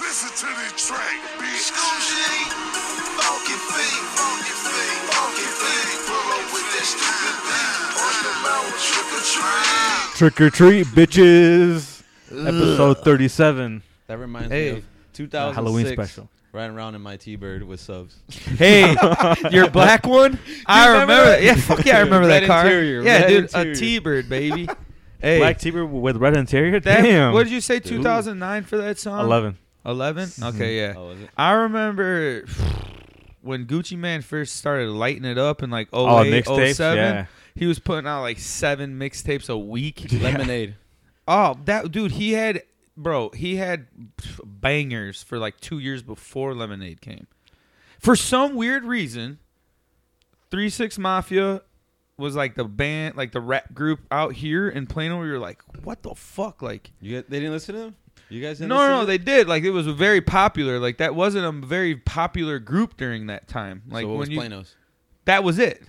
Listen to this track, bitch. Exclusive. Funky feet, funky feet, funky feet. Pull up with that stupid beat. On the mountain, trick or treat. Trick or treat, bitches. Episode 37. That reminds Hey. me of 2006 Halloween special. Riding around in my T-Bird with subs. Hey, your black one? I remember, remember that. that? Yeah, fuck yeah, I Dude, remember red that car. interior, yeah, red dude, interior. a T-Bird, baby. hey, Black T with red interior? that, Damn. What did you say? 2009 for that song? 11. 11? Okay, yeah. Oh, was it? I remember when Gucci Man first started lighting it up in like Oh, 08, mixtapes, 07. yeah. He was putting out like seven mixtapes a week. Lemonade. Oh, that dude, he had bro, he had bangers for like 2 years before Lemonade came. For some weird reason, 36 Mafia was like the band, like the rap group out here in Plano. We were like, "What the fuck?" Like, You guys, they didn't listen to them? You guys didn't no, listen no, no, to they did. Like, it was very popular. Like, that wasn't a very popular group during that time. Like, so what when was you Plano's? that was it.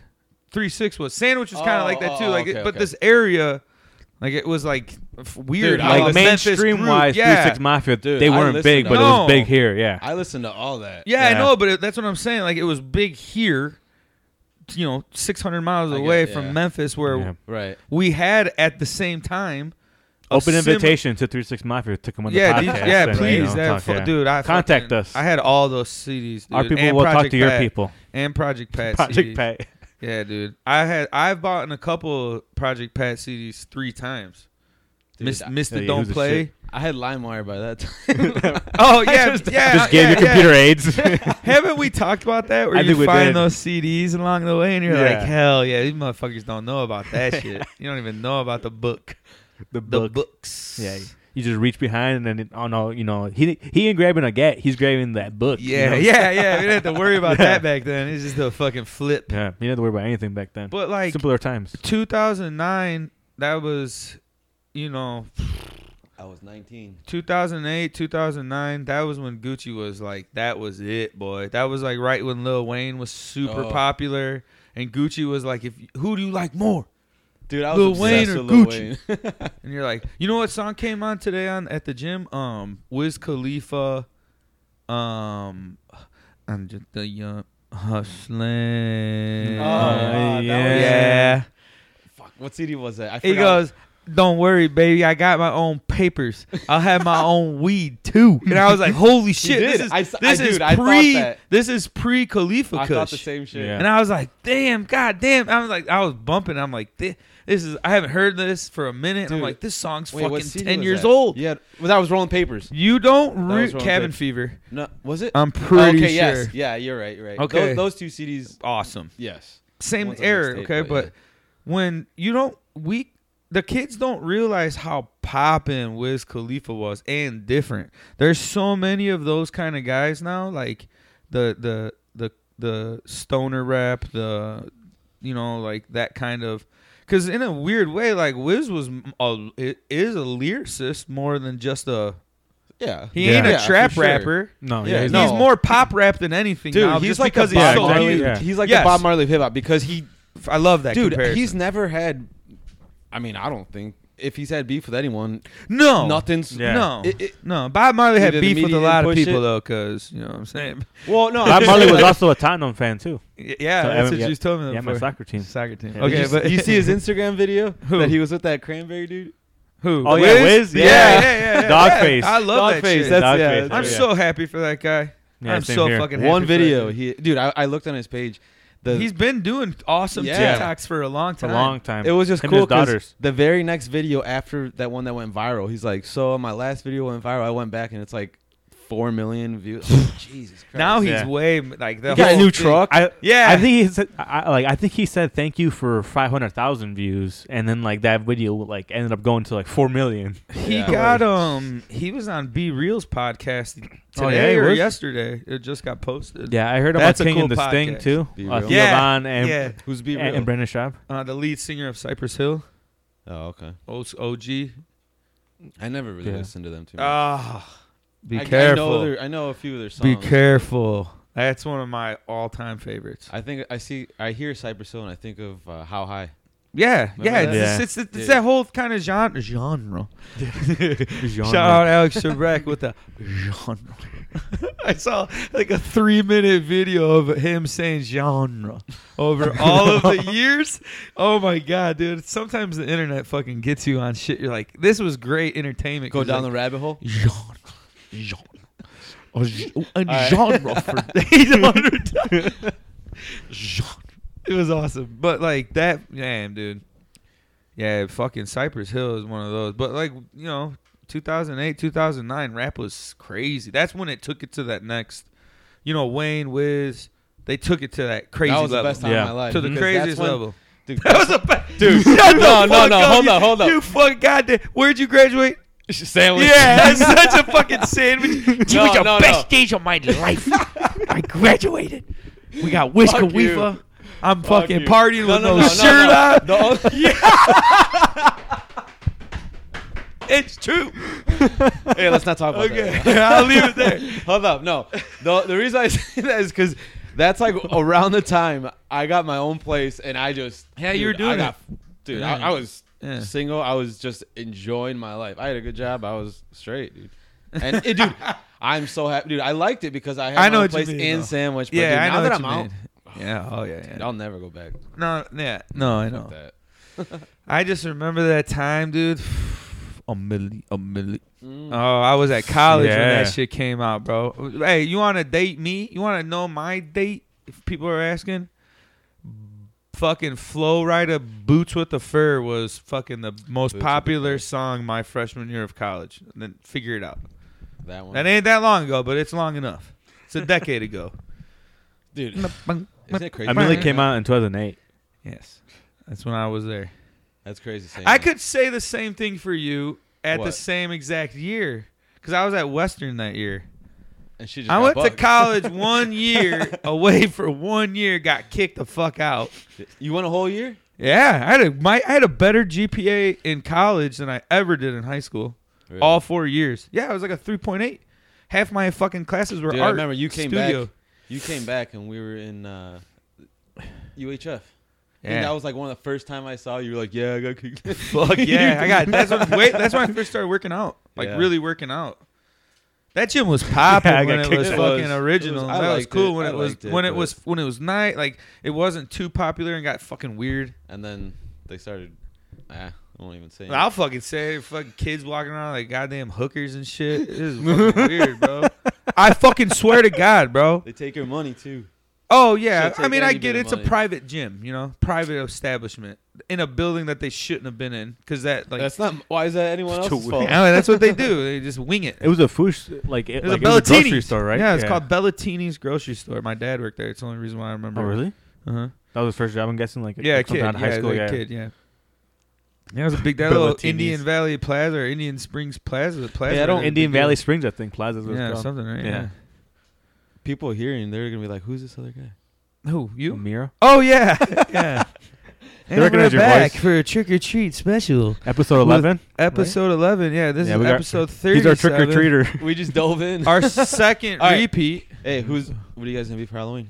Three six was sandwich was kind of Oh, like that too. oh, like, okay, it, but okay. this area, like it was like f- weird. Dude, how I Like the Memphis mainstream group- wise, yeah. 36 Mafia, Dude, they I weren't listened big, to but it No. was big here, yeah. I listened to all that. Yeah, Yeah. I know, but it, that's what I'm saying. Like it was big here, you know, 600 miles I get- away yeah. from Memphis, where Yeah. Right. we had at the same time. a Open sim- invitation to 36 Mafia to come on Yeah, the these- podcast. yeah, and, you please, know, that talk, fu- yeah. dude. I Contact fucking- us. I had all those CDs. Dude, Our people and will talk Project to your Pat, people. and Project Pat. Project CDs. Pat. Yeah, dude. I had I've bought a couple Project Pat CDs three times. Dude, Miss, I- missed Yeah, it, he don't was the play. shit. I had LimeWire by that time. Oh yeah, yeah. Just gave yeah, your yeah. computer aids. Haven't we talked about that? Where I you think we find did. those CDs along the way, and you're Yeah. like, hell yeah, these motherfuckers don't know about that shit. You don't even know about the book, the the book. books. Yeah, you just reach behind and then it, oh no, you know he he ain't grabbing a gat, he's grabbing that book. you yeah, know? yeah, yeah. We didn't have to worry about that back then. It's just a fucking flip. yeah. You didn't have to worry about anything back then. But like simpler times. 2009, that was, you know, I was 19. 2008, 2009, that was when Gucci was like, that was it, boy. That was like right when Lil Wayne was super Oh. popular, and Gucci was like, if who do you like more? Dude, I was Lil Wayne obsessed or with Lil Gucci? Wayne. And you're like, you know what song came on today on at the gym? Um, Wiz Khalifa, um, I'm just a young hustling. Oh, that was- yeah. Fuck, what CD was that? I He forgot. goes, "Don't worry, baby. I got my own papers. I'll have my own weed too." And I was like, "Holy shit! did. This is I s- I- this is dude, I thought pre that. this is pre Khalifa I Kush." thought the same shit. Yeah. And I was like, "Damn, god damn!" I was like, I was bumping. I'm like, "Thi- "This is I haven't heard this for a minute." I'm Dude. like, "This song's Wait, what fucking CD ten was years that? old." Yeah, well, that was Rolling Papers. You don't That re- was wrong cabin pick. fever. No, was it? I'm pretty okay, sure. yes. Yeah, you're right. You're right. Okay. Those, those two CDs, Awesome. yes. Same One's a error, mixtape, okay? but But when you don't, we the kids don't realize how poppin' Wiz Khalifa was and different. There's so many of those kind of guys now, like the the the the stoner rap, the you know, like that kind of. Because in a weird way, like Wiz was m- a, i- is a lyricist more than just a. Yeah. He Yeah. ain't a Yeah, for trap sure. rapper. No, Yeah, yeah, no. He's more pop rap than anything. Dude, now, he's just like because the Bob he's so exactly, Marley. huge. yeah. He's like Yes. the Bob Marley of hip hop because he, I love that. dude, comparison. he's never had. I mean, I don't think if he's had beef with anyone, no nothing's. Yeah. No, It- it- no. Bob Marley He had didn't beef with media a lot of push people it. though, cause you know what I'm saying. Well, no, Bob Marley was also a Tottenham fan too. Y- Yeah, So that's Evan- what yeah, you was telling me. that yeah, my before. soccer team. Soccer team. Yeah. Okay, Okay, Did but but you see his Instagram video that he was with that cranberry dude. who? Oh, yeah, Wiz? Yeah, Yeah. yeah, yeah. yeah Dogface. I love that Dogface, shit. that's- Dog yeah, face, I'm yeah. so happy for that guy. Yeah, I'm same so here. fucking happy. One for that video, dude. he dude, I, I looked on his page. The He's been doing awesome Yeah. TikToks for a long for time. a long time. It was just Him and cool his 'cause daughters. the very next video after that one that went viral, he's like, "So my last video went viral. I went back and it's like four million views. Jesus Christ! Now he's Yeah. way like the He got a whole new thing- truck. I, Yeah. I think he said, I, I- like I think he said thank you for five hundred thousand views, and then like that video like ended up going to like four million. He Yeah. got um. He was on B Reels podcast today Oh, yeah, he or was? yesterday. It just got posted. Yeah, I heard about That's a King cool and the Sting podcast. too. Be Uh, real. Yeah, Levon and yeah. who's be and, real? and Brendan Schaub. Uh, the lead singer of Cypress Hill, oh, okay. O- OG. I never really Yeah. listened to them too. much. Ah, be Uh, I, I know, careful. their, I know a few of their be songs. careful. That's one of my all-time favorites. I think I see, I hear Cypress Hill, and I think of uh, How High. Yeah, yeah, that? it's, Yeah. It's, it's, it's Yeah. that whole kind of genre. genre. Shout Genre. out Alex Trebek with the genre. I saw like a three minute video of him saying genre over all of the years. Oh my god, dude! Sometimes the internet fucking gets you on shit. You're like, this was great entertainment. Go down the rabbit hole. genre, genre, a, ge- a genre for days on end. genre. It was awesome, but like that, damn, dude. Yeah, fucking Cypress Hill is one of those. But like, you know, 2008, 2009, rap was crazy. That's when it took it to that next. You know, Wayne Wiz, they took it to that crazy That was the level. best time Yeah. of my life. to the because that's craziest when- level. Dude, That was a ba- Dude, Shut the no, no, fuck no, up, hold you- up, hold up. You fucking goddamn. Where'd you graduate? sandwich. Yeah, that's such a fucking sandwich. It No, was the no, best no. days of my life. I graduated. We got Wiz Fuck you. Khalifa. I'm fucking you. partying No, with no, no, no, no, shirt no. on. The only- It's true. hey, let's not talk about Okay, that. I'll leave it there. Hold up, no. The, the reason I say that is because that's like around the time I got my own place and I just Yeah, you dude, were doing I got, dude. Yeah. I, I was Yeah. single. I was just enjoying my life. I had a good job. I was straight, dude. And it, dude, I'm so happy, dude. I liked it because I had my I know own what you place mean, and though. sandwich. But Yeah, dude, I now know that what I'm you out, mean. Yeah. Oh yeah. yeah. I'll never go back. No. Yeah. No. I know. Fuck that. I just remember that time, dude. A milli, a milli. Mm. Oh, I was at college when Yeah. that shit came out, bro. Hey, you want to date me? You want to know my date? If people are asking, fucking Flow Rider "Boots with the Fur" was fucking the most with the popular song my freshman year of college. Then figure it out. That one, That ain't that long ago, but it's long enough. It's a decade ago. dude. Isn't that crazy? I mean, it came out in 2008. Yes, that's when I was there. That's crazy. saying I that. could say the same thing for you at the What? same exact year because I was at Western that year. And she just I got went to bucked. college one year away for one year, got kicked the fuck out. You went a whole year? Yeah, I had a my I had a better GPA in college than I ever did in high school. Really? All four years. Yeah, it was like a three point eight. Half my fucking classes were Dude, art. I remember you came studio. back. You came back, and we were in uh, UHF. Yeah. Yeah. that was like one of the first time I saw you. You were like, "Yeah, I got kicked." Fuck yeah, I got that's when wait, that's when I first started working out, like Yeah. really working out. That gym was popping I when got it kicked was out. fucking It was- original. it was- I that was liked cool it, when I it was liked it, when it but- was when it was night. Like it wasn't too popular and got fucking weird. and then they started. Ah, I won't even say. it. I'll fucking say it, fucking kids walking around like goddamn hookers and shit. It is fucking weird, bro. I fucking swear to God, bro. They take your money too. Oh yeah, Should I take mean I any get bit it. of it's a money. private gym, you know, private establishment in a building that they shouldn't have been in because that like That's not. Why is that anyone It's else's too fault? weird. I mean, that's what they do. They just wing it. It was a Fush, like it, like, There's it a was a Bellatini's grocery store, right? Yeah, it's called Bellatini's grocery store. My dad worked there. It's the only reason why I remember. Oh, really? Uh-huh. That was his first job. I'm guessing, like Yeah, a sometime in kid. high yeah, school. like Yeah, kid. Yeah. Yeah, it was a big that little Bellatini's. Indian Valley Plaza or Indian Springs Plaza. Plaza. I don't- Indian Valley Springs, I think Plaza's what it's Yeah, called. something right. Yeah. Yeah. People hearing, they're gonna be like, "Who's this other guy?" Who you? Mira. Oh yeah, yeah. And Mm. recognize we're your back voice. for a trick or treat special. Episode With- 11. Episode eleven. Yeah, this Yeah, is we got- episode thirty. He's our trick or treater. We just dove in. Our second All right. repeat. hey, who's? What are you guys gonna be for Halloween?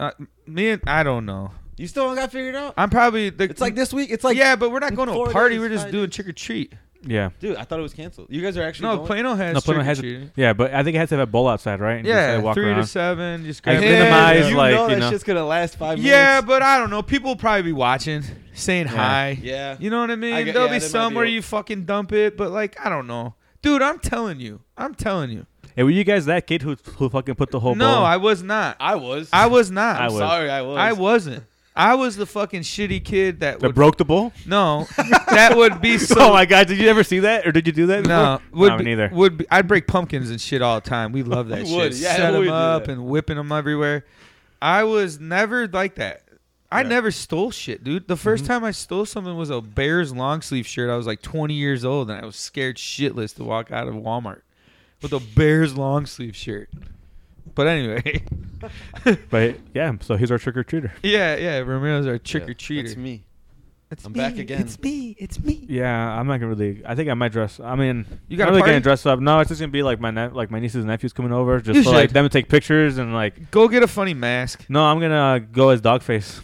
Uh, me and I don't know. You still don't got figured out? I'm probably the, It's like this week. It's like, yeah, but we're not going to a four party. days, we're just five doing days. trick or treat. yeah. dude, I thought it was canceled. You guys are actually No, going? Plano has No, Plano trick has or a- treat. Yeah, but I think it has to have a bowl outside, right? And just, Yeah, like, walk three to around. seven. Just I grab think it. minimize, you like, know you that know. shit's gonna last five minutes. Yeah, but I don't know. People will probably be watching, saying hi. Yeah. You know what I mean? I get- There'll yeah, be they might some be where o- you fucking dump it, but like I don't know, dude. I'm telling you, I'm telling you. Hey, were you guys that kid who who fucking put the whole no, bowl? I was not. I, I was. was not. I was. Sorry, I was. I wasn't. I was the fucking shitty kid that that would broke the bowl. no, that would be so. oh my god, did you ever see that or did you do that? No, before? would no, be, me neither. Would be, I'd break pumpkins and shit all the time. We love that We shit. would. Yeah, Set we them would do up that. and whipping them everywhere. I was never like that. I never stole shit, dude. The Mm-hmm. 1st time I stole something was a Bears long sleeve shirt. I was like 20 years old and I was scared shitless to walk out of Walmart with a Bears long sleeve shirt. But anyway, But yeah, so he's our trick or treater. yeah, yeah. Romero's our Yeah, trick or treater. That's me. It's I'm back me, again. It's me. It's me. Yeah, I'm not gonna really. I think I might dress. I mean, You got a I'm really party? gonna dress up. No, it's just gonna be like my ne- like my nieces and nephews coming over, just You for, like should. them to take pictures and like. Go get a funny mask. No, I'm gonna go as Dogface.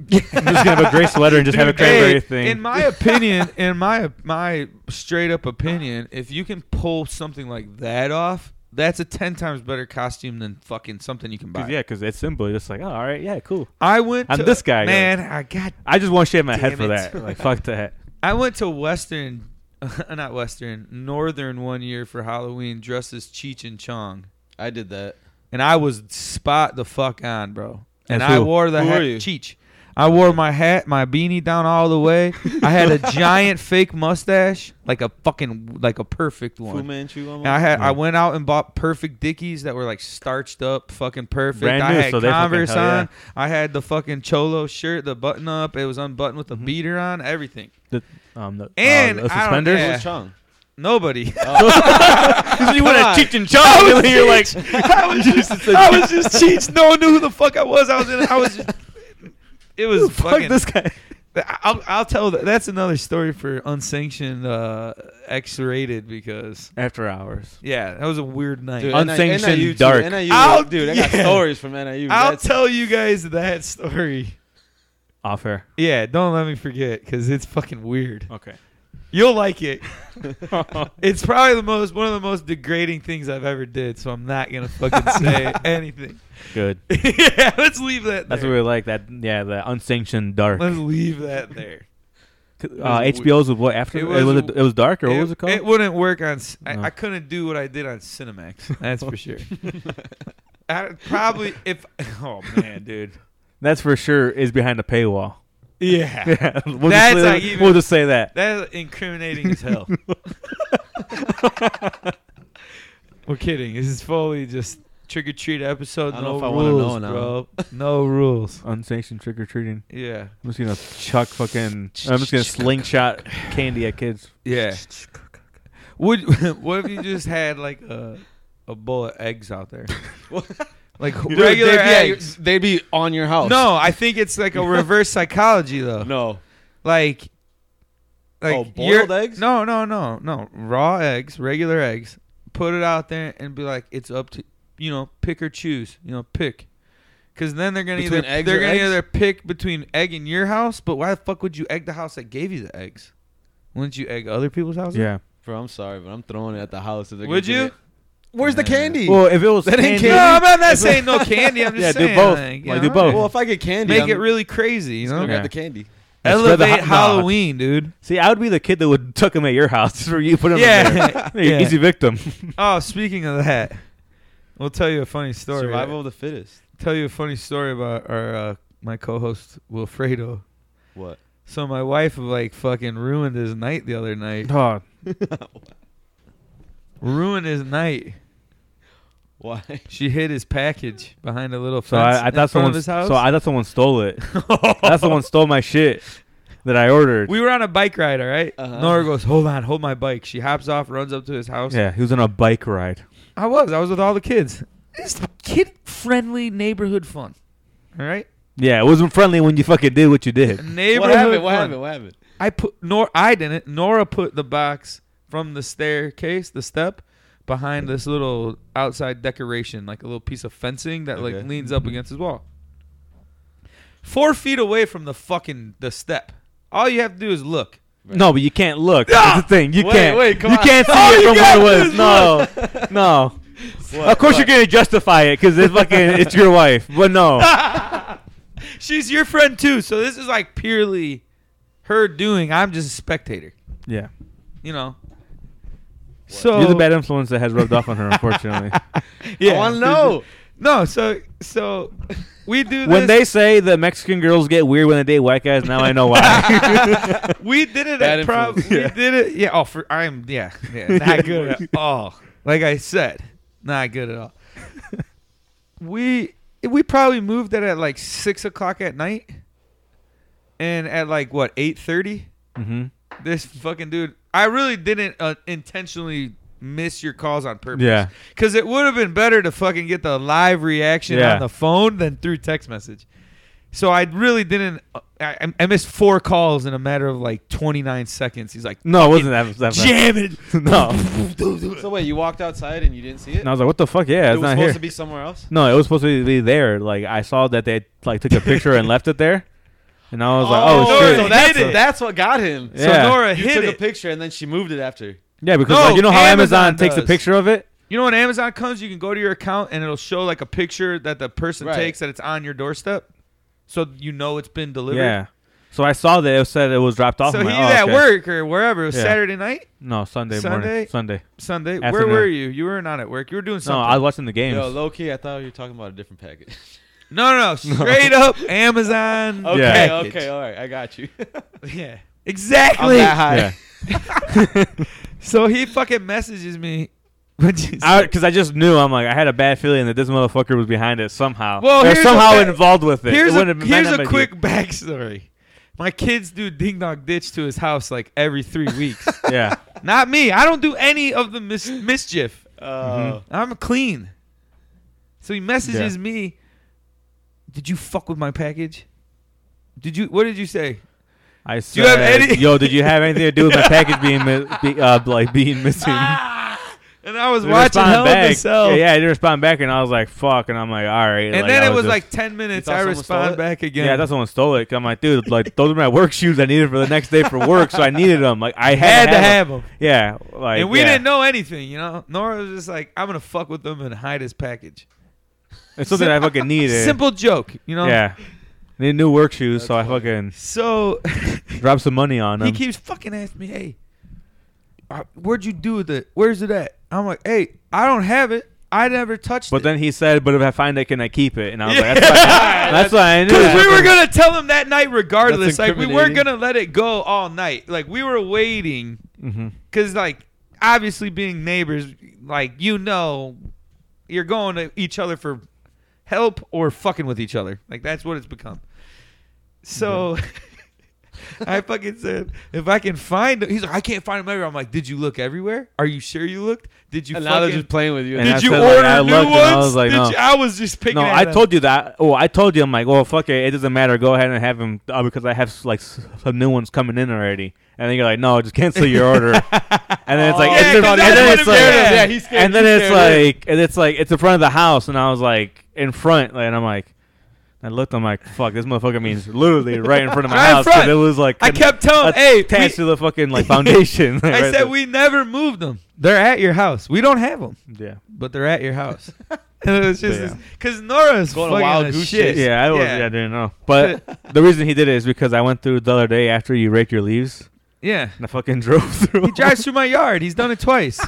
I'm just gonna have a grace letter and just have a Dude, hey, cranberry thing. In my opinion, in my my straight up opinion, if you can pull something like that off, that's a ten times better costume than fucking something you can buy. Cause, yeah, because it's simple. It's just like, oh, all right, yeah, cool. I went. I'm to, this guy, man. I got. I just want to shave my head Damn for it. that. Like, fuck that. I went to Western, not Western, Northern one year for Halloween, dressed as Cheech and Chong, I did that. and I was spot the fuck on, bro. And As I who? wore the Who hat, were you? Cheech. I wore my hat, my beanie down all the way. I had a giant fake mustache, like a fucking, like a perfect Fu one. Manchu. And I had I went out and bought perfect Dickies that were like starched up, fucking perfect. Brand I new, had so they fucking- Converse hell yeah. on. I had the fucking cholo shirt, the button up. It was unbuttoned with a Mm-hmm. beater on. Everything. The, um, the, And uh, the I don't- suspenders. yeah. Who's Chung? Nobody. Oh. you went on. to Cheech and Chong, and then you're like, I was just, I was just cheats. No one knew who the fuck I was. I was in. I was. Just, it was fuck fucking. this guy. I'll, I'll tell. That. That's another story for unsanctioned, uh, X-rated because After hours. yeah, that was a weird night. Dude, Unsanctioned NIU too. dark. NIU, I'll- dude, I got yeah. stories from NIU. I'll That's- tell you guys that story. Off air. Yeah, don't let me forget because it's fucking weird. Okay. You'll like it. All It's probably the most one of the most degrading things I've ever did. So I'm not gonna fucking say anything. Good. yeah, let's leave that. That's what we there. like. That yeah, the unsanctioned dark. Let's leave that there. Uh, HBO's was what after It it was was, a- it, was dark or what was it called? wouldn't work on. s- I, No. I couldn't do what I did on Cinemax. That's for sure. I probably if. Oh man, dude. That's for sure is behind a paywall. Yeah, Yeah, we'll, That's just, like we'll even- just say that. that's incriminating as hell. We're kidding. This is fully just trick or treat episode. I don't no know if I wanna rules, know now. bro. No rules. Unsanctioned trick or treating. Yeah. I'm just gonna chuck fucking. I'm just gonna slingshot candy at kids. Yeah. Would what if you just had like a a bowl of eggs out there? like Dude, regular they'd be at your- eggs. they'd be on your house. No, I think it's like a reverse psychology though. no. Like like Oh, you're- boiled eggs? No, no, no, no. Raw eggs, regular eggs. Put it out there and be like it's up to you know, pick or choose, you know, pick. Cuz then they're going to Between either eggs they're or going to eggs? either pick between egg in your house, but why the fuck would you egg the house that gave you the eggs? Wouldn't you egg other people's houses? Yeah. Bro, I'm sorry, but I'm throwing it at the house. If they're Would gonna get you? it. Where's the candy? Well, if it was That ain't candy, No, candy. I'm not saying no candy. I'm just Yeah, do saying both. Like, Like, you do know, both. well, if I get candy, Make I'm it really crazy, you know. gonna Yeah. get the candy. That's where the Elevate hot- nah. Halloween, dude. see, I would be the kid that would tuck him at your house for you put him in there. Yeah. You're an Yeah. Easy victim. Oh, speaking of that, we'll tell you a funny story. Survival of the fittest. Tell you a funny story about our uh, my co-host Wilfredo. What? So my wife like fucking ruined his night the other night. oh, Ruined his night. Why? She hid his package behind a little so fence I, I in thought front someone. of his house. So I thought someone stole it. That's someone stole my shit that I ordered. we were on a bike ride, all right? Uh-huh. Nora goes, "Hold on, hold my bike." She hops off, runs up to his house. yeah, he was on a bike ride. I was. I was with all the kids. It's kid friendly neighborhood fun. All right? Yeah, it wasn't friendly when you fucking did what you did. Neighborhood What happened? What fun. happened? What happened? I put nor I didn't. Nora put the box from the staircase, the step, behind this little outside decoration, like a little piece of fencing that Okay. like leans Mm-hmm. up against his wall. Four feet away from the fucking the step. All you have to do is look. No, but you can't look. That's the thing. You Wait, can't. wait, come you on. Oh, can't see you it from got where it this was. No, no. What? Of course, you're gonna justify it because it's fucking it's your wife. But no, Ah! She's your friend too, so this is like purely her doing. I'm just a spectator, yeah, you know. So Oh. you're the bad influence that has rubbed off on her. Unfortunately, Yeah. I want to know. No, so so we do this. when they say that Mexican girls get weird when they date white guys, now I know why. we did it Bad at prom. influence. We Yeah. did it. Yeah. Oh, for I'm yeah, yeah not good at all. Like I said, not good at all. we we probably moved it at like six o'clock at night, and at like what eight thirty. mm-hmm. This fucking dude. I really didn't uh, intentionally miss your calls on purpose. Yeah. Because it would have been better to fucking get the live reaction Yeah. on the phone than through text message. So I really didn't. uh, I, I missed four calls in a matter of like 29 seconds. He's like, No, it wasn't that. that bad. jam it. No, So wait, you walked outside and you didn't see it? and I was like, what the fuck? it Yeah, it's was not supposed here. to be somewhere else. no, it was supposed to be there. Like I saw that they like took a picture and left it there. And I was like, oh, Oh, shit. so that- that's, hit it. that's what got him. Yeah. So Nora You hit took it. a picture and then she moved it after. yeah, because No, like, you know how Amazon Amazon, takes a does. picture of it? You know when Amazon comes, you can go to your account and it'll show like a picture that the person Right. takes that it's on your doorstep, so you know it's been delivered. Yeah. So I saw that it said it was dropped off. So I'm he's like, oh, at okay. work or wherever. It was Yeah. Saturday night, No, Sunday, Sunday? morning. Sunday. Sunday. Where Afternoon. were you? You were not at work. You were doing No, something. I was watching the games. Yo, low key, I thought you were talking about a different package. no, no, no. Straight up Amazon. okay, Yeah. okay, all right, I got you. Yeah. I'm Exactly. that high. yeah. So he fucking messages me. What you I say? because I just knew I'm like I had a bad feeling that this motherfucker was behind it somehow. Well, or here's a somehow ba- involved with it. here's It a, wouldn't have- might here's not a been quick backstory. My kids do ding dong ditch to his house like every three weeks. you. Yeah. Not me. I don't do any of the mis- mischief. Uh, I'm clean. So he messages me. Did you fuck with my package? Did you? What did you say? I said, you have any- yo, did you have anything to do with my package being mi- be, uh, like being missing? And I was They watching respond Hell in a back. Cell. Yeah, yeah, they respond back, and I was like, "Fuck," and I'm like, "All right." And then I it was just- like ten minutes. thought I someone stole respond it? back again. "Yeah, that's someone stole it." 'Cause I'm like, "Dude, like those are my work shoes I needed for the next day for work, so I needed them. Like I had had, to have them. them. Yeah, like and we yeah. didn't know anything, you know. Nora was just like, "I'm gonna fuck with them and hide his package." It's something I fucking needed. Simple joke, you know. Yeah, need new work shoes, so I fucking So dropped some money on them. he keeps fucking asking me, "Hey, uh, where'd you do with it? Where's it at?" I'm like, "Hey, I don't have it. I never touched But it." then he said, "But if I find it, can I keep it?" And I was Yeah. like, "That's, what I, that's what I knew." Because we were gonna tell him that night, regardless. That's Like we weren't incriminating. gonna let it go all night. Like we were waiting, Mhm. because like obviously being neighbors, like you know, you're going to each other for help or fucking with each other. Like that's what it's become. So. Mm-hmm. I fucking said, if I can find him, he's like, I can't find him everywhere. I'm like, did you look everywhere? Are you sure you looked? Did you and now they're fucking? just playing with you. And did I you said, like, order I new looked ones? and I was like, Did no. you- I was just picking. No, at I him. told you that. Oh, I told you. I'm like, well, fuck it. It doesn't matter. Go ahead and have him uh, because I have s- like s- some new ones coming in already. And then you're like, no, just cancel your order. and then it's like, Oh, and yeah, then- 'cause and that's then what it's it is. like, Yeah, he scared- and then he it's scared her. like, and it's like, it's in front of the house, and I was like, in front, like, and I'm like. I looked. I'm like, "Fuck, this motherfucker means literally right in front of my Right in house." 'cause front. It was like I kept telling him, "Hey, attached to we- the fucking like foundation. Like, I right said there. we never moved them. They're at your house. We don't have them, yeah, but they're at your house. and it was Yeah. just because Nora's Going to going fucking Wild wild Goose shit. Chase. Yeah, I, was, I didn't know. But the reason he did it is because I went through the other day after you rake your leaves, yeah. and I fucking drove through. He drives through my yard. He's done it twice.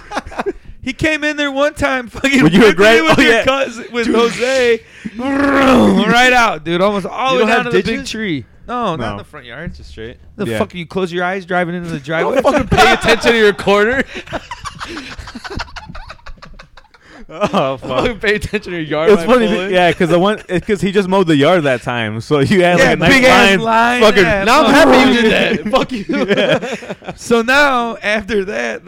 he came in there one time, fucking When you were whipped me great- with oh, your yeah. cousin with Jose, right out, dude, almost all You the way don't down to have the big ditches? tree. No, not in No. the front yard. just straight. The Yeah. fuck you close your eyes driving into the driveway. Pay attention to your corner. oh fuck. Pay attention to your yard. It's when I funny, pull be- in. yeah, because the one, because he just mowed the yard that time, so you had like Yeah, a nice big ass line, line, fucking. yeah. Now I'm happy you did that. Fuck you. So now after that,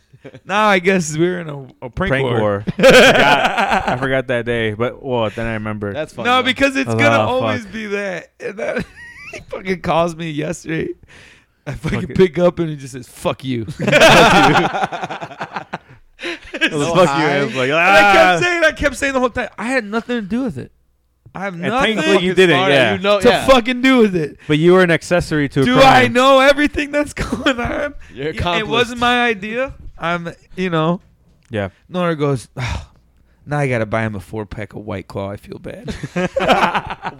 now I guess we're in a, a prank, Prank war. war. I, forgot, I forgot that day, but well, then I remembered. That's funny. though. No, because it's Oh, gonna fuck. always be that. And that he fucking calls me yesterday. I fucking Fuck it. pick up and he just says, "Fuck you." It and was so fuck you. high. I was like, I ah. kept saying, I kept saying the whole time, I had nothing to do with it. I have And nothing technically you to didn't, Alright, yeah. You know, yeah. fucking do with it. but you were an accessory to. a Do crime. I know everything that's going on? You're Y- it wasn't accomplice. my idea. I'm, you know. Yeah. Nora goes, "Ah, now I gotta buy him a four pack of White Claw. I feel bad.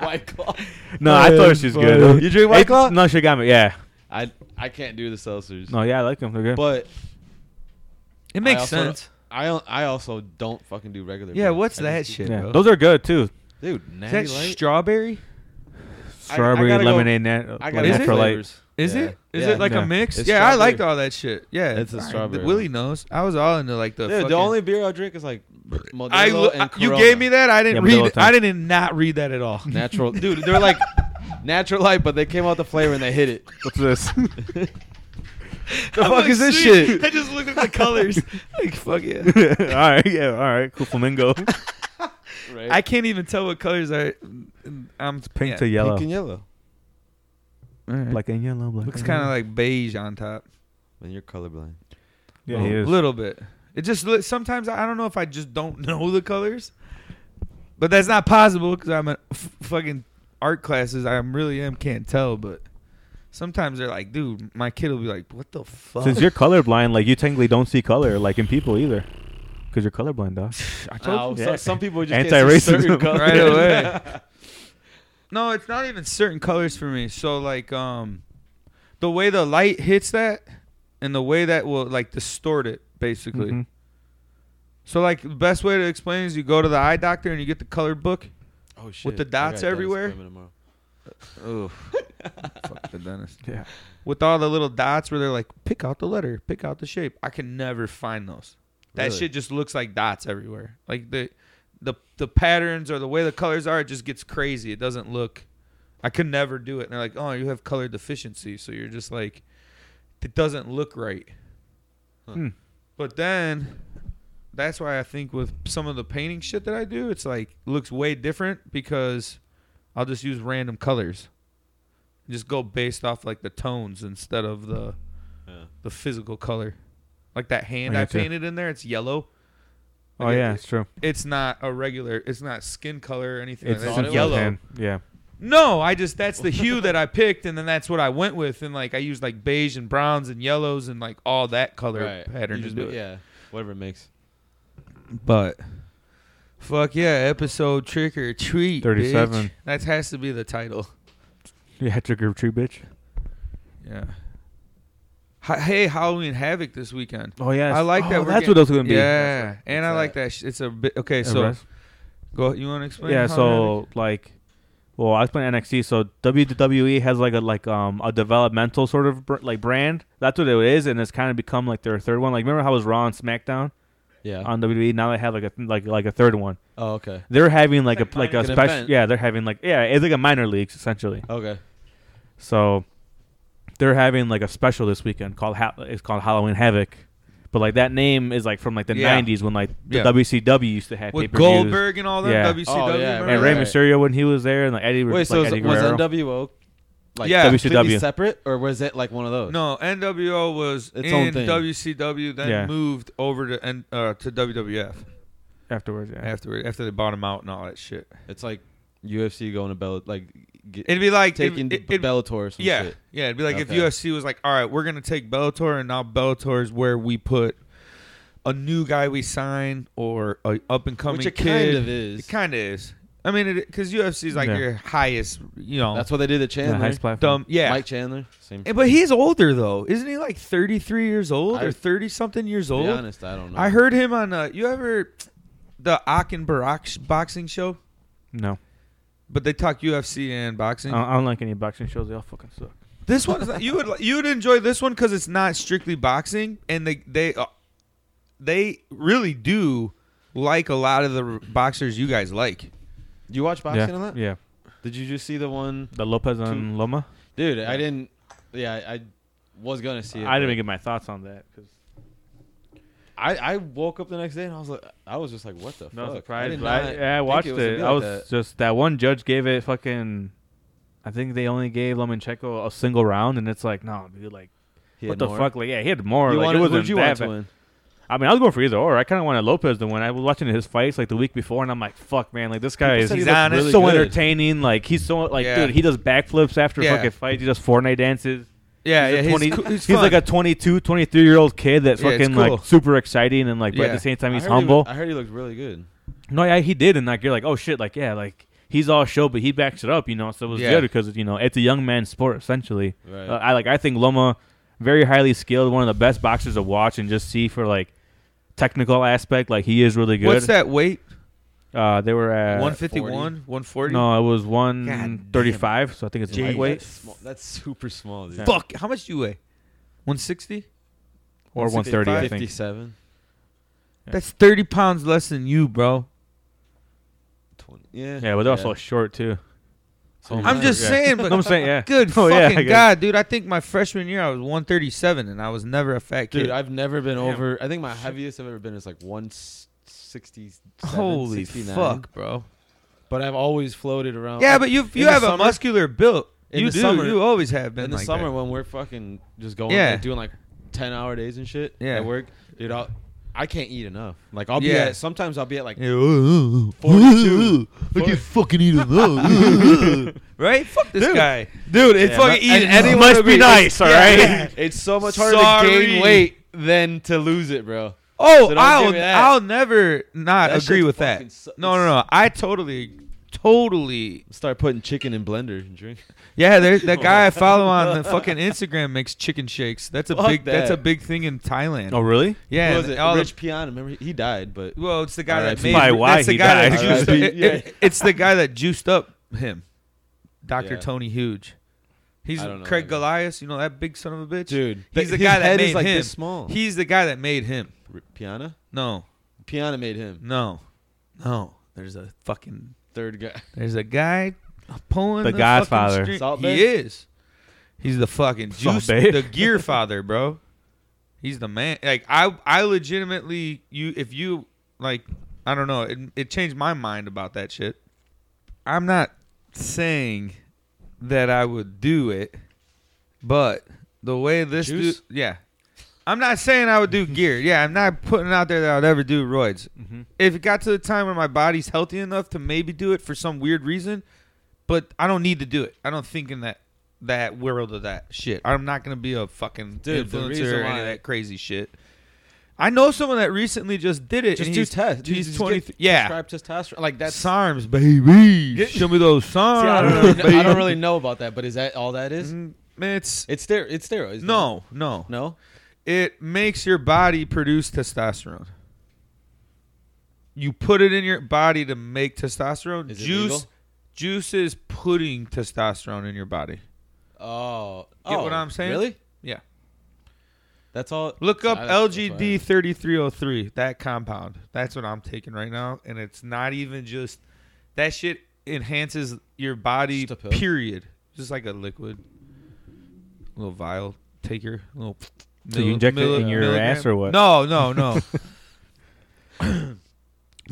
White Claw. No, I thought she was good. You drink White It's- Claw? No, she got me. Yeah. I I can't do the seltzers. No, yeah, I like them. They're good. But It makes also don't- sense. I al- I also don't fucking do regular. Yeah, beer. what's I that just- shit? yeah, bro? those are good too. dude? Is Natty that Light? strawberry? I- I Strawberry gotta go- lemonade, I nat- got gotta go natural light. flavors. Is Yeah. it? Is Yeah. it like Yeah. a mix? It's yeah, I liked strawberry. all that shit. Yeah, It's a all right. strawberry Willie one. knows. I was all into like the. Dude, the fucking- only beer I drink is like Modelo I lo- and you Corona. gave me that. I didn't Yeah, Modelo read. it. time. I didn't not read that at all. natural, dude. They're like natural light, but they came out the flavor and they hit it. What's this? the fuck is this shit? I just looked at the colors. like fuck yeah. all right, yeah, all right, cool flamingo. Right? I can't even tell what colors are. mm, I'm Pink yeah. to yellow, Pink and yellow. black and yellow, black. Looks and kind of yellow. like beige on top. And you're colorblind. yeah, he a is. little bit. It just li- sometimes I don't know if I just don't know the colors, but that's not possible because I'm a f- fucking art classes, I really am can't tell, but sometimes they're like, dude, my kid will be like, what the fuck? Since you're colorblind, like you technically don't see color, like in people either, because you're colorblind, dog. I told Oh, you. so- Yeah. some people just Anti-racism. Anti-racism. right away. no, it's not even certain colors for me. So like um the way the light hits that and the way that will like distort it basically. Mhm. So like the best way to explain is you go to the eye doctor and you get the colored book. Oh shit! I the dots got a dentist everywhere? appointment tomorrow. Ooh. Fuck the dentist. Yeah. With all the little dots where they're like pick out the letter, pick out the shape. I can never find those. That Really? shit just looks like dots everywhere. Like the the the patterns or the way the colors are, it just gets crazy. It doesn't look. I could never do it. And they're like, oh, you have color deficiency, so you're just like, it doesn't look right. Hmm. But then, that's why I think with some of the painting shit that I do, it's like looks way different because I'll just use random colors. Just go based off like the tones instead of the Yeah. the physical color. Like that hand I I, gotcha. painted in there, it's yellow. Oh Like, yeah, it- it's true. it's not a regular. It's not skin color or anything. It's It's like that. it simple It's was. yellow. tan. Yeah. No, I just that's the hue that I picked, and then that's what I went with, and like I used like beige and browns and yellows and like all that color Right. pattern You to just do ma- it. Yeah, whatever it makes. But fuck yeah, episode trick or treat. 37. bitch. That has to be the title. Yeah, trick or treat, bitch. Yeah. Ha- hey, Halloween Havoc this weekend. Oh yeah, I like that. Oh, we're that's what getting- those are gonna be. Yeah, and What's I that? like that. sh- It's a bit okay. And So rest. go. You want to explain? yeah how so like well i was playing nxt so wwe has like a like um a developmental sort of br- like brand that's what it is and it's kind of become like their third one like remember how it was raw and smackdown Yeah. on wwe now they have like a like like a third one oh, okay. they're having like a like a minor- an special event. yeah they're having like yeah it's like a minor leagues essentially Okay. so they're having like a special this weekend called ha- it's called halloween havoc but like that name is like from like the Yeah. 90s when like the Yeah. WCW used to have with pay-per-views. Goldberg and all that Yeah. WCW. Oh, yeah, remember and that? Rey Right. Mysterio when he was there, and like Eddie. Wait, like so Eddie is- was Guerrero. NWO like Yeah. completely WCW. separate, or was it like one of those? No, NWO was Its own in thing. WCW, then Yeah. moved over to N- uh, to WWF afterwards? Yeah. after after they bought him out and all that shit. It's like UFC going to Bell, like get, It'd be like it'd- taking it'd- Bellator. Or some Yeah, Shit. yeah. It'd be like Okay. if UFC was like, all right, we're gonna take Bellator, and now Bellator is where we put a new guy we sign or a up and coming Which it kid. kind of is. It kind of is. I mean, because UFC is like Yeah. your highest, you know, That's what they did to Yeah, Chandler. highest platform. dumb. Yeah, Mike Chandler. Same. Eh, but he's older though, isn't he? Like thirty three years old I- or thirty something years to old. be honest, I don't know. I heard him on uh, you ever the Ak and Barak sh- boxing show, No, but they talk UFC and I boxing. Uh-huh. don't, I don't like any boxing shows. They all fucking suck. This one's not, you would li- you would enjoy this one because it's not strictly boxing, and they they uh, they really do like a lot of the r- boxers you guys like. You watch boxing yeah, a lot? yeah. Did you just see the one? The Lopez and Loma. Dude, I didn't. Yeah, I I was gonna see it. I didn't but even get my thoughts on that because I, I woke up the next day and I was like, I was just like, what the no fuck? surprise. did but I, not yeah, I think watched was it. gonna be I was like that. just that one judge gave it fucking. I think they only gave Lomachenko a single round, and it's like no, dude, like He what had the more. fuck, like yeah, he had more. You like, wanted, it who'd wasn't you that want to bad. win? I mean, I was going for either or. I kind of wanted Lopez to win. I was watching his fights like the week before, and I'm like, fuck, man, like this guy People is said he he's looked honest, really so good. entertaining. Like he's so like, Yeah. dude, he does backflips after Yeah. fucking fights. He does Fortnite dances. Yeah, he's a yeah, 20 he's, coo- he's, he's like a fun. 22, 23 year old kid that's Yeah, it's fucking cool. like super exciting and like, but at Yeah. the same time I he's heard he was- humble. I heard he looked really good. no, yeah, he did, and like you're like, oh shit, like yeah, like he's all show, but he backs it up, you know. So it was Yeah. good because you know it's a young man's sport essentially. Right. Uh, I like I think Loma, very highly skilled, one of the best boxers to watch and just see for like technical aspect. Like he is really good. What's that weight? Uh, they were at One fifty one, one forty. No, it was damn. one thirty-five. So I think it's Jeez. lightweight. That's, small, that's super small, dude. Yeah. Fuck, how much do you weigh? One sixty. or 130, I think. 57, Yeah. That's thirty pounds less than you, bro. 20. Yeah. Yeah, but they're also short too. So I'm just yeah. saying, No, but I'm saying, yeah. good Oh, yeah, I fucking guess. god, dude. I think my freshman year I was one thirty seven, and I was never a fat kid. Dude, I've never been Damn. over. I think my heaviest I've ever been is like 167, Holy 69. fuck, bro. But I've always floated around. Yeah, Like, but you in you the have a summer- muscular built. In you the do. summer- you always have been in the like summer that. when we're fucking just going Yeah. like, doing like 10 hour days and shit Yeah. at work dude I'll, i can't eat enough like i'll be Yeah. at sometimes i'll be at like Yeah, ooh, ooh, ooh. 42 I Four- can't fucking eat alone. right? Fuck this Dude. guy. dude. It's Yeah. fucking And easy. anyone Must would be be nice, all right? It's so much harder Sorry. to gain weight than to lose it, bro. Oh, So don't give I'll me that. I'll never not That agree shit's with that. fucking su- no, no, no. I totally, totally. Start putting chicken in blender and drink. Yeah, there's that guy I follow on the fucking Instagram makes chicken shakes. That's a Fuck big. That's that. a big thing in Thailand. Oh, really? yeah. Who and was it? all the- Rich Piana. Remember he- he died, but well, it's the guy that RIP. made. Probably why that's the he guy died. that juiced up. RIP, it- it- yeah. it's the guy that juiced up him, Doctor Yeah. Tony Huge. He's I don't know Craig that guy. Goliath. You know that big son of a bitch. dude, th- he's the his guy that head made is like him. this small. He's the guy that made him. R- Piana. No, Piana made him no, no. There's a fucking third guy. There's a guy pulling The the, Godfather. fucking string- Salt he Bae? is. He's the fucking Salt juice, Bae. the gear father, bro. He's the man. Like I, I legitimately, you, if you like, I don't know. It, it changed my mind about that shit. I'm not saying that I would do it, but the way this Juice? dude, yeah. I'm not saying I would do gear. Yeah, I'm not putting out there that I would ever do roids. Mm-hmm. If it got to the time where my body's healthy enough to maybe do it for some weird reason, but I don't need to do it. I don't think in that that world of that shit. I'm not gonna be a fucking Dude, the influencer reason or any why- of that crazy shit. I know someone that recently just did it. Just and do he's, test. He's Just get 23. Yeah, prescribed testosterone. Like that's. See, SARMs, baby. Get- Show me those SARMs. I, don't really, baby. I don't really know about that, but is that all that is? Mm, It's It's stero- It's steroids. isn't no, no, it? no. it makes your body produce testosterone. You put it in your body to make testosterone. Is it juice, legal? juice is putting testosterone in your body. Oh, Get oh, what I'm saying? Really? Yeah. That's all. Look up I- that's- that's what I- LGD thirty three oh three. That compound. That's what I'm taking right now, and it's not even just that shit enhances your body. Just a pill? Period. Just like a liquid, little vial taker, little. So you inject it in your ass or what? No, no, no. but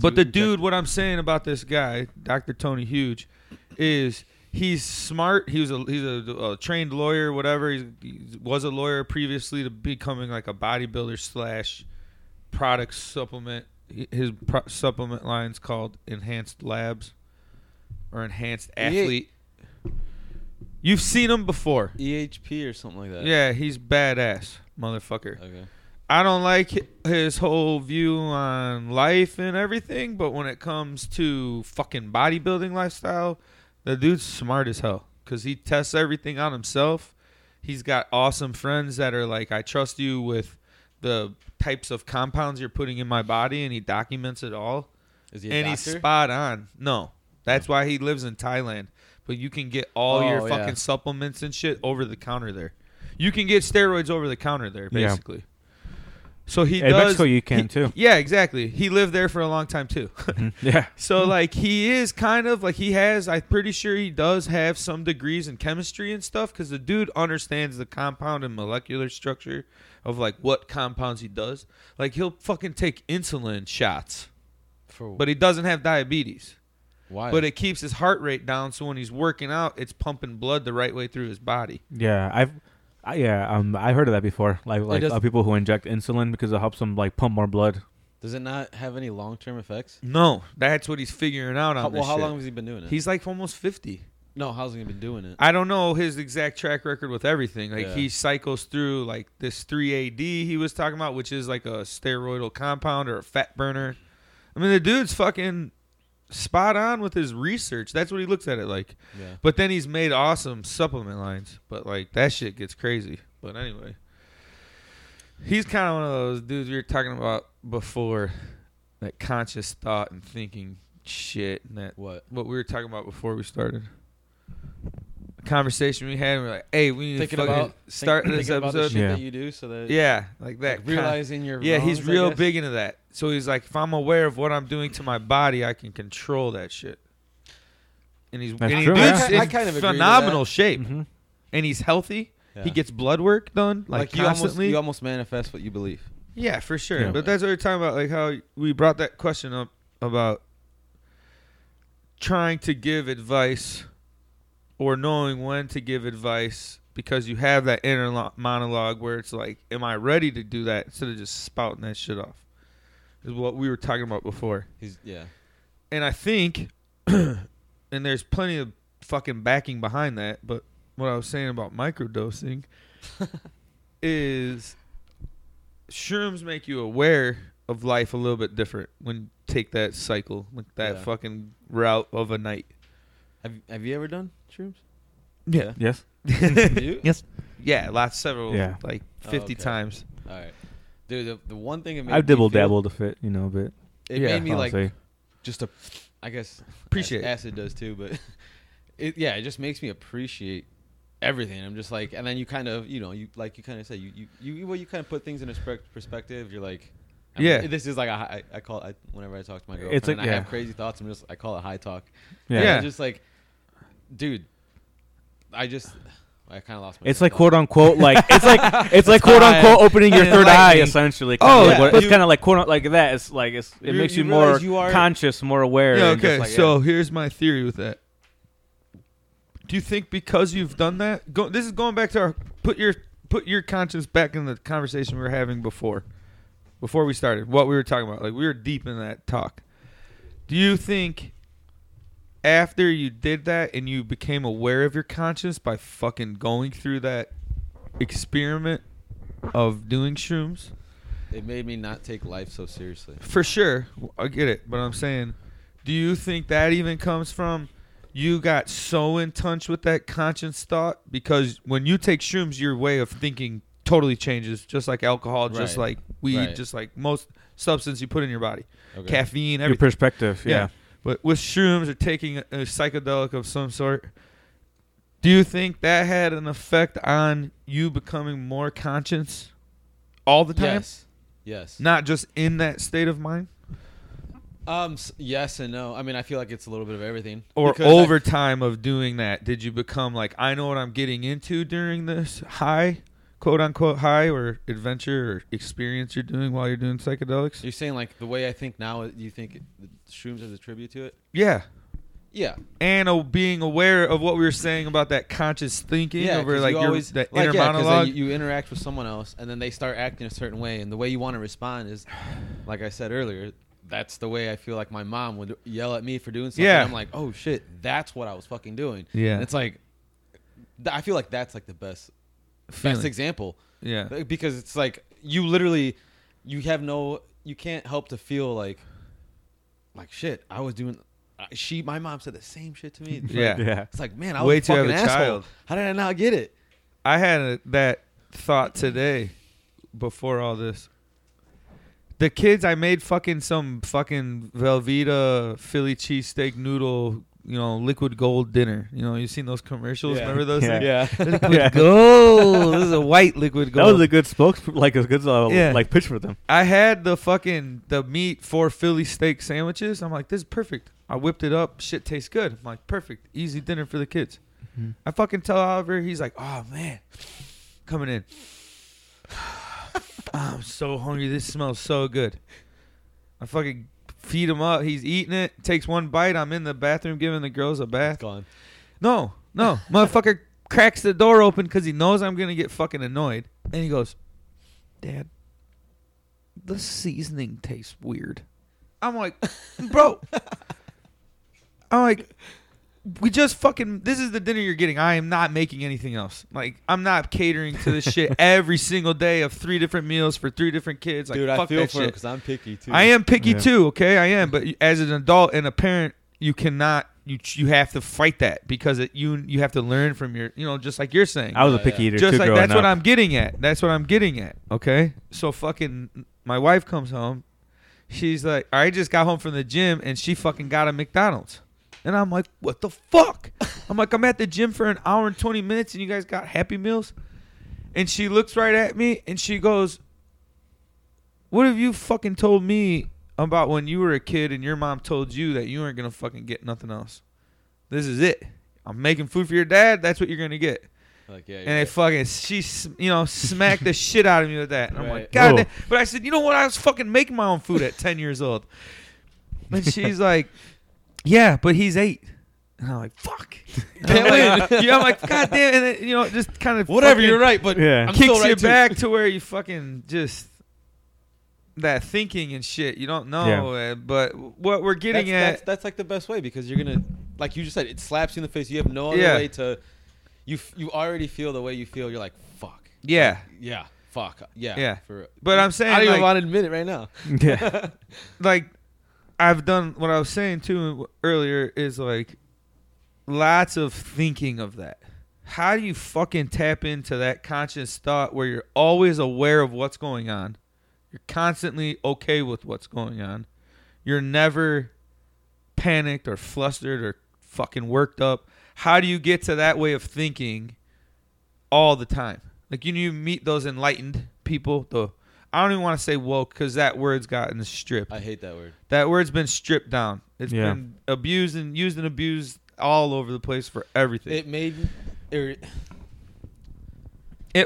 the inject- dude, what I'm saying about this guy, Dr. Tony Huge, is he's smart. He was a he's a, a trained lawyer, whatever. He's, he was a lawyer previously to becoming like a bodybuilder slash product supplement. His pro- supplement line's called Enhanced Labs or Enhanced Athlete. You've seen him before. EHP E or something like that. Yeah, he's badass, motherfucker. Okay. I don't like hi- his whole view on life and everything, but when it comes to fucking bodybuilding lifestyle, the dude's smart as hell because he tests everything on himself. He's got awesome friends that are like, I trust you with the types of compounds you're putting in my body, and he documents it all. Is he a and he's doctor? spot on. No, that's why he lives in Thailand. But you can get all your Oh, yeah. fucking supplements and shit over the counter there. You can get steroids over the counter there, Yeah. basically. So he In does. Mexico, you can he- too. Mm-hmm. Yeah, exactly. He lived there for a long time too. Yeah. so like he is kind of like he has. I'm pretty sure he does have some degrees in chemistry and stuff because the dude understands the compound and molecular structure of like what compounds he does. Like he'll fucking take insulin shots, For but he doesn't have diabetes. why? But it keeps his heart rate down, so when he's working out, it's pumping blood the right way through his body. Yeah, I've, I, yeah, um, I heard of that before. Like, like does- uh, people who inject insulin because it helps them like pump more blood. does it not have any long-term effects? No, that's what he's figuring out on How, this well, how shit. long has he been doing it? He's like almost fifty. no. How's he been doing it? I don't know his exact track record with everything. Like Yeah. he cycles through like this 3AD he was talking about, which is like a steroidal compound or a fat burner. I mean, the dude's fucking spot on with his research. That's what he looks at it like. Yeah. But then he's made awesome supplement lines. But like that shit gets crazy. But anyway, he's kind of one of those dudes we were talking about before, that conscious thought and thinking shit and that What? what we were talking about before we started. A conversation we had, and we are like, "Hey, we need Thinking to fucking about start think, this thinking about the episode." shit Yeah. that you do, so that yeah, like that. like, kind- realizing your yeah, he's wrongs, I real guess. big into that. So he's like, if I'm aware of what I'm doing to my body, I can control that shit. And he's That's and he true, dude's yeah. I ki- I in kind of agree with Mm-hmm. phenomenal shape, Mhm. and he's healthy. Yeah. He gets blood work done like, you almost constantly. you almost manifest what you believe. Yeah, for sure. Yeah. But that's what we're talking about, like how we brought that question up about trying to give advice or knowing when to give advice because you have that inner lo- monologue where it's like, "Am I ready to do that?" Instead of just spouting that shit off, is what we were talking about before. He's yeah. And I think, and there's plenty of fucking backing behind that, but what I was saying about microdosing is shrooms make you aware of life a little bit different when you take that cycle, like that Yeah. fucking route of a night. Have Have you ever done shrooms? Yeah. Yes. You? Yes. Yeah, last several Yeah. like Oh, 50 okay. times. All right, dude. The, the one thing it made I've me dibble feel- dabbled a fit, you know, a bit. It Yeah. made me I'll like say. just a, I guess Appreciate. ac- acid does too, but it yeah, it just makes me appreciate everything. I'm just like, and then you kind of you know you like you kind of say you you you well you kind of put things in a spec- perspective. You're like. I mean, Yeah. this is like a high, I call it I, whenever I talk to my It's girlfriend. like- and I have yeah. crazy thoughts. I'm just I call it high talk. Yeah. Yeah. i just like, dude, I just I kind of lost my. It's train like of quote thought. unquote like it's like it's like quote unquote opening your And third eye enlightening. essentially. kinda Oh, like what- yeah. it's You- kind of like quote un- like that. It's like it's it You- makes you you, more realize you are- conscious, more aware. Yeah, and just okay. like- so here's my theory with that. Do you think because you've done that? Go, this is going back to our put your put your conscience back in the conversation we were having before, before we started. What we were talking about, like we were deep in that talk. Do you think after you did that and you became aware of your conscience by fucking going through that experiment of doing shrooms? it made me not take life so seriously. For sure. I get it. But I'm saying, do you think that even comes from you got so in touch with that conscience thought? Because when you take shrooms, your way of thinking totally changes, just like alcohol, just Right. like weed, Right. just like most substance you put in your body, Okay. caffeine, your everything. perspective, yeah. But with shrooms or taking a, a psychedelic of some sort, do you think that had an effect on you becoming more conscious all the time? Yes. Yes. Not just in that state of mind? Um. s- Yes and no. I mean, I feel like it's a little bit of everything. or Because I- over time of doing that did you become like i know what i'm getting into during this high quote unquote high or adventure or experience you're doing while you're doing psychedelics you're saying like the way I think now. uh, You think it- the shrooms as a tribute to it? yeah Yeah. and oh, being aware of what we were saying about that conscious thinking Yeah. over 'cause like you your always that like, inner yeah, 'cause then monologue You, you interact with someone else, and then they start acting a certain way, and the way you want to respond is, like I said earlier. That's the way I feel like my mom would yell at me for doing something. Yeah. I'm like, oh shit, that's what I was fucking doing. Yeah. And it's like, th- I feel like that's like the best, Feeling. best example. yeah Like, because it's like you literally you have no you can't help to feel like like shit i was doing I- she my mom said the same shit to me It's like- Yeah. Yeah. it's like man i was Way a to have fucking a asshole child. how did i not get it I had a, that thought today before all this. The kids, I made fucking some fucking Velveeta Philly cheesesteak noodle, you know, liquid gold dinner. You know, you seen those commercials? Yeah. Remember those? Yeah. things? Liquid Yeah. gold. This is a white liquid That gold. was a good spokes like a good uh, Yeah. like pitch for them. I had the fucking the meat for Philly steak sandwiches. I'm like, this is perfect. I whipped it up. Shit tastes good. I'm like, perfect, easy dinner for the kids. I fucking tell Oliver. He's like, oh man, coming in. I'm so hungry. This smells so good. I fucking feed him up. He's eating it. Takes one bite. I'm in the bathroom giving the girls a bath. gone No, no, motherfucker cracks the door open because he knows I'm gonna get fucking annoyed, and he goes, "Dad, the seasoning tastes weird." I'm like, "Bro," I'm like, "We just fucking this is the dinner you're getting. I am not making anything else. Like, I'm not catering to this shit every single day of three different meals for three different kids. Like, dude fuck i feel that for shit. because i'm picky too I am picky Yeah. too, okay? I am, but as an adult and a parent, you cannot you you have to fight that because it, you you have to learn from your, you know, just like you're saying. I was a Yeah, picky yeah. eater just too like growing that's up. what I'm getting at. That's what I'm getting at, okay? So fucking my wife comes home. She's like, "I just got home from the gym and she fucking got a McDonald's." And I'm like, "What the fuck?" I'm like, "I'm at the gym for an hour and 20 minutes and you guys got Happy Meals?" And she looks right at me and she goes, what have you fucking told me about when you were a kid and your mom told you that you weren't gonna fucking get nothing else? This is it. I'm making food for your dad. That's what you're gonna get. like yeah And it fucking she, s- you know, smacked the shit out of me with that. And I'm like, Right. God. Oh. damn." But I said, you know what? I was fucking making my own food at 10 years old. And she's like, Yeah, but he's eight. And I'm like, Fuck. And I'm like, yeah, I'm like, God damn. And then, you know, just kind of whatever fucking- you're right but Yeah. I'm kicks still right you too. back to where you fucking just that thinking and shit. You don't know, uh, but what we're that's, getting that's, at, that's like the best way because you're gonna like you just said, it slaps you in the face. You have no other Yeah. way to. You f- you already feel the way you feel. You're like fuck. Yeah. Yeah. Fuck. Yeah. Yeah. For real. But I'm I saying don't even like- want to admit it right now. Yeah. like I've done what I was saying too earlier is like lots of thinking of that. How do you fucking tap into that conscious thought where you're always aware of what's going on? You're constantly okay with what's going on. You're never panicked or flustered or fucking worked up. How do you get to that way of thinking all the time? Like you, you meet those enlightened people. The I don't even want to say woke because that word's gotten stripped. I hate that word. That word's been stripped down. It's Yeah. been abused and used and abused all over the place for everything. It, It made. er,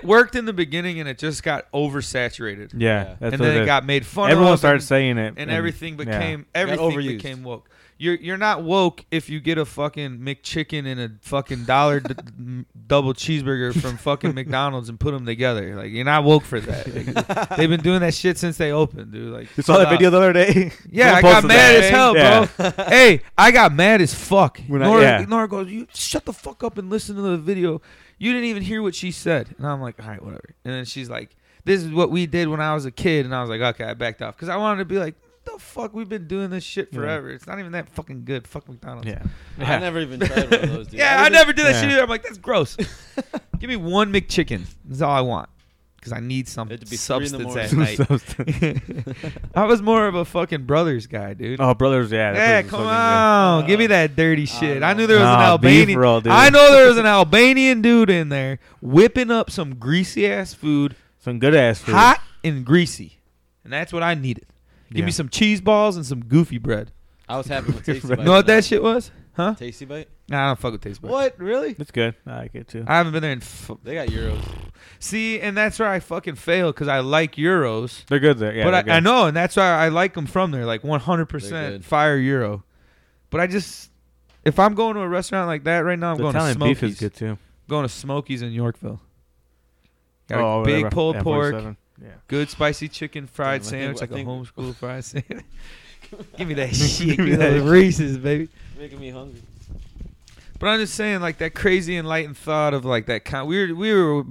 worked in the beginning and it just got oversaturated. Yeah. And That's and what then it, is. got made fun of. Everyone and- started saying it, and, everything yeah. became everything overused. became woke. You're you're not woke if you get a fucking McChicken and a fucking dollar d- m- double cheeseburger from fucking McDonald's and put them together. Like you're not woke for that. Like, they've been doing that shit since they opened, dude. Like You saw chill that out. video the other day. Yeah, I Someone got posted mad that. as hell, Yeah. bro. hey, I got mad as fuck. When I- Nora, yeah. Nora goes, "You shut the fuck up and listen to the video. You didn't even hear what she said." And I'm like, "All right, whatever." And then she's like, "This is what we did when I was a kid." And I was like, "Okay," I backed off because I wanted to be like, "The fuck, we've been doing this shit Yeah. forever. It's not even that fucking good. Fuck McDonald's." Yeah. I never even tried one of those. Dude. Yeah, I even- never did that shit Yeah. either. I'm like, that's gross. Give me one McChicken. That's all I want. Because I need some It'd be three in the substance at morning. night. I was more of a fucking brothers guy, dude. Oh, brothers, yeah. that Yeah, place was come fucking on, give me that dirty shit. Uh, I, knew there was an Nah, beef Albanian. roll, dude. I know there was an Albanian dude in there whipping up some greasy ass food, good. Some good ass food. hot and greasy, and that's what I needed. Give Yeah. me some cheese balls and some goofy bread. I was happy with tasty bite. You know what man. that shit was? Huh? Tasty bite. Nah, I don't fuck with taste buds. What really? It's good. I like it too. I haven't been there in. F- They got euros. See, and that's where I fucking fail because I like euros. They're good there. Yeah, they're but good. I, I know, and that's why I like them from there, like 100% good. fire euro. But I just, if I'm going to a restaurant like that right now, I'm the going to Italian Smokies. beef is good too. Going to Smokies in Yorkville. Got Oh, a big whatever. pulled Yeah, pork, 47. Yeah. good spicy chicken fried Damn, I sandwich, think- I like a think- homeschool fried sandwich. Give me that shit. Give me Give me that those Reese's, baby. Making me hungry. But I'm just saying, like that crazy enlightened thought of like that. Con- we were, we were,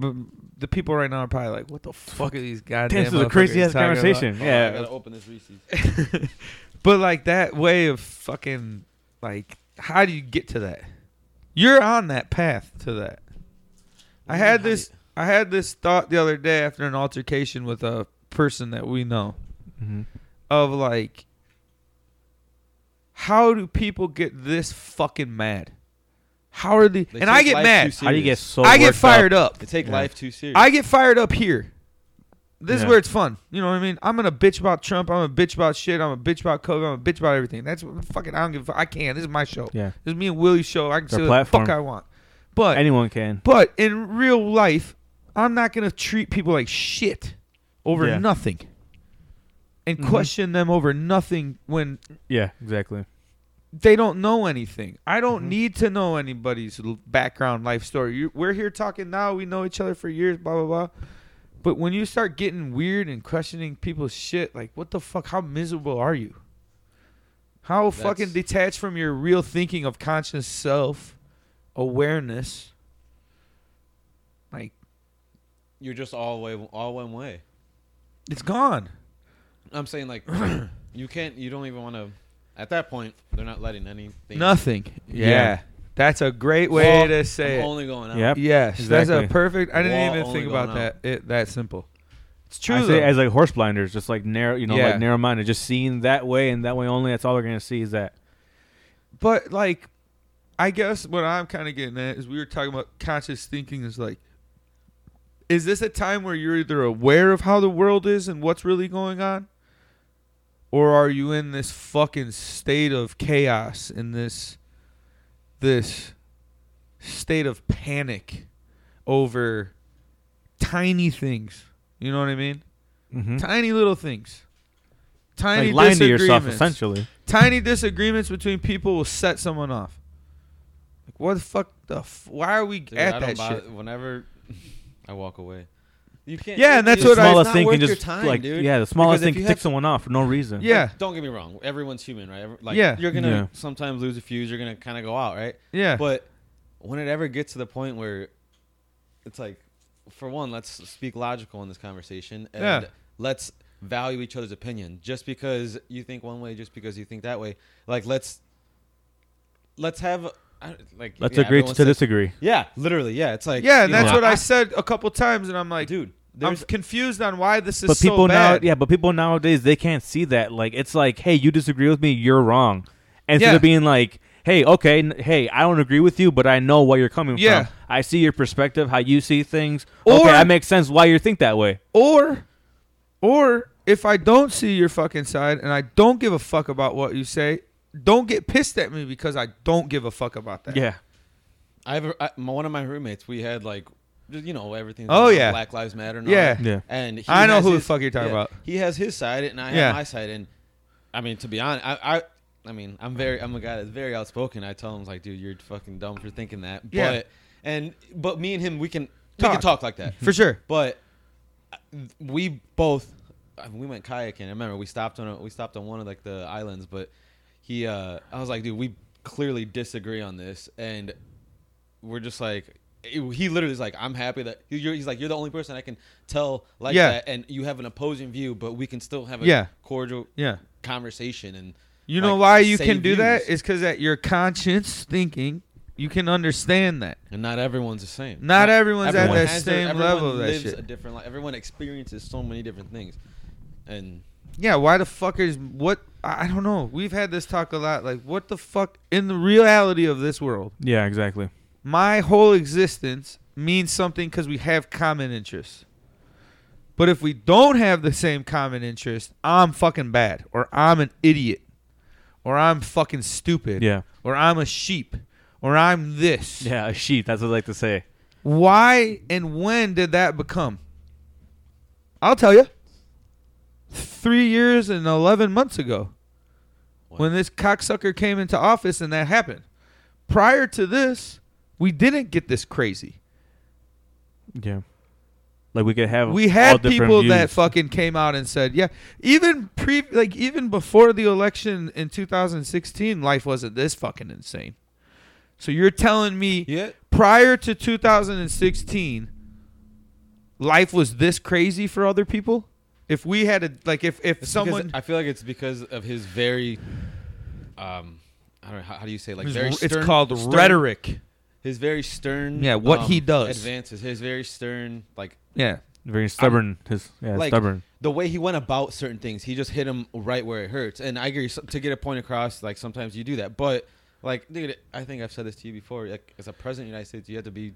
the people right now are probably like, "What the fuck are these goddamn?" Damn, this is a crazy motherfuckers ass talking about?" conversation. Oh, I Yeah. gotta open this Reese's. but like that way of fucking like how do you get to that you're on that path to that i had this i had this thought the other day after an altercation with a person that we know Mhm. of like how do people get this fucking mad how are they, They and i take get life mad too How do you get serious. so? i get worked fired up They take Yeah. life too serious. I get fired up here. This is Yeah. where it's fun. You know what I mean? I'm gonna bitch about Trump. I'm gonna bitch about shit. I'm gonna bitch about COVID. I'm gonna bitch about everything. That's what fucking. I don't give. a fuck. I can. This is my show. Yeah. This is me and Willie's show. I can Their say what the fuck platform. I want. But Anyone can. but in real life, I'm not gonna treat people like shit over Yeah. nothing, and Mhm. question them over nothing when Yeah, exactly. they don't know anything. I don't Mm-hmm. Mhm. need to know anybody's l- background life story. You, we're here talking now. We know each other for years. Blah blah blah. But when you start getting weird and questioning people's shit, like what the fuck? How miserable are you? How fucking That's- detached from your real thinking of conscious self awareness? Like You're just all way, all one way. it's gone. I'm saying like, you can't. You don't even want to. At that point, they're not letting anything. Nothing. Yeah. Yeah. that's a great way Wall- to I'm say it. only going out. Yep. Yes, that's Exactly. a perfect. I didn't Wall even only think going about that. up. It that simple. It's true. I say though. as like horse blinders, just like narrow, you know, Yeah. like narrow minded, just seeing that way and that way only. That's all they're gonna see is that. But like, I guess what I'm kind of getting at is we were talking about conscious thinking is like, is this a time where you're either aware of how the world is and what's really going on, or are you in this fucking state of chaos in this, this state of panic over tiny things? You know what I mean? Mm-hmm. Tiny little things. Tiny Like lying to yourself, disagreements essentially. tiny disagreements between people will set someone off. Like, what the fuck? The f- why are we Dude, I at don't that bother- shit? Whenever I walk away, You can't. Yeah, it- and that's it's what the I- smallest not thing worth can your just time, like dude. yeah, the smallest Because thing if you can have- tick someone off for no reason. Yeah. Don't get me wrong. Everyone's human, right? Every- Like, Yeah. You're gonna Yeah. sometimes lose a fuse. You're gonna kind of go out, right? Yeah. But when it ever gets to the point where it's like, for one, let's speak logical in this conversation, and Yeah. let's value each other's opinion. Just because you think one way, just because you think that way, like let's let's have I- like Let's yeah, agree everyone to said- disagree. Yeah, literally. Yeah, it's like yeah, you and that's know, what I, said a couple times, and I'm like, dude. I'm There's confused on why this is But people so now bad. yeah, but people nowadays they can't see that. Like it's like, hey, you disagree with me, you're wrong. Instead Yeah. of being like, hey, okay, n- hey, I don't agree with you, but I know where you're coming Yeah. from. I see your perspective, how you see things. Or- okay, that makes sense why you think that way. or or if I don't see your fucking side and I don't give a fuck about what you say, don't get pissed at me because I don't give a fuck about that. Yeah. I have a, I, my, one of my roommates. We had like, just, you know, everything. Oh, yeah. Black Lives Matter. And all Yeah. that. Yeah. And he I know has who the his- fuck you're talking about. He has his side, and I Yeah. have my side. And I mean, to be honest, I, I, I mean, I'm very, I'm a guy that's very outspoken. I tell him like, dude, you're fucking dumb for thinking that. Yeah. But and but me and him, we can we Talk. can talk like that For sure. but uh, we both I mean, we went kayaking. I remember we stopped on a, we stopped on one of like the islands, but he uh I was like, dude, we clearly disagree on this, and we're just like. He literally is like, I'm happy that you're, he's like, you're the only person I can tell like Yeah. that, and you have an opposing view, but we can still have a Yeah. cordial Yeah. conversation. And You know like, why you say can do that views. is because at your conscience thinking, you can understand that. and not everyone's the same. Not everyone's at that has their- same everyone level of that lives shit. A different life. Everyone experiences so many different things, and Yeah, why the fuck is what? I I don't know. We've had this talk a lot. Like, what the fuck in the reality of this world? Yeah, exactly. my whole existence means something because we have common interests. But if we don't have the same common interest, I'm fucking bad, or I'm an idiot, or I'm fucking stupid, Yeah. or I'm a sheep, or I'm this. Yeah, a sheep, that's what I like to say. Why and when did that become? I'll tell you. Three years and 11 months ago when this cocksucker came into office and that happened. Prior to this, we didn't get this crazy. Yeah. Like we could have We all had different people that views. fucking came out and said, "Yeah, even pre like even before the election in 2016, life wasn't this fucking insane." So you're telling me Yeah. prior to 2016, life was this crazy for other people? If we had a like if if It's because- someone I feel like it's because of his very, um, I don't know how, how do you say like very. it's stern- called stern- rhetoric. His very stern. Yeah, what um, he does. Advances. His very stern, like Yeah. very stubborn. his yeah, like stubborn. the way he went about certain things. He just hit him right where it hurts. And I agree so- to get a point across. Like sometimes you do that, but like dude, I think I've said this to you before. Like as a president of the United States, you have to be.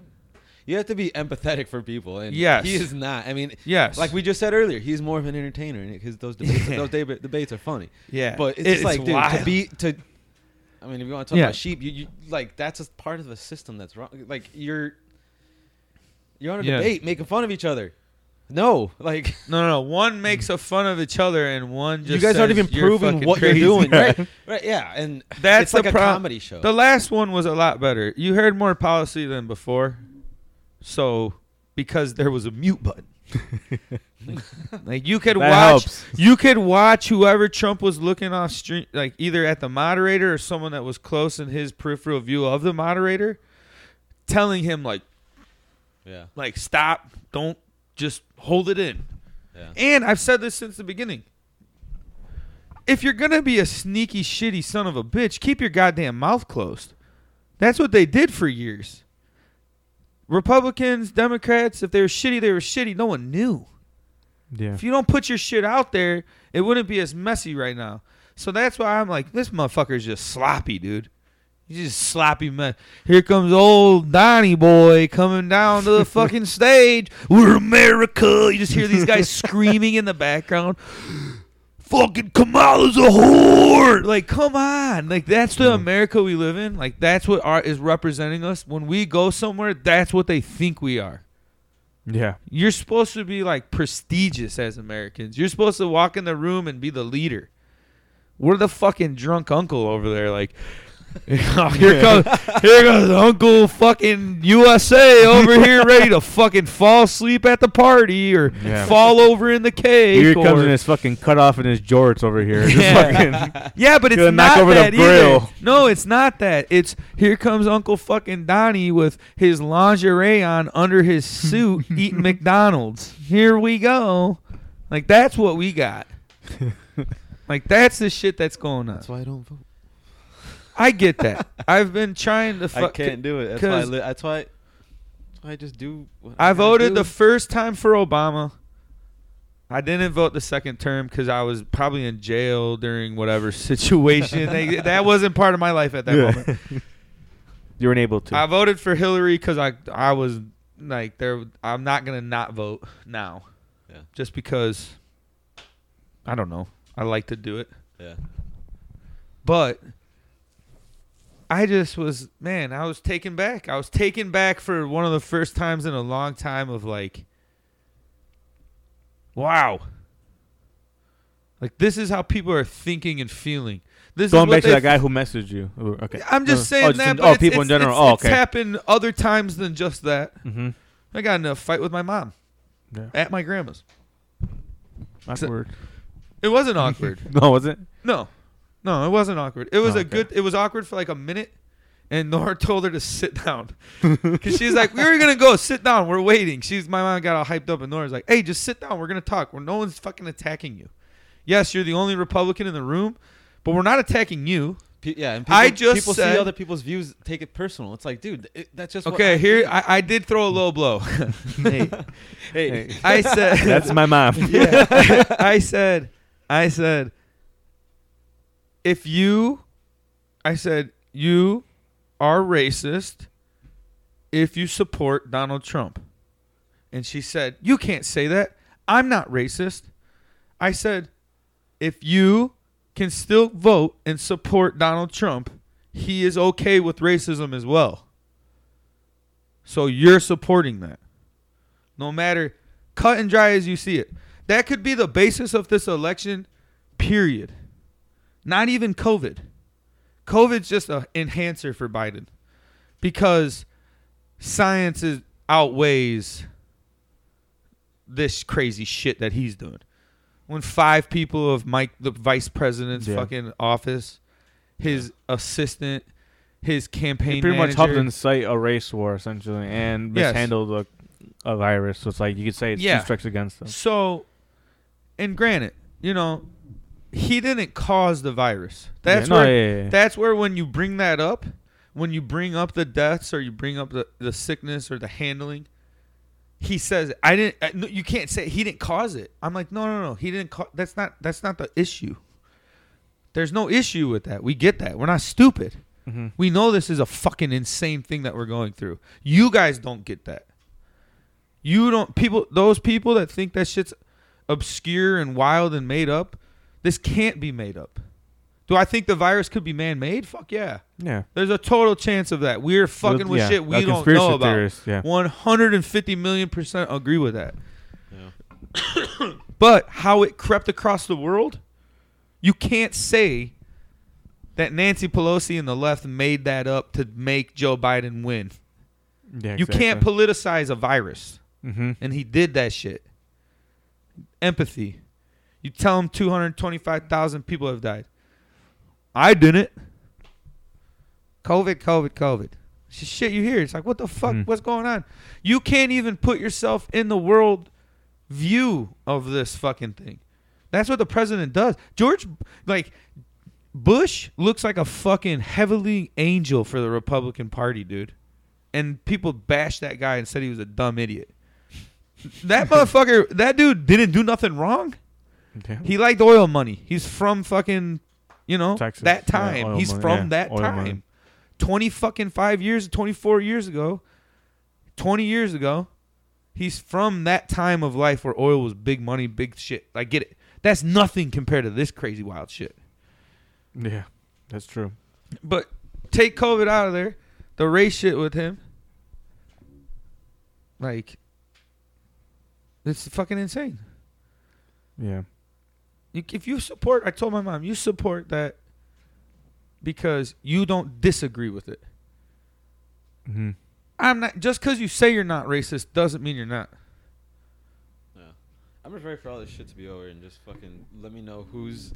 You have to be empathetic for people, and Yes. he is not. I mean, Yes. like we just said earlier, he's more of an entertainer, and because those debates, Yeah. those deba- debates are funny. Yeah. but it's, It- just like, dude, wild. to be to. I mean, if you want to talk Yeah. about sheep, you, you like that's a part of the system that's wrong. Like you're, you're on a Yeah. debate making fun of each other. No, like No, no, no. One makes a fun of each other, and one just you guys aren't says, even "You're proving fucking what crazy." you're doing, right? Right? Yeah, and That's it's like the a prob- comedy show. The last one was a lot better. You heard more policy than before, so because there was a mute button. like you could That watch, helps. you could watch whoever Trump was looking off stream, like either at the moderator or someone that was close in his peripheral view of the moderator, telling him like, yeah, like stop, don't just hold it in. Yeah. And I've said this since the beginning. If you're gonna be a sneaky, shitty son of a bitch, keep your goddamn mouth closed. That's what they did for years. Republicans, Democrats, if they were shitty, they were shitty. No one knew. Yeah. If you don't put your shit out there, it wouldn't be as messy right now. So that's why I'm like, this motherfucker's just sloppy, dude. He's just sloppy man. Here comes old Donnie boy coming down to the fucking stage. We're America. You just hear these guys screaming in the background. Fucking Kamala's a whore. Like, come on. Like, that's the America we live in. Like, that's what art is representing us. When we go somewhere, that's what they think we are Yeah. you're supposed to be like prestigious as Americans. You're supposed to walk in the room and be the leader. We're the fucking drunk uncle over there, like, Oh, here comes here goes Uncle fucking USA over here ready to fucking fall asleep at the party or Yeah. fall over in the cake. Here he comes or- in his fucking cutoff and his jorts over here. Just Yeah. fucking- yeah, but it's Gonna not knock over the that either. grill. No, it's not that. It's here comes Uncle fucking Donnie with his lingerie on under his suit eating McDonald's. Here we go. Like that's what we got. like that's the shit that's going on. That's why I don't vote. I get that. I've been trying to. I fuck- can't do it. That's why I, 'cause- li- that's why. That's why I just do. What I gotta voted do. the first time for Obama. I didn't vote the second term because I was probably in jail during whatever situation. they, that wasn't part of my life at that moment. you weren't able to. I voted for Hillary because I I was like there. I'm not gonna not vote now, Yeah. just because. I don't know. I like to do it, yeah. but I just was man. I was taken back. I was taken back for one of the first times in a long time of like, wow. Like this is how people are thinking and feeling. This is Going what back to they that guy who messaged you. Ooh, Okay. I'm just No. saying Oh, that. in- but oh, it's- people in it's- general. It's, oh, it's okay. happened other times than just that. Mhm. I got in a fight with my mom Yeah. at my grandma's. Awkward. It wasn't awkward. No, was it? no, no, it wasn't awkward. It was Oh, a okay. good. It was awkward for like a minute, and Nora told her to sit down because she's like, "We were gonna go sit down. We're waiting." She's my mom got all hyped up, and Nora's like, "Hey, just sit down. We're gonna talk. Where no one's fucking attacking you. Yes, you're the only Republican in the room, but we're not attacking you." Pe- yeah, and people, I just people said- see other people's views, take it personal. It's like, dude, it, that's just what Okay, I here do. I, I did throw a low blow. Hey, I said That's my mom. yeah. I said, I said, if you, I said, you are racist if you support Donald Trump. And she said, you can't say that. I'm not racist. I said, if you can still vote and support Donald Trump, he is okay with racism as well. So you're supporting that no matter cut and dry as you see it. That could be the basis of this election, period. Not even COVID. COVID's just an enhancer for Biden because science is, outweighs this crazy shit that he's doing. When five people of Mike, the vice president's Yeah. fucking office, his assistant, his campaign He pretty much helped manager- incite a race war essentially and Yes. mishandled a, a virus. So it's like you could say it's Yeah. two strikes against them. So, and granted, you know, he didn't cause the virus. That's no, where yeah, yeah, yeah. that's where when you bring that up, when you bring up the deaths or you bring up the, the sickness or the handling, he says, "I didn't." I, no, you can't say he didn't cause it. I'm like, no, no, no. He didn't. Ca- that's not. That's not the issue. There's no issue with that. We get that. We're not stupid. Mm-hmm. We know this is a fucking insane thing that we're going through. You guys don't get that. You don't people those people that think that shit's obscure and wild and made up, this can't be made up. Do I think the virus could be man made? Fuck yeah. Yeah. There's a total chance of that. We're fucking with yeah, shit we a don't conspiracy know about. theorist, yeah. 150 million percent agree with that. but how it crept across the world, you can't say that Nancy Pelosi and the left made that up to make Joe Biden win. Yeah, You can't exactly. politicize a virus. Mhm. And he did that shit. Empathy. You tell him 225,000 people have died. I didn't. COVID, COVID, COVID. It's just shit you hear. It's like, what the fuck? Mhm. What's going on? You can't even put yourself in the world view of this fucking thing. That's what the president does. George, like, Bush looks like a fucking heavenly angel for the Republican Party, dude. And people bashed that guy and said he was a dumb idiot. That motherfucker, that dude didn't do nothing wrong. Yeah. He liked oil money. He's from fucking, you know, Texas. that Yeah, time. oil He's money. from Yeah, that oil time. money. 20 fucking 5 years, 24 years ago. 20 years ago. He's from that time of life where oil was big money, big shit. I get it. That's nothing compared to this crazy wild shit. Yeah, that's true. But take COVID out of there, the race shit with him. Like, it's fucking insane. Yeah. You- If you support, I told my mom, you support that because you don't disagree with it. Mhm. I'm not just because you say you're not racist doesn't mean you're not. I'm just ready for all this shit to be over and just fucking let me know who's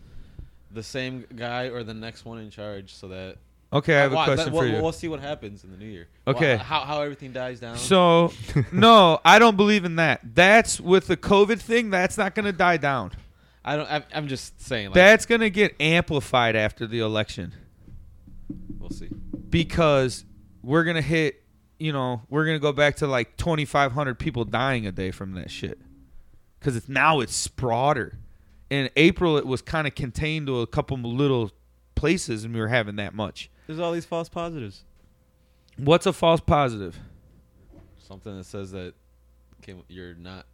the same guy or the next one in charge so that Okay, I have a Why? Let- question we'll, for you. We'll see what happens in the new year. Okay. Why- how, how everything dies down. So, no, I don't believe in that. That's with the COVID thing. That's not going to die down. I don't. I'm, I'm just saying. Like, That's going to get amplified after the election we'll see. because we're going to hit. You know, we're going to go back to like 2,500 people dying a day from that shit. Because it's now it's broader. In April, it was kind of contained to a couple little places, and we were having that much. There's all these false positives. What's a false positive? Something that says that okay, you're not.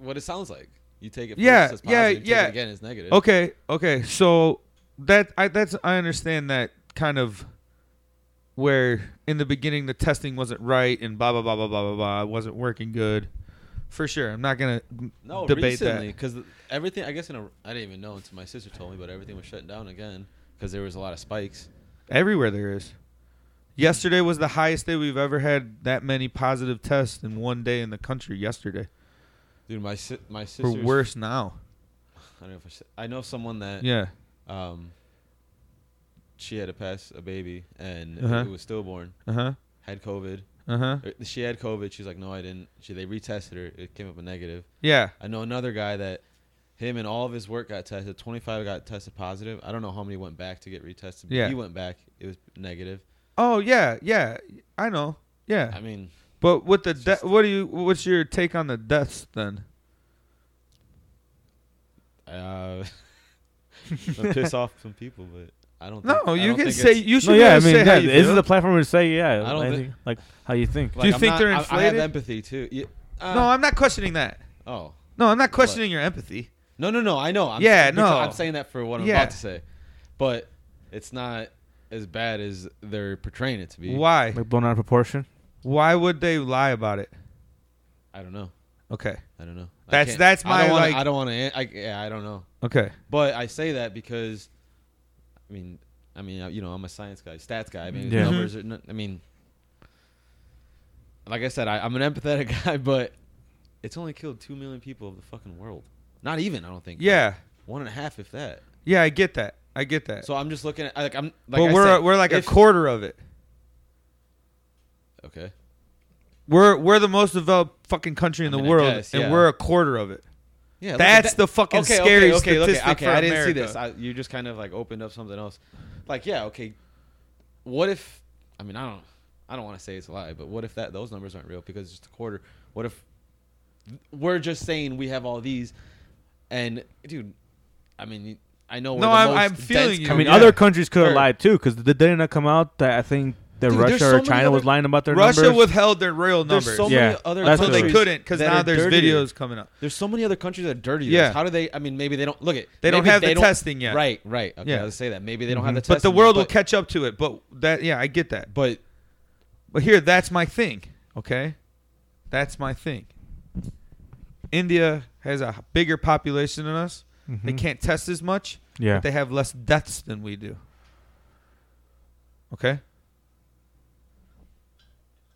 What it sounds like. You take it. Yeah, First, it's yeah, positive, you take it yeah. again, it's negative. Okay, okay. So that I that's I understand that kind of where in the beginning the testing wasn't right and blah blah blah blah blah blah blah it wasn't working good. For sure. I'm not going to No, debate recently, that. because everything. I guess in a. I didn't even know until my sister told me, but everything was shut down again because there was a lot of spikes. Everywhere there is. Yesterday was the highest day we've ever had that many positive tests in one day in the country yesterday. Dude, my si- my Or sister. worse now. I don't know if I, said- I know someone that. Yeah. Um. She had to pass a baby, and Uh-huh. it was stillborn. Uh-huh. Had COVID. Uh-huh. Uh, She had COVID. She's like, no, I didn't. She they retested her. It came up a negative. Yeah. I know another guy that him and all of his work got tested. Twenty five got tested positive. I don't know how many went back to get retested. but Yeah. he went back. It was negative. Oh, yeah. Yeah. I know. Yeah. I mean, But with the de- what do you what's your take on the deaths then? uh, I'm piss off some people, but I don't. No, think, I you don't can think say it's- you should. No, yeah, I be able to mean, say how yeah, you this is feel. the platform where to say, yeah, I don't anything- think- like how you think. like, you I'm think not- they're I- I, inflated? have empathy too. You- uh, no, I'm not questioning that. oh No, I'm not questioning your empathy. no, no, no. I know. I'm, Yeah, because no. I'm saying that for what I'm Yeah. about to say, but it's not as bad as they're portraying it to be. Why? Like blown out of proportion. Why would they lie about it? I don't know. Okay. I don't know. I That's- can't- that's I my, don't wanna, like- I don't want to. I, yeah, I don't know. Okay. But I say that because, I mean, I mean, uh, you know, I'm a science guy, stats guy. I mean, Yeah. numbers. Are, n- I mean, like I said, I, I'm an empathetic guy, but it's only killed two million people of the fucking world. Not even, I don't think. Yeah. one and a half, if that. Yeah, I get that. I get that. So I'm just looking at like I'm. Like but I we're said, we're like if- a quarter of it. Okay. We're we're the most developed fucking country in I the mean, I world, guess, and yeah. we're a quarter of it. Yeah, look at That's the fucking okay, scary okay, okay, look at- statistic okay, for I didn't see America. this. I, you just kind of like opened up something else. Like, yeah, okay. What if? I mean, I don't. I don't want to say it's a lie, but what if that those numbers aren't real because it's just a quarter? What if we're just saying we have all these? And dude, I mean, I know. We're No, the I'm- most I'm feeling dense you. I country- mean, Yeah. other countries could have Sure. lied too, because did it not come out that I think that Dude, there's Russia so or many China was other- lying about their Russia numbers? withheld their real There's numbers, so Yeah, many other that's so countries they couldn't because that now are there's dirtier. videos coming up. There's so many other countries that are dirtier. Yeah. How do they? I mean, maybe they don't look it. They don't maybe have the testing yet. Right. Right. Okay. Yeah. Mm-hmm. I was say that maybe they don't have the testing. But the yet, world will but- catch up to it. But that, yeah, I get that. But But here, that's my thing. Okay, that's my thing. India has a h- bigger population than us. They Mm-hmm. can't test as much. Yeah. but they have less deaths than we do. Okay.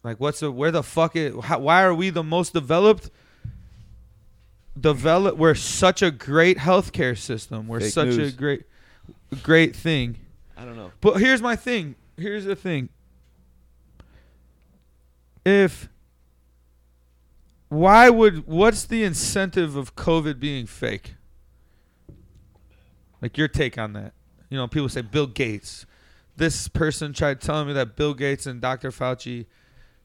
Like, what's the where the fuck is? How, why are we the most developed? Develop. We're such a great healthcare system. We're Fake such news. a great, great thing. I don't know. But here's my thing. Here's the thing. If why would what's the incentive of COVID being fake? Like your take on that. You know, people say Bill Gates. This person tried telling me that Bill Gates and Dr. Fauci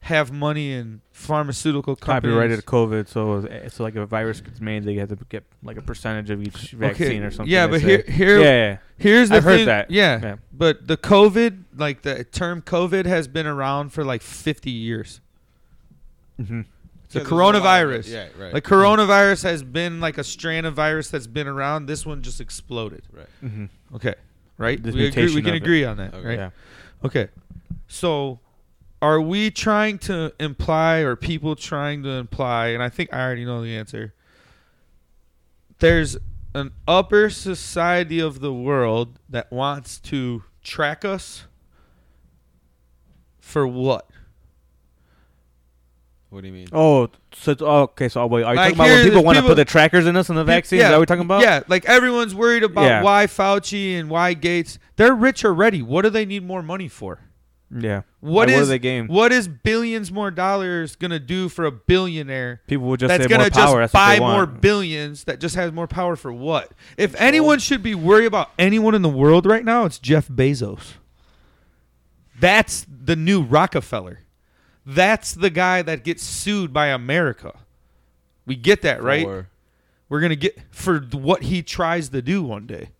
have money in pharmaceutical companies. copyrighted COVID, so it was- eh, so like if a virus gets made, they have to get like a percentage of each vaccine or something. Yeah, they but say. here, here, yeah, yeah, Here's the I've heard thing- that. Yeah, Yeah. But the COVID, like the term COVID, has been around for like 50 years. hmm It's a Yeah, there's a lot of- coronavirus. yeah, right. Like coronavirus has been like a strand of virus that's been around. This one just exploded. Right. hmm Okay. Right? This We, agree, mutation we can of it. agree on that. Okay. Right? yeah. Okay. So are we trying to imply or people trying to imply and I think I already know the answer. There's an upper society of the world that wants to track us for what? What do you mean? Oh, so it's- oh, okay. So oh, wait, are you Like, talking about here, when people there's want to put people- the trackers in us in the vaccine? Is that what we're talking about? Yeah, like everyone's worried about Yeah. why Fauci and why Gates. They're rich already. What do they need more money for? yeah. What Like, is what are they game? What is billions more dollars gonna do for a billionaire? People would just that's say more gonna power. That's what just buy they want. more billions. That just has more power for what? If anyone should be worried about anyone in the world right now, it's Jeff Bezos. That's the new Rockefeller. That's the guy that gets sued by America. We get that right. For- We're gonna get for what he tries to do one day.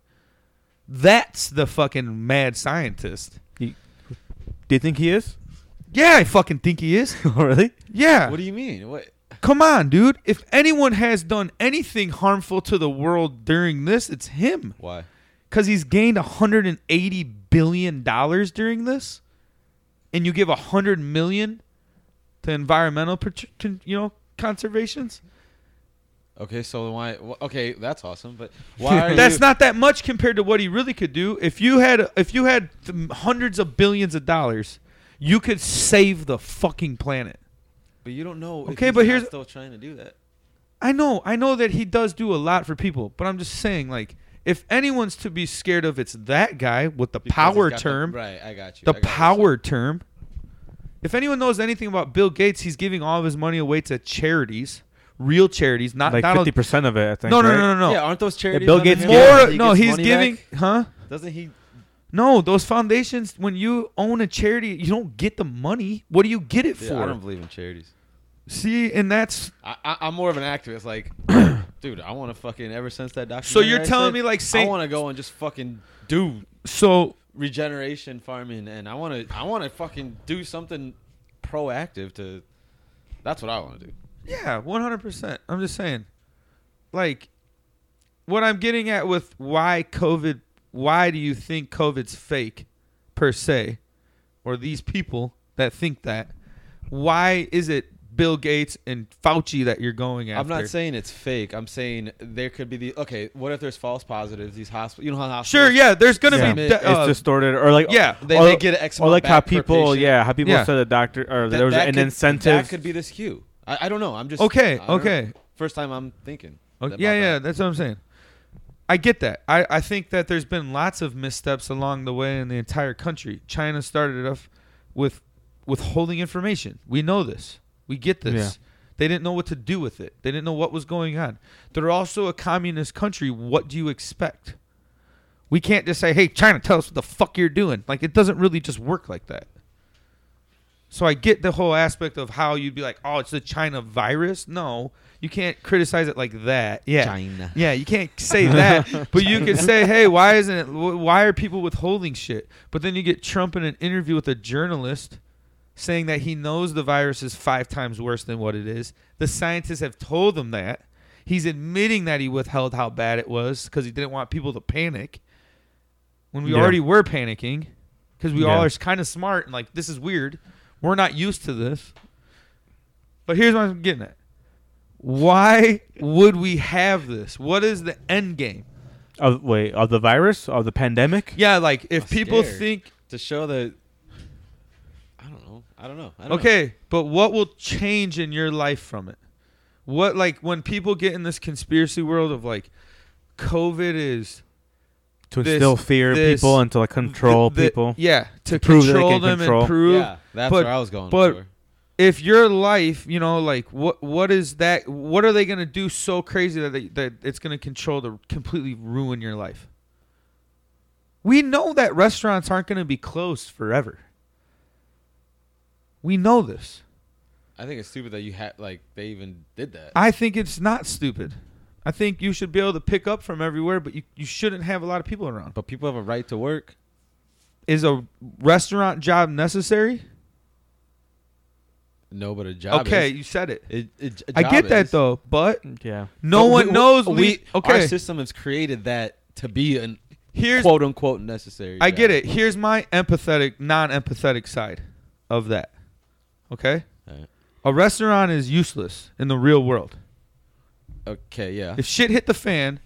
That's the fucking mad scientist. Do you think he is? Yeah, I fucking think he is. Oh, really? Yeah. What do you mean? What? Come on, dude. If anyone has done anything harmful to the world during this, it's him. Why? Because he's gained $180 billion during this, and you give $100 million to environmental, protr- to, you know, conservations. Okay, so then why? wh- Okay, that's awesome, but why are That's you? not that much compared to what he really could do. If you had, if you had th- hundreds of billions of dollars, you could save the fucking planet. But you don't know. if Okay, he's but not here's- still trying to do that. I know, I know that he does do a lot for people, but I'm just saying, like, if anyone's to be scared of, it's that guy with the Because he's power got the- term. right, I got you. The I got you. power term. If anyone knows anything about Bill Gates, he's giving all of his money away to charities, real charities, not Like Uh, Donald. fifty percent of it, I think. no, no, right? no, no, no, Yeah, aren't those charities? Bill on there? Gates He gave him- More, gets no, he's money giving, back? huh? Doesn't he? No, those foundations. When you own a charity, you don't get the money. What do you get it Yeah, I don't for? believe in charities. See, and that's I, I, I'm more of an activist. Like, dude, I want to fucking ever since that documentary. So you're I telling said, me, like, I Saint- want to go and just fucking do so. regeneration farming, and I want to I want to fucking do something proactive to. That's what I want to do. Yeah, one hundred percent. I'm just saying, like, what I'm getting at with why COVID, why do you think COVID's fake, per se, or these people that think that? Why is it Bill Gates and Fauci that you're going after? I'm not saying it's fake. I'm saying there could be the okay. What if there's false positives? These hospitals, you know how hospitals. Sure, yeah, there's gonna Yeah. be Submit- de- It's uh, distorted, or like yeah, they- or, they get eczema or like how back per people, patient. yeah, how people Yeah. said the doctor or That- there was that an could- incentive. That could be this cue. I, I don't know. I'm just Okay, I don't know. okay. First time I'm thinking. Okay, about yeah, yeah, that. that's what I'm saying. I get that. I, I think that there's been lots of missteps along the way in the entire country. China started off with withholding information. We know this. We get this. They didn't know what to do with it. They didn't know what was going on. They're also a communist country. What do you expect? We can't just say, "Hey, China, tell us what the fuck you're doing." Like it doesn't really just work like that. So I get the whole aspect of how you'd be like, "Oh, it's the China virus." No, you can't criticize it like that. Yeah, China. Yeah, you can't say that. but you could say, "Hey, why isn't it? wh- Why are people withholding shit?" But then you get Trump in an interview with a journalist saying that he knows the virus is five times worse than what it is. The scientists have told him that. He's admitting that he withheld how bad it was because he didn't want people to panic when we Yeah. already were panicking because we all Yeah. are kind of smart and like, this is weird. We're not used to this. But here's what I'm getting at. Why would we have this? What is the end game? of wait of the virus of the pandemic. Yeah, like if people scared. think to show that. I don't know. I don't know. I don't know. Okay, but what will change in your life from it? What like when people get in this conspiracy world of like COVID is to this- instill fear in this- people and to like control the- the- people. Yeah, to, prove that they control can them control. and prove. Yeah, that's but- where I was going. but- for. If your life, you know, like what what is that? What are they gonna do so crazy that they, that it's gonna control to completely ruin your life? We know that restaurants aren't gonna be closed forever. We know this. I think it's stupid that you had like they even did that. I think it's not stupid. I think you should be able to pick up from everywhere, but you, you shouldn't have a lot of people around. But but people have a right to work. is a restaurant job necessary? No, but a job. okay, is. you said it. It- it- a I job get that is. though, but Yeah. no But one we- knows. We, We, Our okay. system has created that to be an Here's quote unquote necessary. I get job. it. Here's my empathetic, non-empathetic side of that. Okay, Alright. a restaurant is useless in the real world. Okay, yeah, If shit hit the fan,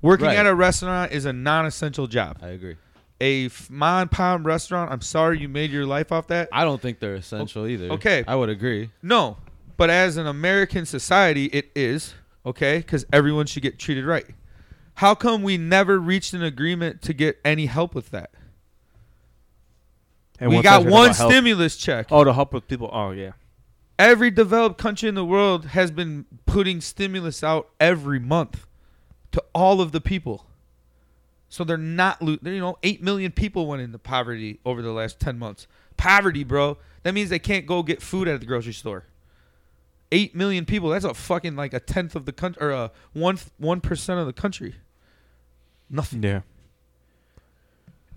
working Right. at a restaurant is a non-essential job. I agree. a f- mom pom restaurant. I'm sorry you made your life off that. I don't think they're essential either. okay. I would agree. No, but as an American society, it is okay because everyone should get treated right. How come we never reached an agreement to get any help with that? And we what's got that one about help? stimulus check. Oh, to help with people. Oh, yeah. Every developed country in the world has been putting stimulus out every month to all of the people. So they're not, lo- they're, you know, 8 million people went into poverty over the last 10 months. Poverty, bro. That means they can't go get food at the grocery store. 8 million people. That's a fucking like a tenth of the country or a one, 1% of the country. Nothing. Yeah.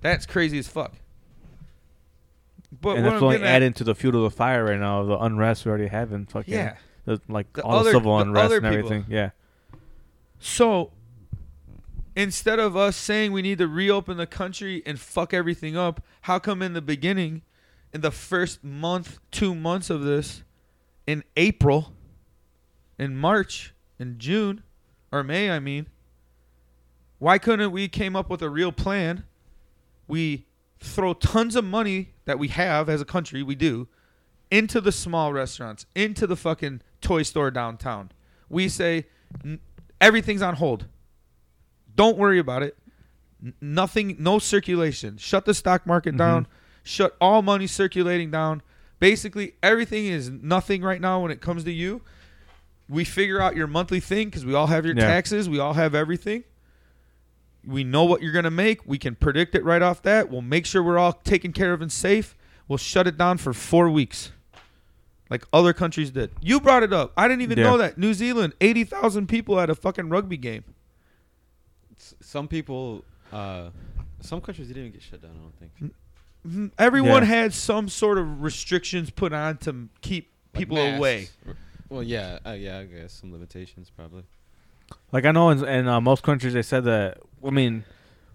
That's crazy as fuck. But and what that's I'm only getting at- adding to the fuel to the fire right now. The unrest we already have in fucking Yeah. the, like The all other- the civil the unrest other and people. everything. Yeah. So instead of us saying we need to reopen the country and fuck everything up, how come in the beginning, in the first month, two months of this, in April, in March, in June, or May, I mean, why couldn't we came up with a real plan? We throw tons of money that we have as a country, we do, into the small restaurants, into the fucking toy store downtown. We say "N- everything's on hold. Don't worry about it. N- nothing, no circulation. Shut the stock market Mm-hmm. down. Shut all money circulating down. Basically, everything is nothing right now when it comes to you. We figure out your monthly thing because we all have your Yeah. taxes, we all have everything. We know what you're going to make. We can predict it right off that. We'll make sure we're all taken care of and safe. We'll shut it down for four weeks like other countries did. You brought it up. I didn't even Yeah. know that. New Zealand, 80,000 people at a fucking rugby game. S- Some people, uh, some countries didn't even get shut down. I don't think. Mhm. Everyone Yeah. had some sort of restrictions put on to m- keep Like people masks. away. Well, yeah, uh, yeah, I guess some limitations probably. Like I know in, in uh, most countries they said that. I mean,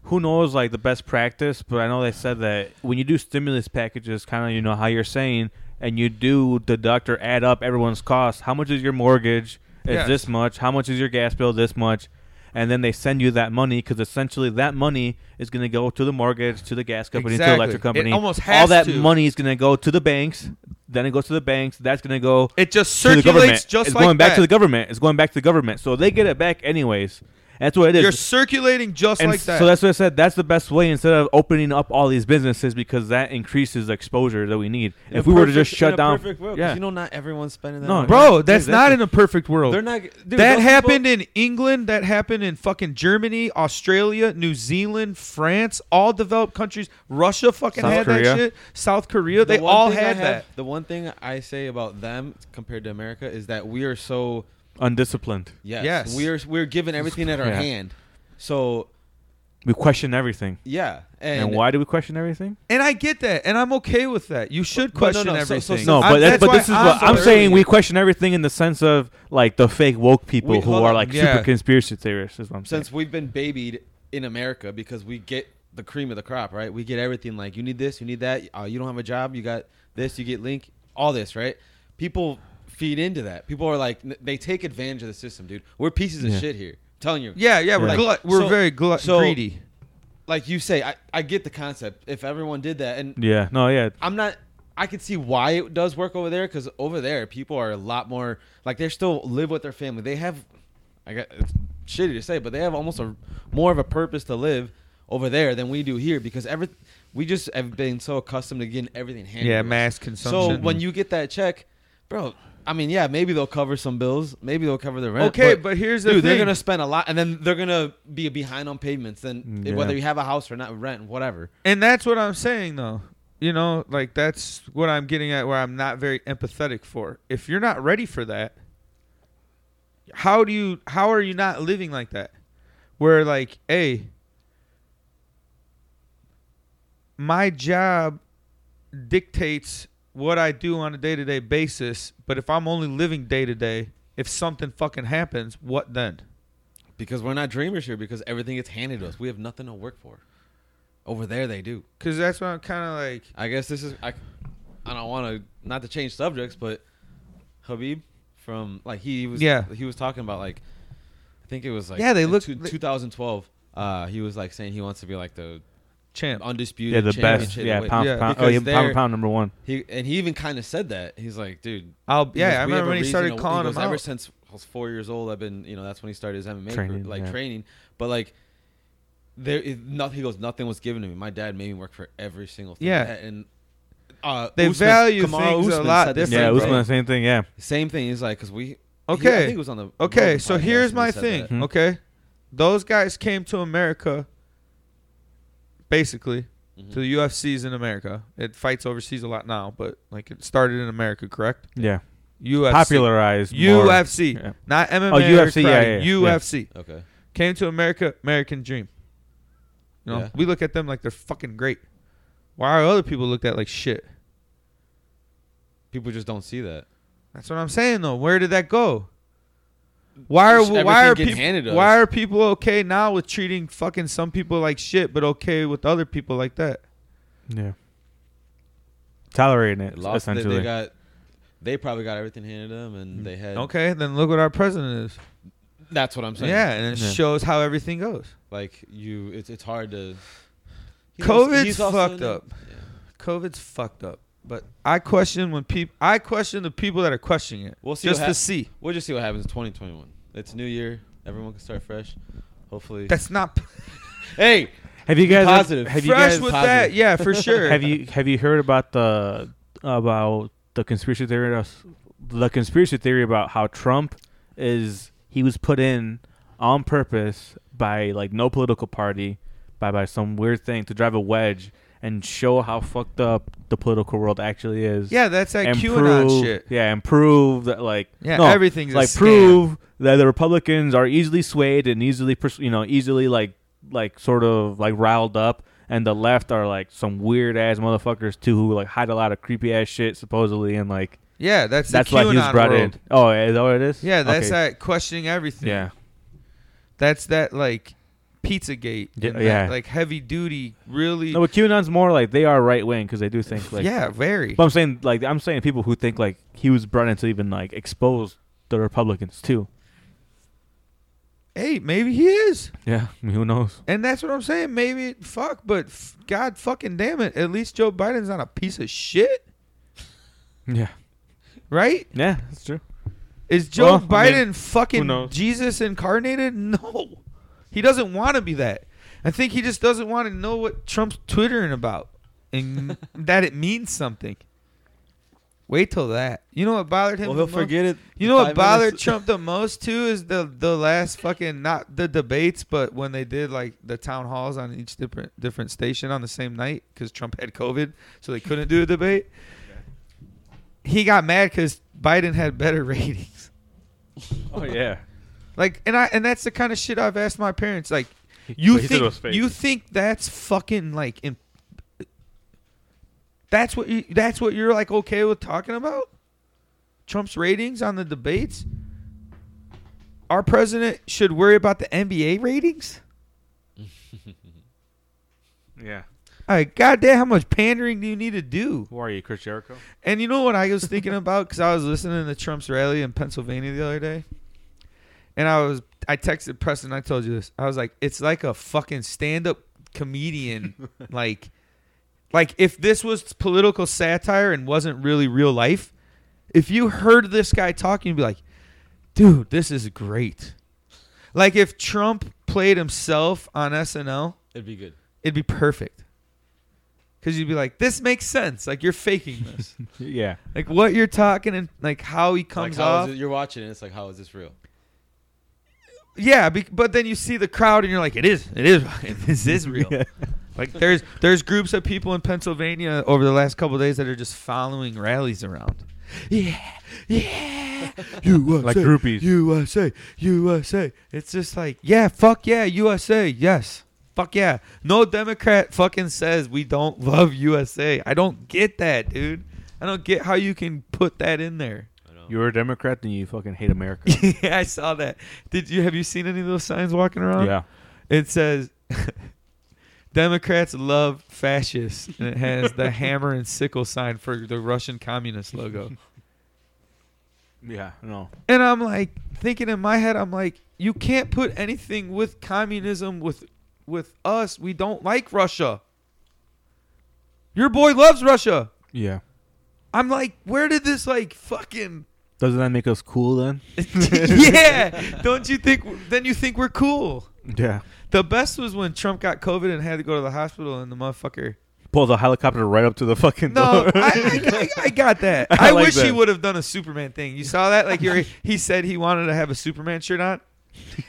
who knows like the best practice? But I know they said that when you do stimulus packages, kind of you know how you're saying, and you do deduct or add up everyone's costs. How much is your mortgage? Is Yes. this much? How much is your gas bill? This much. And then they send you that money because essentially that money is going to go to the mortgage, to the gas company, to the Exactly. electric It company. almost all has that to. money is going to go to the banks. Then it goes to the banks. That's going to go It just to the circulates government. just it's like going back that. to the government. It's going back to the government. So they get it back anyways. That's what it is. You're circulating just and like that. So that's what I said. That's the best way instead of opening up all these businesses because that increases the exposure that we need. In if a we were to just perfect- shut in a down, perfect world, 'cause yeah, You know, not everyone's spending that. No, money. Bro, that's Dude, not in a perfect world. They're not. Dude, Oh. that those happened People, in England. That happened in fucking Germany, Australia, New Zealand, France, all developed countries. Russia fucking South had Korea. that shit. South Korea, the they one all thing I had have- that. The one thing I say about them compared to America is that we are so undisciplined. yes, Yes. we're we're given everything at our Yeah. hand. So We question everything. yeah, and, And, why do we question everything? And I get that, and I'm okay with that. You should But- but no, question no, so- so- everything. No, I- but that's, but why this is what so I'm saying. We early. question everything in the sense of like the fake woke people We- who hold are on, like yeah. super conspiracy theorists. Is what I'm saying. since we've been babied in America because we get the cream of the crop, right? We get everything. Like you need this, you need that. Uh, you don't have a job, you got this, you get link, all this, right? People feed into that. People are like, n- they take advantage of the system, dude. We're pieces of Yeah. shit here. I'm telling you. Yeah, yeah, we're Like, glut, we're so- very glut, so- greedy. Like you say, I, I get the concept. If everyone did that, and yeah. No. Yeah. I'm not. I can see why it does work over there because over there people are a lot more like they still live with their family. They have, I got it's shitty to say, but they have almost a more of a purpose to live over there than we do here because every we just have been so accustomed to getting everything handled. Yeah, to us. mass So consumption. when you get that check, bro, I mean, yeah, maybe they'll cover some bills, maybe they'll cover the rent. Okay, but here's the dude, they're thing. gonna spend a lot, and then they're gonna be behind on payments. Then Mm, Yeah. whether you have a house or not, rent, whatever. and that's what I'm saying, though. You know, like that's what I'm getting at. Where I'm not very empathetic for. If you're not ready for that, how do you? How are you not living like that? Where like, hey, my job dictates what I do on a day to day basis. But if I'm only living day to day, if something fucking happens, what then? Because we're not dreamers here because everything gets handed to us. We have nothing to work for. Over there they do. Because that's what I'm kind of like. I guess this is I I don't want to not to change subjects, but Habib from like he was Yeah. he was talking about like I think it was like Yeah, they in look- two- 2012 uh he was like saying he wants to be like the champ. undisputed. Yeah, the best. championship Yeah, weight. pound, Yeah, for pound. Oh, yeah, because pound, they're- for pound number one. He and he even kind of said that. He's like, dude. I'll he goes, yeah. I "We have remember a when he reason started to- he calling goes, him out. Ever since I was four years old, I've been, you know, that's when he started his MMA Training, training, like yeah. training. But like, there is nothing. He goes, nothing was given to me. My dad made me work for every single thing. Yeah. and uh, They Usman- value things a said lot the different, yeah, same it was thing. bro. the same thing. Yeah, Same thing. He's like, because we. he- I Okay. think it was on the. Okay, Rogan so podcast here's when my he said thing. that. that. Okay, those guys came to America, basically, Mm-hmm. to the UFCs in America. It fights overseas a lot now, but like it started in America, correct? yeah. UFC, Popularized. more- UFC, yeah. not MMA. Oh, UFC, yeah, or karate, yeah, yeah. UFC Okay. came to America. American Dream. You know, Yeah. we look at them like they're fucking great. Why are other people looked at like shit? People just don't see that. That's what I'm saying though. Where did that go? Why are Just why everything are getting handed people to why us. are people okay now with treating fucking some people like shit, but okay with other people like that? Yeah. Tolerating They it lost. They, essentially. they got. They probably got everything handed to them, Mm-hmm. and they had. Okay, then look what our president is. That's what I'm saying. Yeah, and it Yeah. shows how everything goes. Like you, it's it's hard to. He's also- COVID's he's also fucked in- up. COVID's fucked up. But I question when people I question the people that are questioning it. We'll see just what to hap- see. We'll just see what happens. in 2021. It's new year. Everyone can start fresh. Hopefully. That's not hey, have you guys positive. Have you fresh guys with that. Yeah, for sure. have you have you heard about the about the conspiracy theory that's- the conspiracy theory about how Trump is he was put in on purpose by like no political party by by some weird thing to drive a wedge and show how fucked up the political world actually is. Yeah, that's that and QAnon prove- shit. Yeah, and prove that like Yeah, no, everything's a like scam. prove that the Republicans are easily swayed and easily pers- you know easily like like sort of like riled up, and the left are like some weird ass motherfuckers too who like hide a lot of creepy ass shit supposedly, and like Yeah, that's that's the why QAnon he was brought world. in. Oh, is that what it is? Yeah, that's Okay. that questioning everything. Yeah, That's that like Pizzagate. Yeah, and that, yeah. like heavy duty, really. no, but QAnon's more like they are right wing because they do think like yeah, very. But I'm saying like I'm saying people who think like he was brought in to even like expose the Republicans too. hey, maybe he is, Yeah, I mean, who knows? and that's what I'm saying. Maybe fuck, but f- God fucking damn it. At least Joe Biden's not a piece of shit, Yeah, right? yeah, that's true. Is Joe Well, I mean, Biden who fucking knows? Jesus incarnated? No, he doesn't want to be that. I think he just doesn't want to know what Trump's twittering about and that it means something. Wait till that. You know what bothered him? well, he'll the most? forget it. You know what five bothered minutes- Trump the most too is the the last fucking not the debates, but when they did like the town halls on each different different station on the same night because Trump had COVID, so they couldn't do a debate. He got mad because Biden had better ratings. Oh yeah. Like, and I and that's the kind of shit I've asked my parents. Like, you but he said it think was fake. you think that's fucking like, imp- that's what you, that's what you're like okay with talking about? Trump's ratings on the debates. Our president should worry about the NBA ratings. Yeah. Like, goddamn, how much pandering do you need to do? Who are you, Chris Jericho? And you know what I was thinking about because I was listening to Trump's rally in Pennsylvania the other day, and I was I texted Preston. I told you this. I was like, it's like a fucking stand-up comedian, like, like if this was political satire and wasn't really real life. If you heard this guy talking, you'd be like, dude, this is great. Like if Trump played himself on SNL, It'd be good. it'd be perfect. Cause you'd be like, this makes sense. Like you're faking this Yeah. like what you're talking and like how he Like, comes how off. is it, you're watching it. It's like, how is this real? Yeah, be, but then you see the crowd and you're like, it is, it is, this is real. Like there's there's groups of people in Pennsylvania over the last couple of days that are just following rallies around. Yeah, yeah. USA, Like groupies. USA, USA. It's just like, yeah, fuck yeah, USA, yes. Fuck yeah. No Democrat fucking says we don't love USA. I don't get that, dude. I don't get how you can put that in there. You're a Democrat, then you fucking hate America. yeah, I saw that. Did you have you seen any of those signs walking around? yeah. It says Democrats love fascists and it has the hammer and sickle sign for the Russian communist logo. Yeah. No. And I'm like thinking in my head I'm like you can't put anything with communism with with us. We don't like Russia. Your boy loves Russia. Yeah. I'm like, where did this like fucking Doesn't that make us cool then? yeah. Don't you think? Then you think we're cool. Yeah. The best was when Trump got COVID and had to go to the hospital, and the motherfucker. Pulls a helicopter right up to the fucking No, door. I, I, I, I got that. I I, like wish he that. would have done a Superman thing. You saw that? Like you're, he said he wanted to have a Superman shirt on.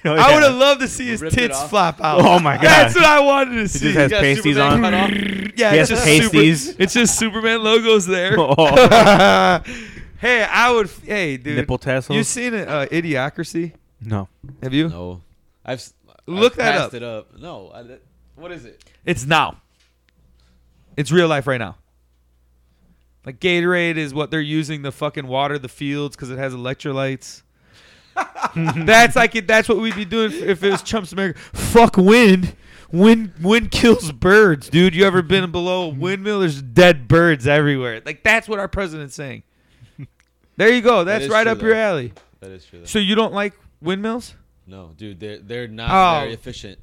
Oh, I yeah. would have loved to see his Ripped it tits off. flop out. Oh my God. That's what I wanted to see. He just has got pasties Superman cut on. off. yeah, He has it's just pasties. Super, it's just Superman logos there. Oh. hey, I would. f- Hey, dude. Nipple tassels. You seen it? Uh, Idiocracy? no. Have you? No, I've s- Look I've that passed up. It up. No, I, that- what is it? It's now. It's real life right now. Like Gatorade is what they're using to fucking water the fields because it has electrolytes. that's like it, that's what we'd be doing if it was Trump's America. Fuck wind. Wind wind kills birds, dude. You ever been below a windmill? There's dead birds everywhere. Like that's what our president's saying. There you go. That's is right true, up your though. alley. That is true. Though. So you don't like windmills? No, dude, they're they're not Oh. very efficient.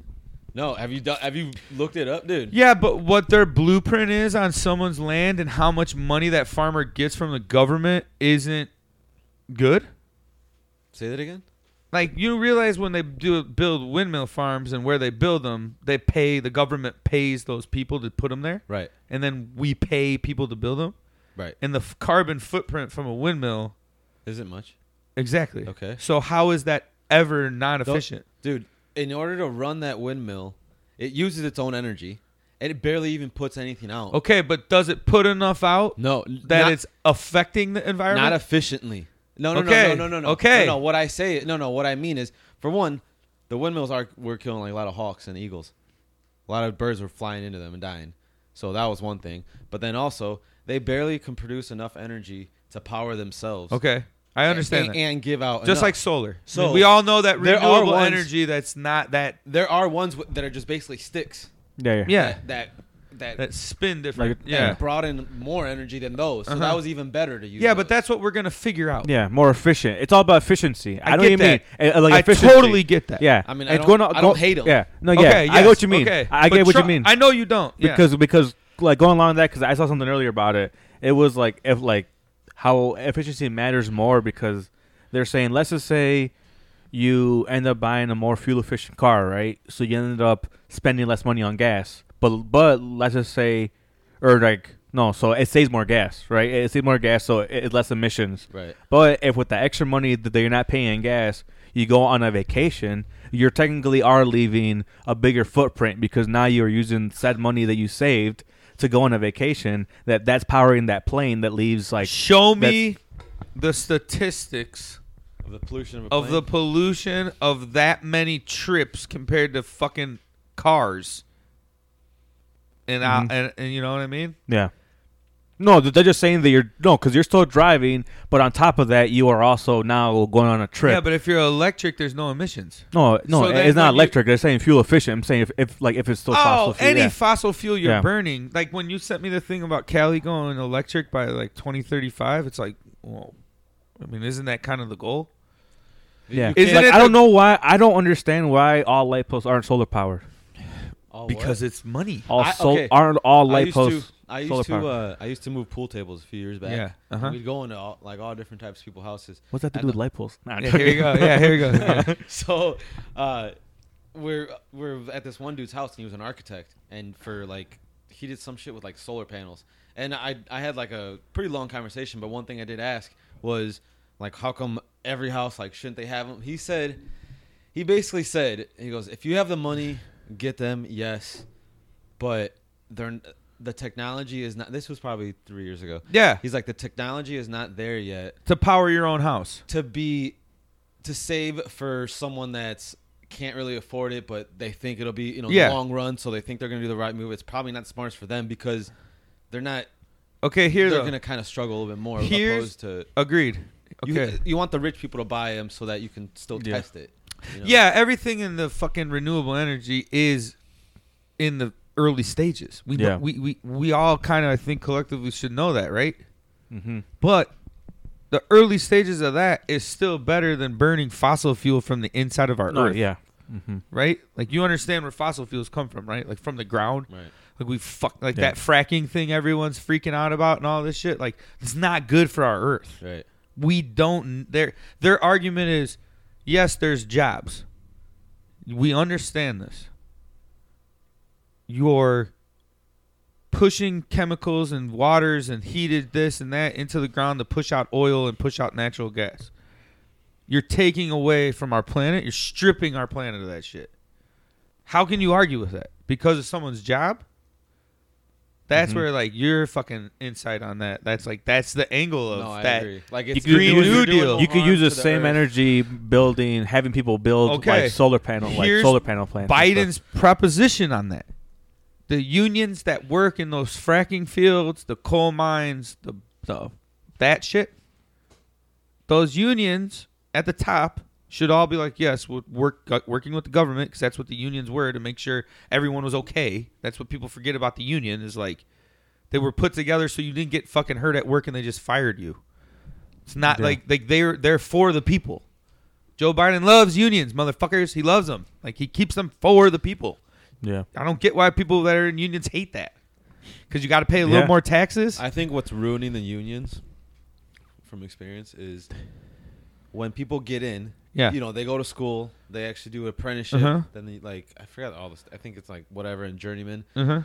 No, have you done? Have you looked it up, dude? Yeah, but what their blueprint is on someone's land and how much money that farmer gets from the government isn't good. Say that again. Like you realize when they do build windmill farms and where they build them, they pay the government pays those people to put them there, Right, and then we pay people to build them. right. And the f- carbon footprint from a windmill, Isn't much, exactly. Okay. So how is that ever not efficient? dude. In order to run that windmill, it uses its own energy, and it barely even puts anything out. Okay, but does it put enough out No, that not- it's affecting the environment? not efficiently. No, no, Okay, no, no, no, no, no. okay. No, no, what I say, no, no. What I mean is, for one, the windmills are were killing like a lot of hawks and eagles. A lot of birds were flying into them and dying. So that was one thing. But then also, they barely can produce enough energy to power themselves. okay, I understand And, that. and give out just enough. like solar. So So, we all know that there are renewable ones- energy that's not that there are ones w- that are just basically sticks. Yeah. Yeah. yeah That that, that spin Like- different. yeah, that brought in more energy than those. So Uh-huh. that was even better to use. yeah, but those. that's what we're gonna figure out. Yeah, more efficient. It's all about efficiency. I, I don't get even mean that. uh, like I efficiency. totally get that. Yeah, I mean, I It's don't- gonna- I don't hate 'em. Yeah, no, yeah, Okay, I yes, get what you mean. Okay. I I But get what you Trump- mean. I know you don't yeah. because because like going along with that because I saw something earlier about it. It was like if like how efficiency matters more because they're saying let's just say you end up buying a more fuel efficient car, right? So you ended up spending less money on gas, but but let's just say or like no, so it saves more gas, right? It saves more gas, so it, it's less emissions. Right. But if with the extra money that you're not paying in gas, you go on a vacation, you're technically are leaving a bigger footprint because now you're using said money that you saved to go on a vacation that that's powering that plane that leaves like show me the statistics of the pollution of, a of the plane. pollution of that many trips compared to fucking cars. And Mm-hmm. I and, and you know what I mean? yeah. No, th- they're just saying that you're no, because you're still driving, but on top of that, you are also now going on a trip. Yeah, but if you're electric, there's no emissions. no, no, So then it's when not you- electric. They're saying fuel efficient. I'm saying if, if like if it's still fossil Oh, fuel, any yeah. fossil fuel you're Yeah. burning. Like when you sent me the thing about Cali going electric by like 2035, it's like, well, I mean, isn't that kind of the goal? yeah. Isn't Like, it I the- don't know why. I don't understand why all light posts aren't solar powered. All Because it's money. All I- sol- okay. aren't all Oh, I light used posts To, I solar used to powered? uh, I used to move pool tables a few years back. Yeah, uh-huh. And We'd go into all, like all different types of people's houses. What's that to And do with the- light posts? Nah, I'm Yeah, here you go. Yeah, here you go. Yeah. So, uh, we're we're at this one dude's house and he was an architect and for like he did some shit with like solar panels and I I had like a pretty long conversation but one thing I did ask was like how come every house like shouldn't they have them? He said he basically said he goes if you have the money get them yes but they're the technology is not this was probably three years ago Yeah. he's like the technology is not there yet to power your own house. to be to save for someone that's can't really afford it but they think it'll be you know Yeah. the long run so they think they're gonna do the right move it's probably not smartest for them because they're not Okay, here they're though. gonna kind of struggle a little bit more Here's- opposed to Agreed. you, Okay. you want the rich people to buy them so that you can still test it you know? Yeah, everything in the fucking renewable energy is in the early stages. We know- Yeah. we, we we all kind of I think collectively should know that, right? Mhm. But the early stages of that is still better than burning fossil fuel from the inside of our No, earth, yeah. right? Like you understand where fossil fuels come from, right? Like from the ground. right Like we fuck like Yeah. that fracking thing everyone's freaking out about and all this shit. Like it's not good for our earth. Right. We don't their their argument is yes, there's jobs. We understand this. You're pushing chemicals and waters and heated this and that into the ground to push out oil and push out natural gas. You're taking away from our planet. You're stripping our planet of that shit. How can you argue with that? Because of someone's job? That's Mm-hmm. where like your fucking insight on that. That's like that's the angle of No, I that. agree. Like You it's could, Green use, New you could Deal. you could use the the same earth. energy building, having people build Okay. like solar panel, Here's like solar panel plants. and stuff. Biden's proposition on that. The unions that work in those fracking fields, the coal mines, the, the that shit. Those unions at the top should all be like, yes, we're work, working with the government because that's what the unions were to make sure everyone was okay. That's what people forget about the union is like they were put together so you didn't get fucking hurt at work and they just fired you. It's not Yeah. like like they're they're for the people. Joe Biden loves unions, motherfuckers. He loves them. Like he keeps them for the people. yeah. I don't get why people that are in unions hate that. Because you got to pay a little Yeah. more taxes. I think what's ruining the unions from experience is when people get in, Yeah. you know, they go to school, they actually do apprenticeship, Uh-huh. then they like I forgot all this. I think it's like whatever and journeyman. uh-huh.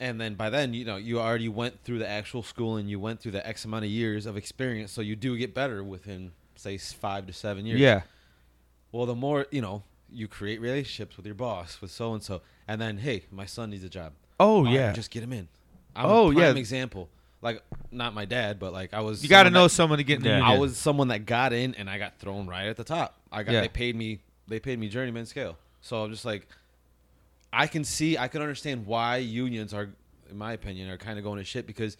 And then by then, you know, you already went through the actual school and you went through the X amount of years of experience, so you do get better within say s- 5 to 7 years. Yeah. Well, the more, you know, you create relationships with your boss, with so and so. And then, hey, my son needs a job. Oh, All right, yeah. just get him in. I'm Oh, a prime yeah. example. Like not my dad, but like I was. you got to someone know that- someone to get in the Yeah. union. I was someone that got in and I got thrown right at the top. I got Yeah. they paid me they paid me journeyman scale. So I'm just like, I can see I can understand why unions are, in my opinion, are kind of going to shit because,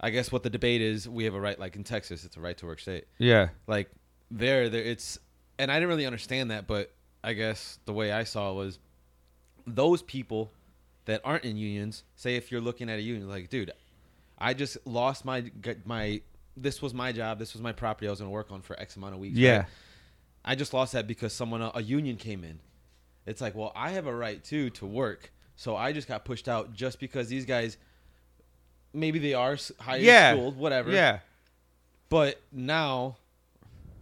I guess what the debate is we have a right like in Texas it's a right to work state yeah. like there there it's and i didn't really understand that but i guess the way i saw it was those people that aren't in unions say if you're looking at a union like dude i just lost my my this was my job this was my property i was going to work on for x amount of weeks Yeah. right? i just lost that because someone el- a union came in it's like well i have a right too to work so i just got pushed out just because these guys maybe they are s- higher Yeah. schooled whatever Yeah. but now,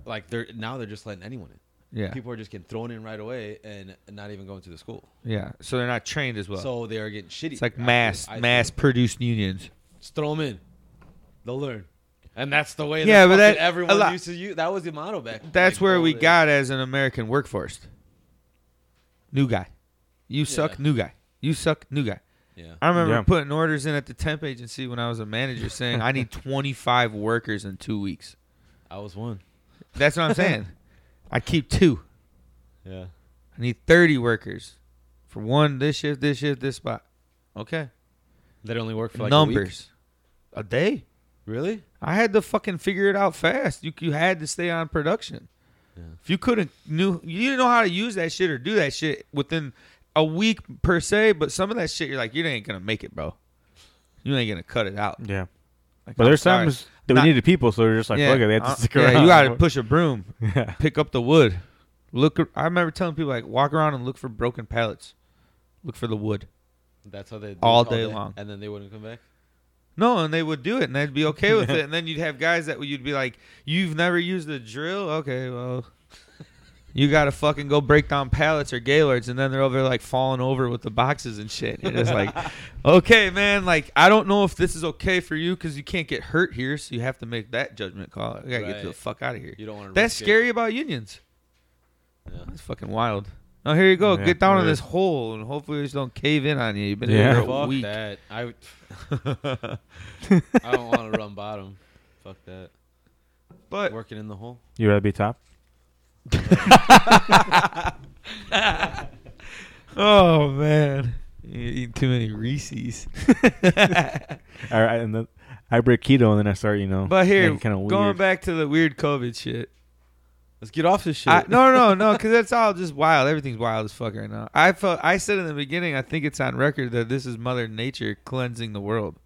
like they're now they're just letting anyone in. Yeah. People are just getting thrown in right away and not even going to the school. Yeah. So they're not trained as well. so they are getting shitty. it's like I feel- mass I feel. mass produced unions. Just throw them in. They'll learn. And that's the way. Yeah, Yeah, but but that- a everyone lot- used to use. That was the motto back. That's like, where all we the- got as an American workforce. New guy. You suck, Yeah. new guy. You suck, new guy. Yeah. I remember Yeah. putting orders in at the temp agency when I was a manager saying I need 25 workers in 2 weeks. I was one. That's what I'm saying. I keep 2. Yeah. I need 30 workers for one this shift, this shift, this spot. Okay. That only worked for like Numbers. a day? A week. Really? I had to fucking figure it out fast. You you had to stay on production. If you couldn't knew you didn't know how to use that shit or do that shit within a week per se, but some of that shit you're like, you ain't gonna make it, bro. You ain't gonna cut it out. Yeah. Like, But I'm there's sorry. times that Not- we needed people, so they're just like, yeah, look, they have uh, to stick yeah, around. you gotta push a broom, Yeah. pick up the wood. Look, ar- I remember telling people like, walk around and look for broken pallets, look for the wood. That's how they did it All day long. And then they wouldn't come back. No, and they would do it, and they'd be okay with it. And then you'd have guys that you'd be like, "You've never used a drill? Okay, well, you gotta fucking go break down pallets or gaylords." And then they're over there, like falling over with the boxes and shit. And it's like, okay, man, like I don't know if this is okay for you because you can't get hurt here, so you have to make that judgment call. You gotta get the Right. fuck out of here. You don't want to. That's scary about unions. Yeah. That's fucking wild. Now here you go. Yeah, get down in it this is. hole, and hopefully they just don't cave in on you. You've been Yeah. here for a Fuck week. that. I. I don't want to run bottom. Fuck that. But Working in the hole. You rather be top? Oh man, you eat too many Reese's. All right, and then I break keto, and then I start, you know. But here, kind of going weird. back to the weird COVID shit. Let's get off this shit. I, no, no, no, because that's all just wild. Everything's wild as fuck right now. I felt I said in the beginning. I think it's on record that this is Mother Nature cleansing the world.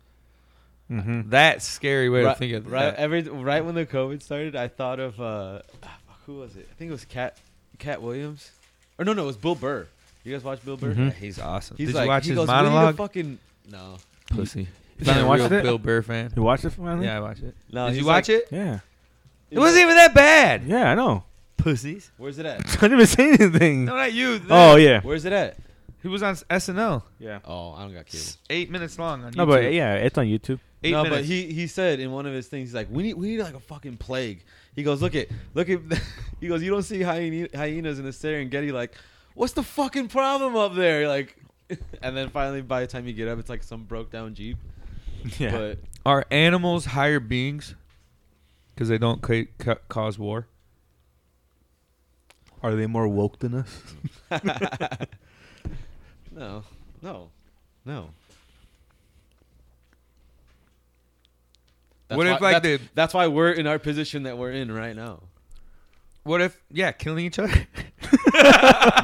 hmm That's scary way right, to think of right, that. every right when the COVID started, I thought of uh, ah, fuck, who was it? I think it was Cat Cat Williams, or no, no, it was Bill Burr. You guys watch Bill Burr? He's awesome. He's Mm-hmm. Did like, you watch he his goes, "We need a monologue? fucking no, Pussy. You finally Not a watched real it? Bill Burr fan. You watched it finally? Yeah, I watched it. no. Did he's you watch like- it? Yeah. It wasn't even that bad. Yeah, I know. Pussies. Where's it at? I didn't even say anything. No, not you. Oh yeah. Where's it at? He was on s- SNL. Yeah. Oh, I don't got cable. Eight minutes long on YouTube. No, but yeah, it's on YouTube. Eight no, minutes. but he he said in one of his things, he's like, we need we need like a fucking plague. He goes, look at look at. he goes, you don't see hyena, hyenas in the Serengeti. Like, what's the fucking problem up there? Like, and then finally, by the time you get up, it's like some broke down jeep. Yeah. But Are animals higher beings? Because they don't ca- ca- cause war. Are they more woke than us? no, no, no. What if, why, like, that's, the- that's why we're in our position that we're in right now. What if? Yeah, killing each other.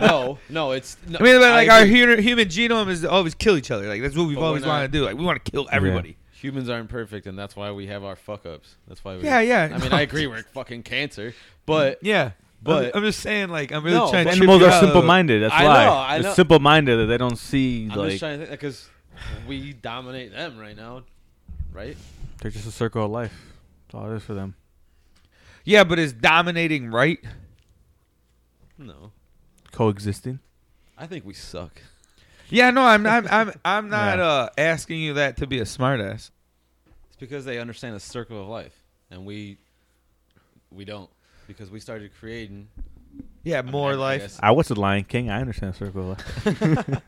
no, no, it's. No, I mean, but, like I our agree. human, human genome is to always kill each other. Like that's what we've But we're always not- wanted to do. Like we want to kill everybody. humans aren't perfect, and that's why we have our fuck ups. That's why. We, Yeah, yeah. I mean, I agree. We're fucking cancer, but Yeah, But- I'm, I'm just saying. Like I'm really No, trying to. but trip Animals you are out. simple minded. That's I why. know, I They're know. simple minded that they don't see I'm like just trying to think because we dominate them right now, right? they're just a circle of life. That's all it is for them. Yeah, but is dominating right? No, Coexisting. I think we suck. Yeah, no, I'm I'm I'm, I'm not Yeah. uh, asking you that to be a smartass. It's because they understand the circle of life, and we we don't because we started creating Yeah, more I life. guess- I watched the Lion King. I understand circle of life.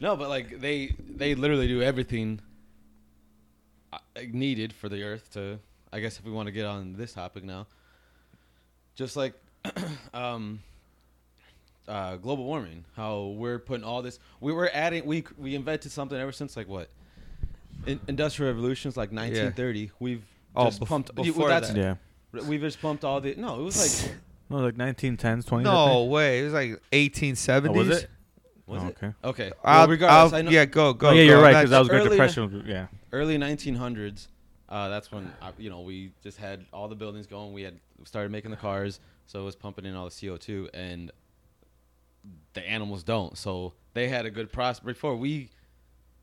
No, but like they they literally do everything uh, needed for the Earth to. I guess if we want to get on this topic now, just like um, uh, global warming, how we're putting all this, we were adding, we we invented something ever since like what, In, industrial revolutions like 1930. We've Oh, just bef- pumped. well, before that's- yeah. We've just pumped all the. No, it was like. No, like 1910s, 20s. I No think. way. It was like 1870s. Oh, was it? was Oh, it? okay. Okay. I'll, well, regardless, I'll- I know, yeah, go go. Oh, yeah, go. you're I'm right not- because that was Great early- Depression. Yeah. early 1900s uh, that's when I, you know we just had all the buildings going we had started making the cars so it was pumping in all the co2 and the animals don't so they had a good process before we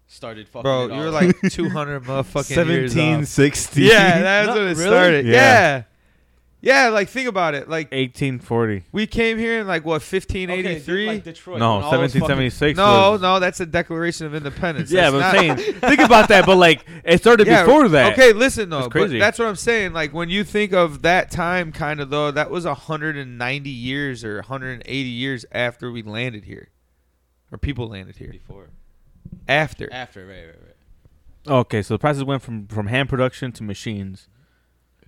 started fucking bro. it You were all up. like 200 motherfucking years off. 1760. Yeah, that's when it really? started. Yeah. Yeah. yeah, Like think about it. Like 1840. we came here in like what Okay, dude, 1583. like Detroit, No, when all those fucking- 1776. no, was- no, that's a Declaration of Independence. Yeah, That's but not- I'm saying, think about that. But like, it started Yeah, before that. Okay, listen though. That's but crazy. that's what I'm saying. Like when you think of that time, kind of though, that was 190 years or 180 years after we landed here, or people landed here. before After, after right right right Okay, so the process went from from hand production to machines.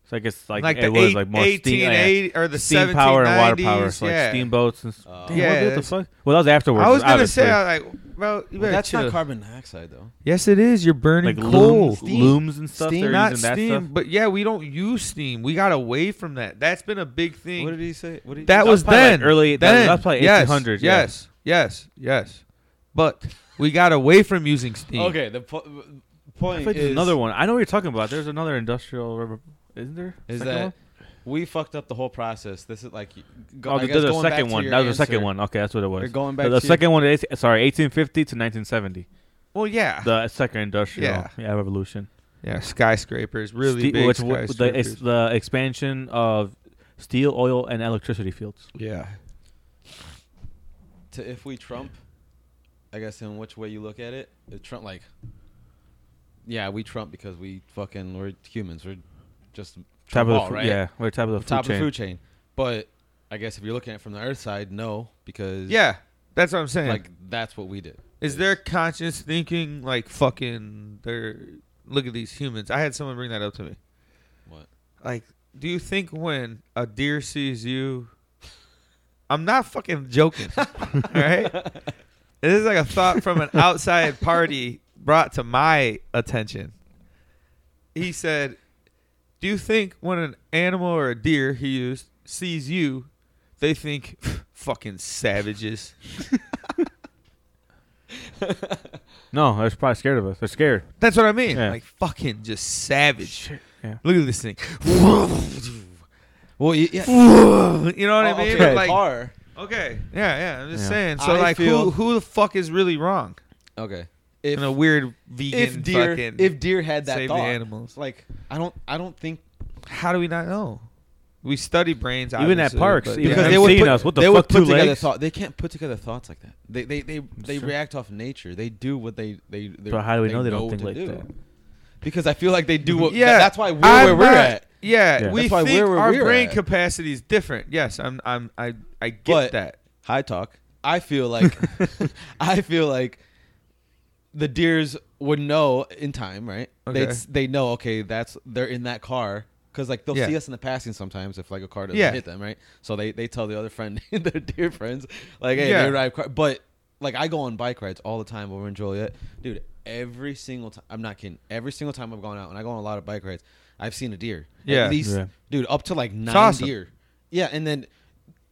So I guess like, like, it the was eight- like more steam, yeah, 1880 or the steam power and water 1790s, power, so yeah. like steamboats and. s- Uh, Damn, Yeah, what- what the that's- fuck? Well, that was afterwards. I was gonna say, uh, obviously. I was like, bro, you better Well, that's chill. not carbon dioxide though Yes, it is. You're burning like coal. looms, looms and stuff. Steam, they're Not using that steam, stuff. but yeah, we don't use steam. We got away from that. That's been a big thing. what did he say what did he that That was was probably, like, then. early- that- Then. that was probably yes, 1800s, yeah. Yes, yes, yes. But we got away from using steam. okay the po- I point feel like there's is another one. I know what you're talking about. There's another industrial, rev- isn't there? is Second that one? we fucked up the whole process this is like go, Oh, I guess there's a going back second to one. your That was the answer. second one. Okay, that's what it was. Or going back the, the to your- second one. Is, sorry, 1850 to 1970. Well, yeah. The second industrial Yeah. yeah, revolution. yeah, skyscrapers, really Ste- big which w- the, skyscrapers. ex- the expansion of steel, oil, and electricity fields. yeah. to if we Trump, I guess in which way you look at it, if Trump like, yeah, we Trump because we fucking we're humans, we're just Top Trump of the all, food, right? yeah, we're top of the We're food top chain. of the food chain. But I guess if you're looking at it from the Earth side, no, because Yeah, that's what I'm saying. like that's what we did. Is their conscious thinking like fucking they're look at these humans? I had someone bring that up to me. What? Like, do you think when a deer sees you I'm not fucking joking. right? This is like a thought from an outside party brought to my attention. He said, Do you think when an animal or a deer he used sees you, they think fucking savages? No, they're probably scared of us. They're scared. That's what I mean. Yeah. Like fucking just savage. Yeah. Look at this thing. Well, yeah, Oh, you know what I mean? But, a like, car Okay. Yeah, yeah. I'm just Yeah. saying. So I like, who feel- who the fuck is really wrong? Okay. If in a weird vegan if deer fucking. if deer had that save the thought, animals. like I don't I don't think how do we not know? We study brains. Even at obviously, parks, but- even Yeah. at- would seeing put, us. What the they fuck, would put two together legs? thought. They can't put together thoughts like that. They they they, they true. react off nature. They do what they they. they But how do we know they don't what think to like do. that? Because I feel like they do what. Yeah, Yeah, that's why we're I'm where we're not- at. Yeah, Yeah. we That's why think we're where our we're brain at. capacity is different. Yes, I'm. I'm. I. I get But- that. High talk. I feel like I feel like the deers would know in time, right? Okay. They they know. Okay, that's they're in that car because like they'll Yeah. see us in the passing sometimes if like a car doesn't Yeah. hit them, right? So they they tell the other friend, their deer friends, like, hey, Yeah. they ride car. But like I go on bike rides all the time over in Joliet, dude. Every single time, I'm not kidding. Every single time I've gone out and I go on a lot of bike rides, I've seen a deer. Yeah. at least, Yeah. dude, up to like nine awesome. deer. Yeah, and then,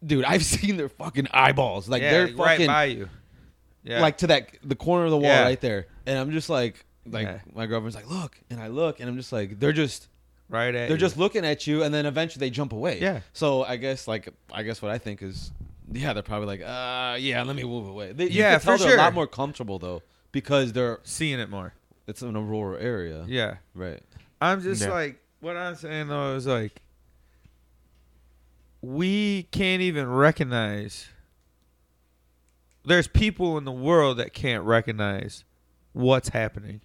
dude, I've seen their fucking eyeballs. Like yeah, they're like, right fucking by you. Yeah. like to that the corner of the wall Yeah. right there. And I'm just like like Yeah. my girlfriend's like, look, and I look and I'm just like they're just right at. they're you. just looking at you and then eventually they jump away. Yeah. So I guess like I guess what I think is yeah, they're probably like, uh yeah, let me move away. They, you Yeah, can tell for they're a sure. lot more comfortable though because they're seeing it more. it's in a rural area. Yeah. Right. I'm just Yeah. like what I'm saying though is like we can't even recognize there's people in the world that can't recognize what's happening.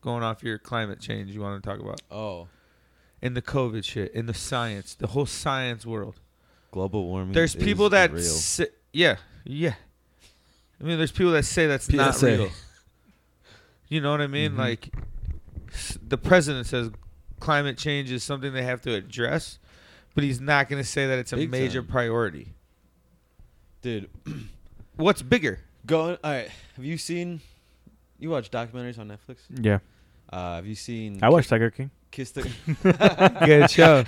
Going off your climate change you want to talk about. Oh. And the COVID shit, and the science, the whole science world. Global warming. There's is people that real. say, yeah, yeah. I mean, there's people that say that's not PSA. real. You know what I mean? Like s Like, the president says climate change is something they have to address, but he's not going to say that it's a Big major time. priority. dude What's bigger? going all right. Have you seen you watch documentaries on Netflix? Yeah, Uh, have you seen I watched Tiger King. Kiss the Good show.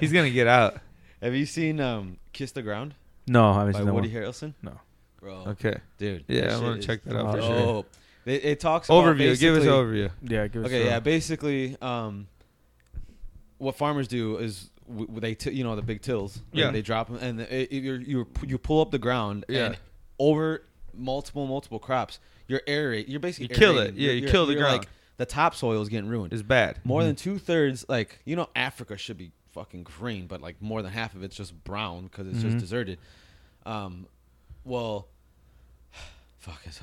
he's going to get out. Have you seen um, Kiss the Ground No, I haven't by seen that Woody one. Harrelson? No. Bro. Okay. Dude. Yeah, that I'm gonna shit is check that out for sure. dope. It, it talks about Overview. Give us basically- overview. Yeah, give us Okay, a- yeah. Basically, um, what farmers do is w- w- they t- you know the big tills. right? Yeah. They drop them and it, it- you're, you you pull up the ground. Yeah. And over multiple multiple crops, you're aerate. You're basically You kill it. aerating. Yeah, You're- you you're- kill the you're, ground. Mhm. Like, the topsoil is getting ruined. It's bad. More than two thirds, like you know, Africa should be fucking green, but like more than half of it's just brown because it's Mm-hmm. just deserted. Um, well, fuck, it's-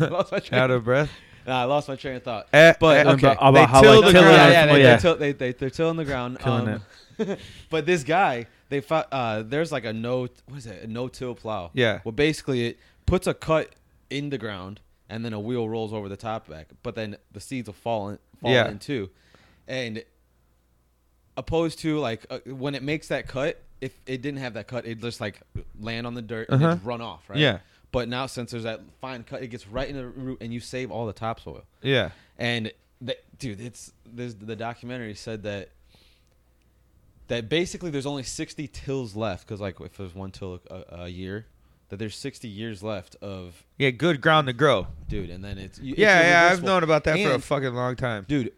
I lost my train. Out of breath. Nah, I lost my train of thought. Eh, but uh, um, eh, okay, About, about how till like, the tilling ground. yeah, us- yeah, well, they, yeah. They're, till, they, they, they're tilling the ground. Killing um, but this guy, they fought, uh, there's like a no, what is it, a no-till plow. Yeah. Well, basically, it puts a cut in the ground, and then a wheel rolls over the top back. But then the seeds will fall in, fall Yeah. in too, and opposed to like uh, when it makes that cut, if it didn't have that cut, it just like land on the dirt Uh-huh. and it's run off, right? Yeah. But now since there's that fine cut, it gets right in the root, and you save all the topsoil Yeah. and the, dude, it's there's the documentary said that that basically there's only 60 tills left because like if there's one till a, a year, that there's 60 years left of Yeah. Good ground to grow. dude, and then it's you- it's Yeah. Yeah. I've irreversible. known about that for a And, fucking long time. dude.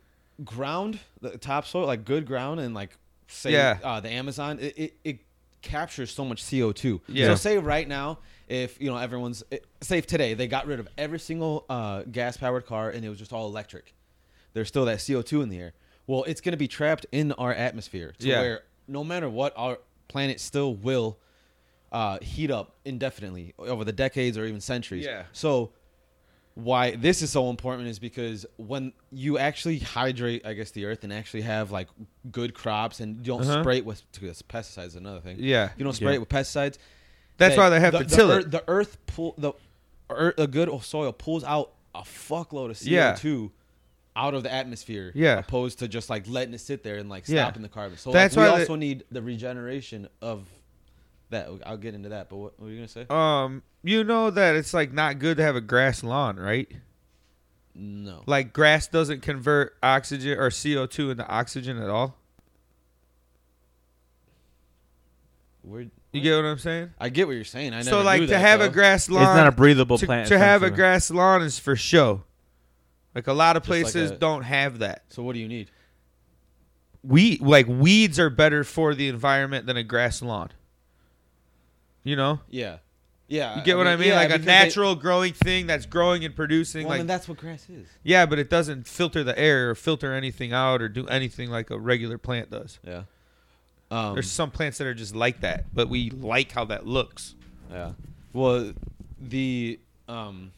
Ground the topsoil like good ground and like say Yeah. uh, the Amazon it, it, it captures so much CO two. Yeah. So say right now if you know everyone's it, say if today they got rid of every single uh, gas powered car and it was just all electric, there's still that CO two in the air. Well, it's going to be trapped in our atmosphere to Yeah. where no matter what our planet still will uh, heat up indefinitely over the decades or even centuries. Yeah. So why this is so important is because when you actually hydrate, I guess, the earth and actually have like good crops and you don't Uh-huh. spray it with 'cause pesticides, is another thing. Yeah. You don't spray Yeah. it with pesticides. That's that why they have the, to the till earth, it. The earth pull the earth, a good soil pulls out a fuckload of Yeah. CO2 out of the atmosphere. Yeah. Opposed to just like letting it sit there and like Yeah. stopping the carbon. So That's that's like, we why the- also need the regeneration of that. I'll get into that. But what, what were you gonna say? um you know that it's like not good to have a grass lawn right no. like grass doesn't convert oxygen or co2 into oxygen at all Where, you get what i'm saying I get what you're saying. I never so like knew to that, have a though. grass lawn It's not a breathable to, plant. to have a essentially. grass lawn is for show like a lot of like places a- don't have that So what do you need? we like weeds are better for the environment than a grass lawn You know, Yeah, yeah. you get what I mean? yeah, like a because they- natural growing thing that's growing and producing. well, like and that's what grass is. yeah, but it doesn't filter the air or filter anything out or do anything like a regular plant does. Yeah. Um, There's some plants that are just like that, but we like how that looks. yeah. Well, the um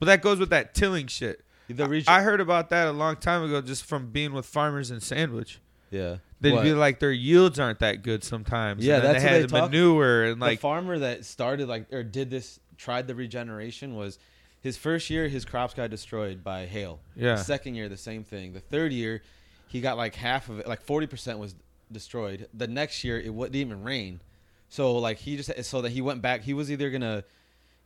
But that goes with that tilling shit. the I- region. I heard about that a long time ago just from being with farmers in Sandwich. yeah. They'd What? be like their yields aren't that good sometimes. Yeah, and then that's they what had they the talk- manure and like like the farmer that started like or did this tried the regeneration was his first year his crops got destroyed by hail Yeah. the second year the same thing the third year he got like half of it like 40% was destroyed the next year it wa- didn't even rain so like he just so that he went back he was either gonna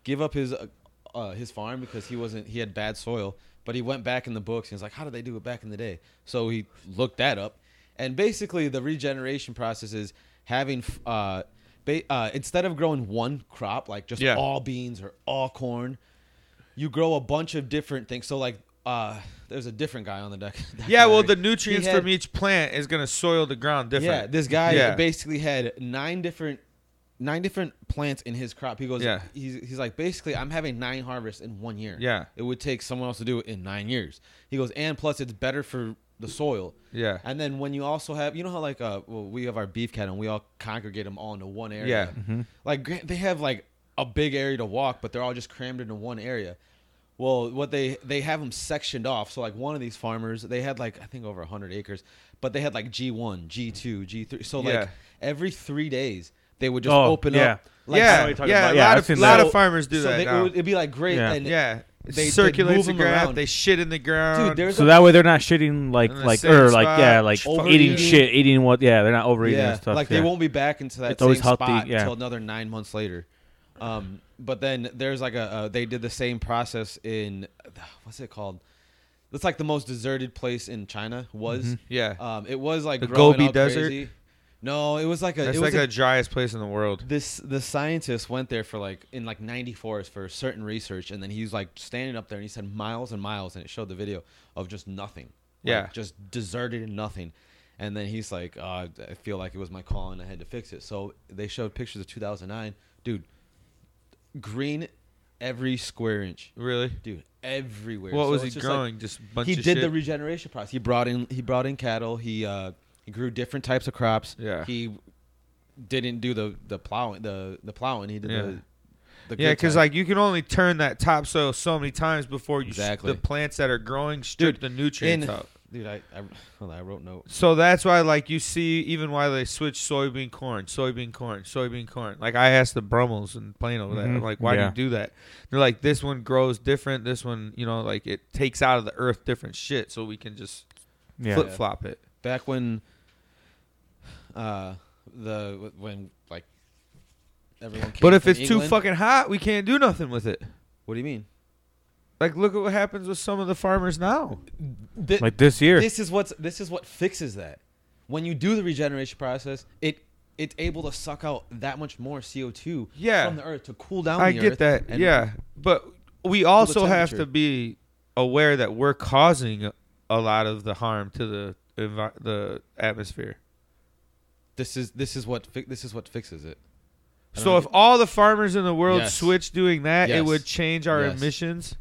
give up his uh, uh, his farm because he wasn't he had bad soil but he went back in the books and was like how did they do it back in the day so he looked that up and basically the regeneration process is having f- uh, ba- uh instead of growing one crop like just Yeah. all beans or all corn you grow a bunch of different things so like uh there's a different guy on the deck Yeah, well the documentary. He nutrients had- from each plant is gonna soil the ground different. yeah, this guy Yeah. basically had nine different nine different plants in his crop. He goes, Yeah. he's, he's like, basically, I'm having nine harvests in one year. Yeah. It would take someone else to do it in nine years. He goes, and plus it's better for the soil. Yeah. And then when you also have, you know how like, uh, well, we have our beef cattle and we all congregate them all into one area. Yeah. Mm-hmm. Like gra- they have like a big area to walk, but they're all just crammed into one area. Well, what they they have them sectioned off. So like one of these farmers, they had like I think over 100 acres, but they had like G1, G2, G3. So like Yeah. every 3 days they would just Oh, open yeah. up like I know yeah, what you're so- talking yeah, about. A Yeah, lot I've of, seen lot that. of farmers do so that they, now. It would, it'd be like great Yeah. and yeah, they- they it circulates move the 'em ground. around. They shit in the ground. Dude, there's So a- that way they're not shitting like In the like same or like spot, yeah like overeating. eating shit eating what yeah they're not overeating yeah, and stuff like yeah. they won't be back into that It's same always healthy, spot yeah. until another nine months later. Um, but then there's like a uh, they did the same process in what's it called? That's like the most deserted place in China was. Mm-hmm. Yeah. um, it was like The growing Gobi all Desert? crazy. No, it was like a. That's it like was the a, driest place in the world. this the scientist went there for like in like 94 is for certain research and then he was like standing up there and he said miles and miles and it showed the video of just nothing Like, Yeah. just deserted and nothing and then he's like uh, i feel like it was my call and i had to fix it so they showed pictures of 2009 dude green every square inch Really? dude everywhere What So was he it's just, like, growing? just a bunch he of did shit? the regeneration process. He brought in he brought in cattle. He uh, he grew different types of crops. Yeah. He didn't do the the plowing the the plowing. He did Yeah. the the yeah, good because type. like you can only turn that topsoil so many times before you Exactly. the plants that are growing strip the nutrients in- out. dude, I I, hold on, I wrote note. So that's why like you see even why they switch soybean corn, soybean corn, soybean corn. Like I asked the Brummels in Plano that Mm-hmm. I'm Mhm. like, why Yeah. do you do that? They're like, this one grows different. This one, you know, like it takes out of the earth different shit, so we can just yeah. flip flop it. Back when uh the when like everyone. Came but if from it's too England- fucking hot, we can't do nothing with it. what do you mean? Like look at what happens with some of the farmers now. Th- like this year This is what's this is what fixes that. When you do the regeneration process, it it's able to suck out that much more CO two Yeah. from the earth to cool down. I the get earth that. and- yeah, but we also have to temperature. be aware that we're causing a lot of the harm to the envi- the atmosphere. This is this is what fi- this is what fixes it. I So don't if all the farmers in the world Yes. switched doing that, it Yes. would change our Yes. emissions,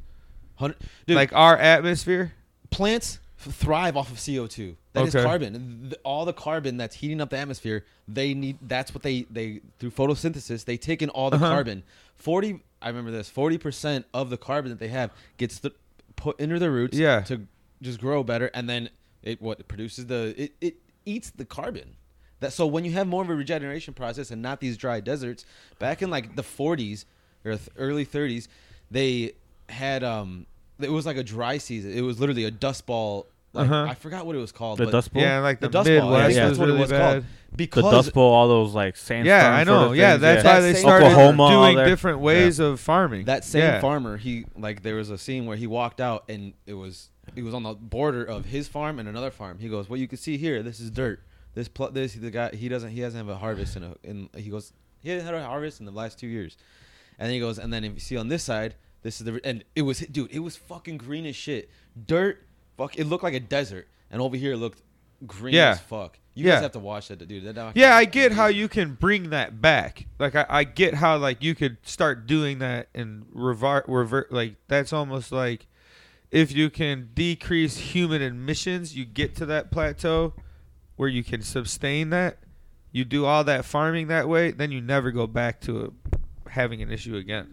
Hundred- Dude, like our atmosphere. plants f- thrive off of CO two. That is Okay. carbon. Th- All the carbon that's heating up the atmosphere, they need. That's what they they through photosynthesis they take in all the Uh-huh. carbon. Forty. I remember this. Forty percent of the carbon that they have gets th- put into the roots. Yeah. To just grow better, and then it what produces the it it eats the carbon. That so when you have more of a regeneration process and not these dry deserts. Back in like the forties or th- early thirties, they had um. It was like a dry season. It was literally a dust ball. Like, Uh-huh. I forgot what it was called. the but- dust bowl Yeah, like the, the dust Midwest ball. I think Yeah. was that's what really it was bad. called. the Because dust bowl all those like sandstorm Yeah, I know. sort of yeah, things, that's yeah. why That they same- started Oklahoma, all doing there. different ways of farming. that same Yeah. farmer, he like there was a scene where he walked out and it was he was on the border of his farm and another farm. He goes, "Well, you can see here, this is dirt. This pl- this the guy he doesn't he doesn't have a harvest in a in he goes he hasn't had a harvest in the last two years." And then he goes, and then if you see on this side, this is the and it was dude, it was fucking green as shit, dirt, fuck, it looked like a desert, and over here it looked green Yeah. as fuck. You Yeah. guys have to watch that, dude. That documentary Yeah, I is get how amazing. you can bring that back. Like I, I get how like you could start doing that and revert revert like that's almost like if you can decrease human emissions, you get to that plateau where you can sustain that. You do all that farming that way, then you never go back to having an issue again.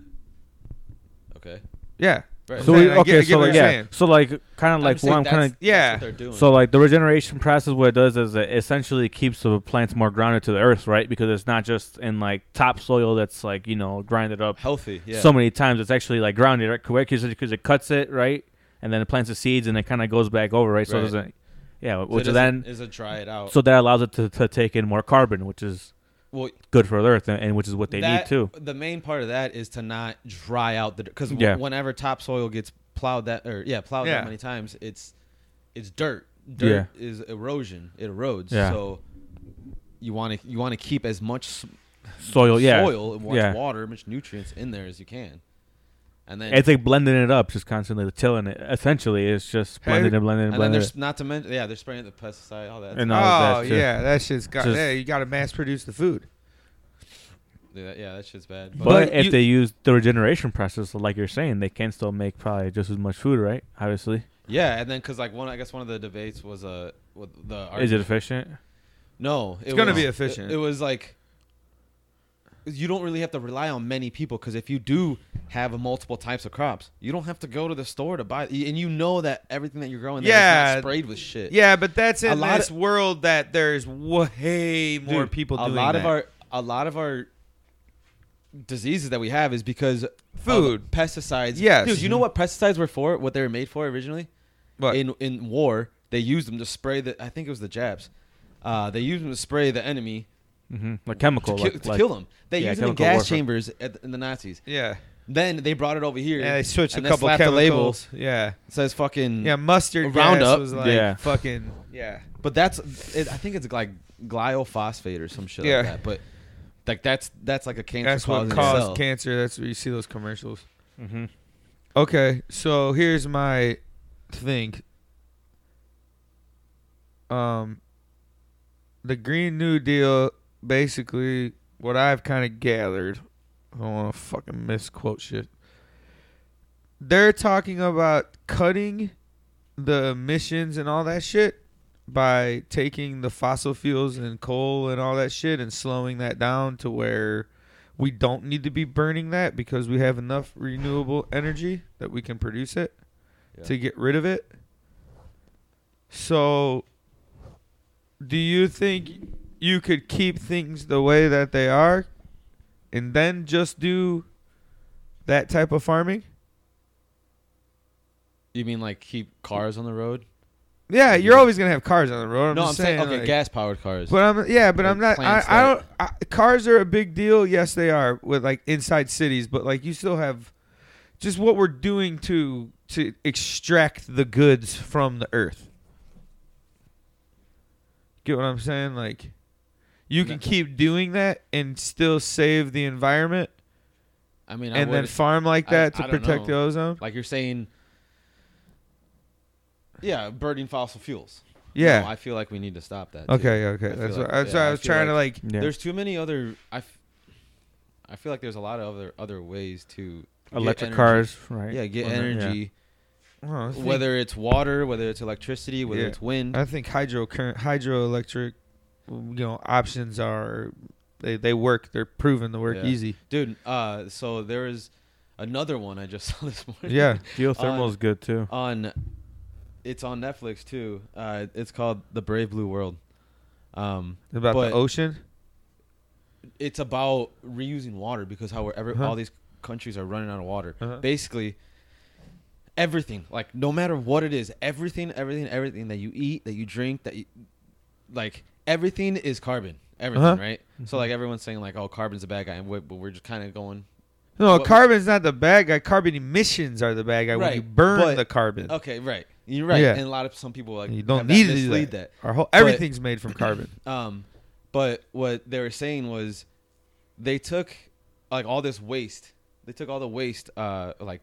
Okay. Yeah. Right. I'm So saying, we, I get- I okay, get so what like, you're yeah, saying. so like kind of I'm like saying what I'm that's- kind that's yeah. what they're doing. of so like the regeneration process what it does is it essentially keeps the plants more grounded to the earth, right? Because it's not just in like topsoil that's like you know grinded up healthy. Yeah. so many times. It's actually like grounded, right? Because because it cuts it right, and then it plants the seeds, and it kind of goes back over, right? So it Right. doesn't yeah, So which it then isn't- is a try it out. so that allows it to, to take in more carbon, which is well, good for the earth, and, and which is what they that- need too. The main part of that is to not dry out the because Yeah. whenever topsoil gets plowed that or yeah plowed Yeah. that many times, it's it's dirt. Dirt is erosion. It erodes. Yeah. So you want to you want to keep as much s- Soil, yeah, soil and much yeah. water, much nutrients in there as you can, and then It's like blending it up, just constantly tilling it. Essentially, it's just blending and blending and and then blending. there's it. not to mention yeah they're spraying the pesticide all that And stuff. all of oh that, too. yeah, that shit's got Just- yeah, you gotta mass produce the food. yeah, yeah that shit's bad But, but, but if you- they use the regeneration process, like you're saying, they can still make probably just as much food, right? Obviously, yeah and then because like one I guess one of the debates was uh with the is it efficient? No, it It's gonna was- be efficient. It, it was like you don't really have to rely on many people because if you do have multiple types of crops, you don't have to go to the store to buy, and you know that everything that you're growing, there is Yeah. not sprayed with shit. Yeah, but that's in A lot this of- world that there's way more Dude, people A doing lot of that. our a lot of our diseases that we have is because of Food. pesticides. Yes. Mm-hmm. dude, you know what pesticides were for? What they were made for originally? What? in in war they used them to spray the. I think it was the Japs. Uh, they used them to spray the enemy hmm Like chemical, to, like, kill, to like- kill them. They yeah, used them in chemical gas warfare. chambers at the, in the Nazis. yeah, Then they brought it over here. yeah, they switched and a then couple slapped chemicals. the labels. Mm. Yeah, Says fucking yeah, mustard gas Roundup. was like Yeah. fucking yeah. But that's it, I think it's like glyphosate or some shit Yeah. like that. But like that's that's like a cancer That's what causing caused itself. cancer. That's where you see those commercials. Mhm. Okay, so here's my thing. Um, the Green New Deal, basically, what I've kind of gathered, I don't want to fucking misquote shit. They're talking about cutting the emissions and all that shit by taking the fossil fuels and coal and all that shit and slowing that down to where we don't need to be burning that because we have enough renewable energy that we can produce it Yeah. to get rid of it. So, do you think you could keep things the way that they are and then just do that type of farming? You mean like keep cars on the road? Yeah, you're always going to have cars on the road. I'm Mm-hmm. no, I'm just saying, okay, like- gas powered cars. But I'm yeah, but Like I'm not. I, plants I that- don't. I, cars are a big deal. Yes, they are with like inside cities, but like you still have just what we're doing to to extract the goods from the earth. Get what I'm saying? Like you can No. keep doing that and still save the environment, I mean, I and then would- farm like I- that I to don't protect the know. ozone. like you're saying, yeah, burning fossil fuels. Yeah. No, I feel like we need to stop that. too. okay. I Okay. feel That's like- what, that's yeah, what I I was feel trying like- to like. Yeah. There's too many other. I, f- I feel like there's a lot of other other ways to get electric energy. cars, right? Yeah, get Or, energy. Well, oh, I think- Whether it's water, whether it's electricity, whether Yeah. it's wind. I think hydro current, hydroelectric, you know, options are they, they work. They're proven to work Yeah. easy. Dude, uh, so there is another one I just saw this morning. Yeah. Geothermal Uh, is good too. on it's on Netflix too. Uh, it's called The Brave Blue World. Um, About but the ocean. it's about reusing water because however Uh-huh. all these countries are running out of water. Uh-huh. Basically, everything like no matter what it is, everything, everything, everything that you eat, that you drink, that you like everything is carbon. Everything, Uh-huh. right? So like everyone's saying like, oh, carbon's a bad guy, and we- but we're just kind of going. No, What- carbon's not the bad guy. Carbon emissions are the bad guy when you Right, burn but- the carbon. Okay, right. You're right. Yeah. And a lot of some people like you don't have need that to do mislead that. that. Our whole But- everything's made from carbon. Um, but what they were saying was they took like all this waste. They took all the waste. Uh, like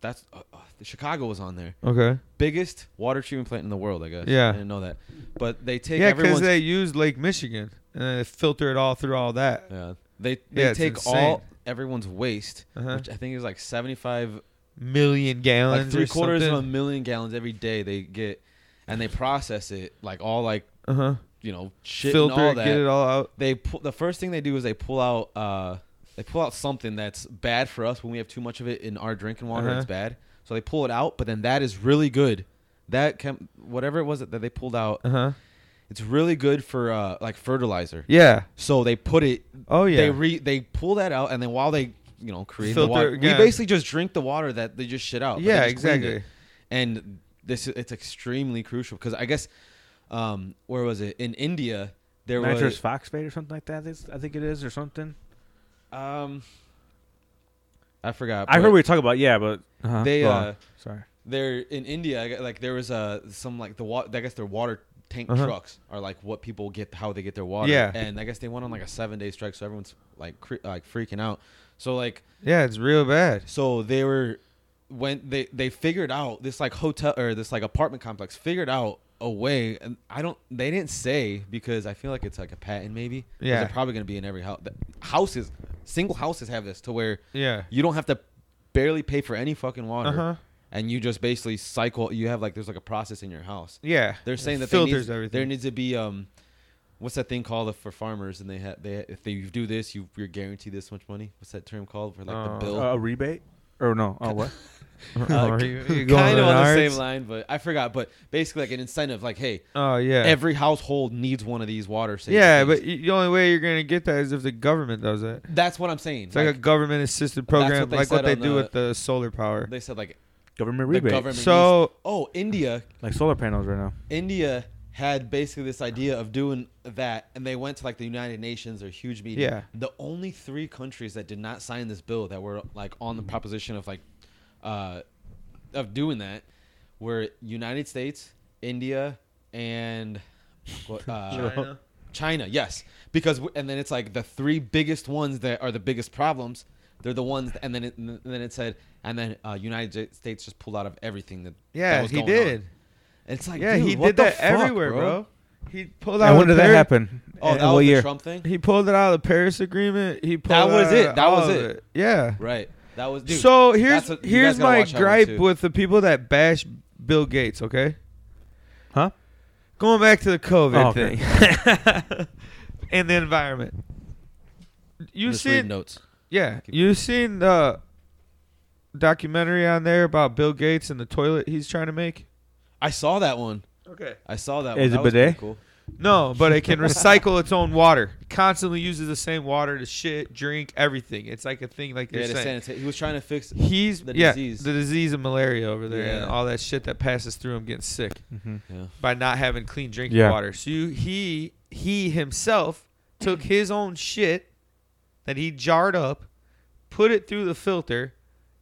that's uh, uh, Chicago was on there. Okay. Biggest water treatment plant in the world, I guess. Yeah. I didn't know that. But they take Yeah, because everyone's they use Lake Michigan and then they filter it all through all that. yeah. They they Yeah, it's take insane. all everyone's waste, Uh-huh. which I think is like 75 Million like gallons, three quarters or of a million gallons every day they get and they process it like all like Uh huh. you know shit Filter, and all it, that get it all out. they pull the first thing they do is they pull out uh they pull out something that's bad for us when we have too much of it in our drinking water Uh-huh. it's bad so they pull it out but then that is really good that chem- whatever it was that they pulled out Uh huh. it's really good for uh like fertilizer Yeah. so they put it Oh yeah. they re they pull that out and then while they you know create Filter the water it we again. basically just drink the water that they just shit out but they Yeah, just cleaned it. exactly. and this it's extremely crucial because i guess um where was it in india there was nitrous foxfate or something like that. is- I think it is or something. Um, I forgot. I heard but we were talking about yeah, but uh-huh, they go on. uh sorry. they're in India. I got- Like there was uh some like the water. I guess their water tank Uh-huh. trucks are like what people get how they get their water. Yeah. and I guess they went on like a seven day strike, so everyone's like cre- like freaking out. So like yeah, it's real bad. so they were when they they figured out this like hotel or this like apartment complex figured out a way and I don't they didn't say because I feel like it's like a patent maybe 'Cause Yeah. they're probably gonna be in every house houses single houses have this to where Yeah. you don't have to barely pay for any fucking water Uh-huh. and you just basically cycle you have like there's like a process in your house Yeah. they're saying that filters they needs, everything. there needs to be um what's that thing called uh, for farmers and they have they if they do this you you're guaranteed this much money what's that term called for like Uh, the bill a rebate or no? Oh what? Oh, are you- you going Uh, kind of on on the ours? same line, but I forgot. But basically, like an incentive, like hey, Oh yeah. every household needs one of these water saving. yeah, things. but y- the only way you're gonna get that is if the government does it. that's what I'm saying. It's like, Like, a government assisted what program, they like what said they on do the- with the solar power. they said, like Government the rebate. government. So- needs- oh, India, like solar panels right now. India had basically this idea of doing that, and they went to like the United Nations or huge meeting. Yeah. The only three countries that did not sign this bill that were like on the proposition of like, uh, of doing that, were United States, India, and what, uh, China. China. Yes, because w- and then it's like the three biggest ones that are the biggest problems. They're the ones, and then it, and then it said, and then uh, United States just pulled out of everything that. Yeah, that was he going did. On. It's like, Yeah, dude, he what did the that fuck, everywhere, bro. He pulled out. And when of did that Paris- happen? Oh, And- and that was what the year? Trump thing, He pulled it out of the Paris Agreement. He pulled That was out it. of That all was of it. Yeah. right? That was dude. so here's that's what- you here's guys gotta my watch out gripe too. with the people that bash Bill Gates. Okay. Huh? Going back to the COVID Oh, okay. thing and the environment. You Just reading see, notes. yeah, you seen the documentary on there about Bill Gates and the toilet he's trying to make. I saw that one. Okay. I saw Is that. one. it That was pretty bidet? Cool. No, but it can recycle its own water. Constantly uses the same water to shit, drink, everything. It's like a thing, like Yeah, you're to saying. sanita- he was trying to fix. He's the yeah, disease. the disease of malaria over there and Yeah. all that shit that passes through him getting sick Mm-hmm. Yeah. by not having clean drinking Yeah. water. So you, he he himself took his own shit that he jarred up, put it through the filter,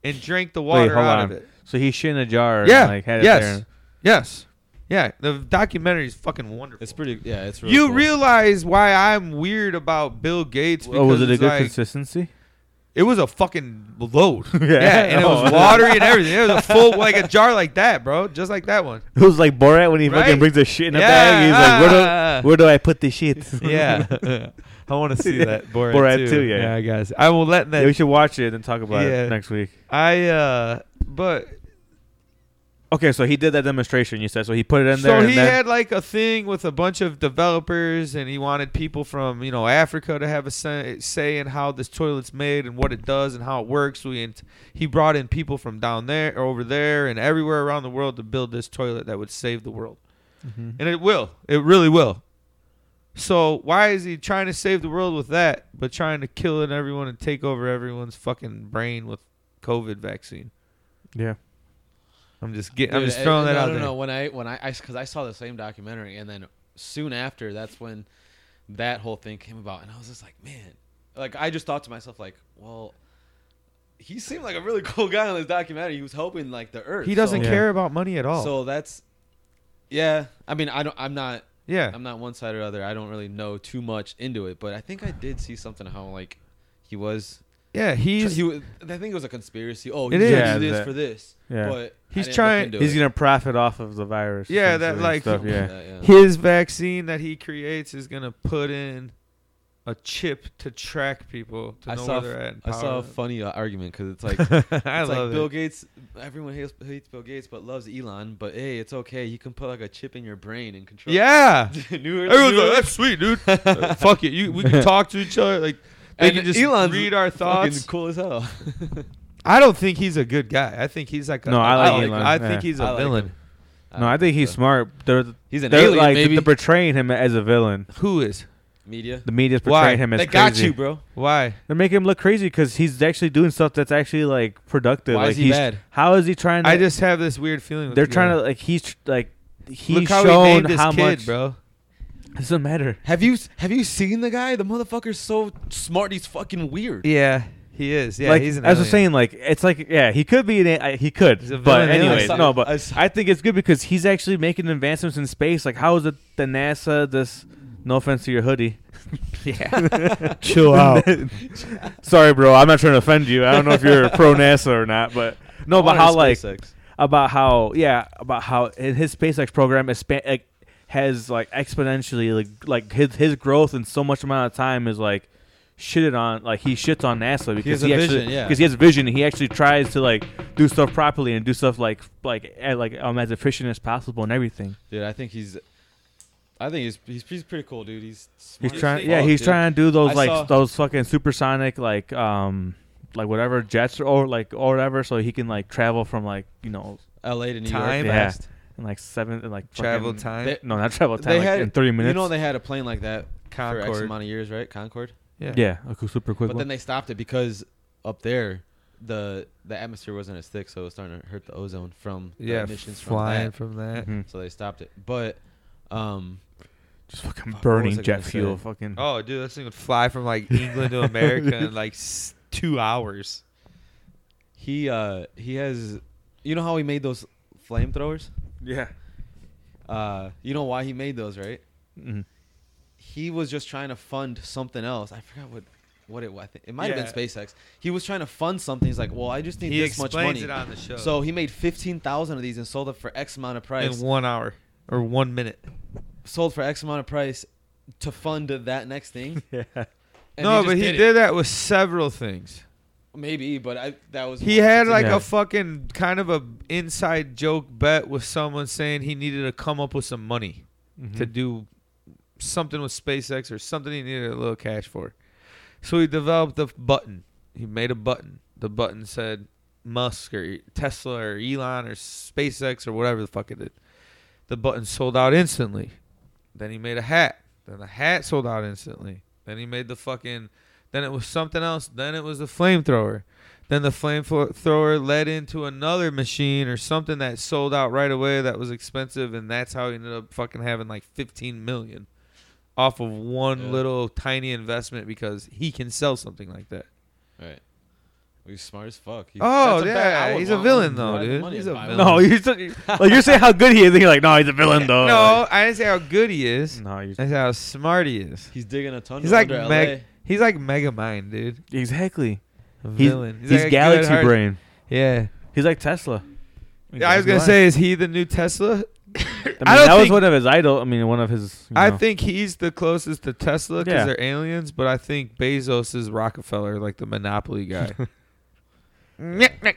and drank the water Wait, hold out on. of it. So he shit in a jar. Yeah. And, like, had yes. It there. Yes. Yeah. The documentary is fucking wonderful. It's pretty. Yeah, it's really. you cool. realize why I'm weird about Bill Gates because Oh, was it a it's good like, consistency? it was a fucking load. yeah, and it was Oh. watery and everything. It was a full like a jar like that, bro, just like that one. It was like Borat when he Right? fucking brings the shit in a Yeah, bag. He's like, ah. where do, where do I put the shit? Yeah, I want to see that Borat, Borat too. too, yeah. I guess I will let Yeah, we that. should watch it and talk about Yeah. it next week. I uh, but Okay, so he did that demonstration. You said so he put it in there. so he and then, had like a thing with a bunch of developers, and he wanted people from you know Africa to have a say, say in how this toilet's made and what it does and how it works. We and he brought in people from down there, over there, and everywhere around the world to build this toilet that would save the world, Mm-hmm. and it will. It really will. So why is he trying to save the world with that, but trying to kill it everyone and take over everyone's fucking brain with COVID vaccine? yeah. I'm just getting. I'm Dude, just I, throwing that no, out no, there. No, when I when I because I, saw the same documentary, and then soon after, that's when that whole thing came about, and I was just like, man, like I just thought to myself, like, well, he seemed like a really cool guy on this documentary. He was helping like the earth. He doesn't so, Yeah. care about money at all. So that's yeah. I mean, I don't. I'm not. yeah. I'm not one side or other. I don't really know too much into it, but I think I did see something how like he was yeah, he's he, was- I think it was a conspiracy. Oh, It you is. gotta Yeah, do this that- for this. yeah. But I He's didn't look trying- into He's it. gonna profit off of the virus. Yeah, essentially, that, and like, stuff, yeah. Yeah, yeah. his vaccine that he creates is gonna put in a chip to track people to I know saw, where they're at. and I saw power a them. funny uh, argument because it's like I it's love like Bill it. Gates. Everyone hates, hates Bill Gates, but loves Elon. But hey, it's okay. You can put like a chip in your brain and control. Yeah. New- Everyone's new- like, that's sweet, dude. Uh, fuck it. You, we can talk to each other. Like, they And can just Elon's read our fucking thoughts. cool as hell. I don't think he's a good guy. I think he's like a, No, I I like Elon, I yeah. think he's a I like villain. him. No, I think he's smart. They're He's an they're alien, like maybe. they're portraying him as a villain. Who is? media. The media's Why? portraying him as They crazy. got you, bro. Why? They're making him look crazy because he's actually doing stuff that's actually like productive. Why like is he he's, bad? How is he trying? to... I just have this weird feeling. with They're the trying guy. to like he's tr- like he's Look how shown he named his how kid, much. bro. It doesn't matter. Have you have you seen the guy? The motherfucker's so smart. He's fucking weird. Yeah, he is. Yeah, like he's an. as I was alien. saying, like it's like yeah, he could be an a- I- he could, He's a but villain alien. anyways, I saw- no, but I I, saw- think it's good because he's actually making advancements in space. Like how is it the NASA this? No offense to your hoodie. Yeah. Chill out. Sorry, bro. I'm not trying to offend you. I don't know if you're pro NASA or not, but no, but Wanted how like SpaceX. about how yeah about how in his SpaceX program is span, like, has like exponentially like like his his growth in so much amount of time is like shitted on like he shits on NASA because has a he, actually vision, yeah. because he has vision and he actually tries to like do stuff properly and do stuff like like eh, like um as efficient as possible and everything. dude. I think he's. I think he's he's, he's pretty cool, dude. He's smart He's as trying fuck, yeah he's dude. trying to do those I like saw- those fucking supersonic like um like whatever jets or like or whatever so he can like travel from like you know L.A. to New Time. York. Yeah. fast. in like seven in, like Travel fucking- time. They- No, not travel time. like in thirty minutes. You know they had a plane like that for X Concorde. amount of years, right? Concord. yeah. yeah, a cu- super quick But one. then they stopped it because up there, the the atmosphere wasn't as thick, so it was starting to hurt the ozone from the Yeah, emissions from flying that. Mm-hmm. from that. Mhm. So they stopped it. But um, Just fucking Fuck, what was burning I jet gonna fuel. say? Fucking. Oh, dude, this thing would fly from like England to America in like s- two hours. he uh he has, you know how he made those flamethrowers? yeah. Uh, you know why he made those, right? Mhm. He was just trying to fund something else. I forgot what. What it was, I think it might Yeah. have been SpaceX. He was trying to fund something. He's like, "Well, I just need He this much money." explains it on the show. So he made fifteen thousand of these and sold it for X amount of price. in one hour or one minute. sold for X amount of price to fund that next thing. Yeah. And no, just but he it. did, that with several things. Maybe, but I that was He had like Yeah. a fucking kind of a inside joke bet with someone saying he needed to come up with some money to Mm-hmm. do something with SpaceX or something he needed a little cash for. So he developed the button. He made a button. The button said Musk or E, Tesla or Elon or SpaceX or whatever the fuck it is. The button sold out instantly. Then he made a hat. Then the hat sold out instantly. Then he made the fucking. Then it was something else. Then it was the flamethrower. Then the flamethrower led into another machine or something that sold out right away that was expensive, and that's how he ended up fucking having like 15 million off of one Yeah. little tiny investment because he can sell something like that. Right. He's smart as fuck. He's, Oh, that's a yeah, bet I would he's a want. villain, I'd though, buy the dude. money He's and a buy one. villain. No, you're so, like you're saying how good he is. And you're like, no, he's a villain Oh, though. no, I didn't say how good he is. Like, no, you're, I said how smart he is. He's digging a ton. He's like under Meg. LA. He's like Mega Mind, dude. exactly. A He's, villain. he's, like a good galaxy heart- brain. Yeah. He's like Tesla. I was gonna say, is he the new Tesla? I mean, I don't that was think- one of his idol. I mean, one of his. you I know. think he's the closest to Tesla because Yeah. they're aliens, but I think Bezos is Rockefeller, like the monopoly guy.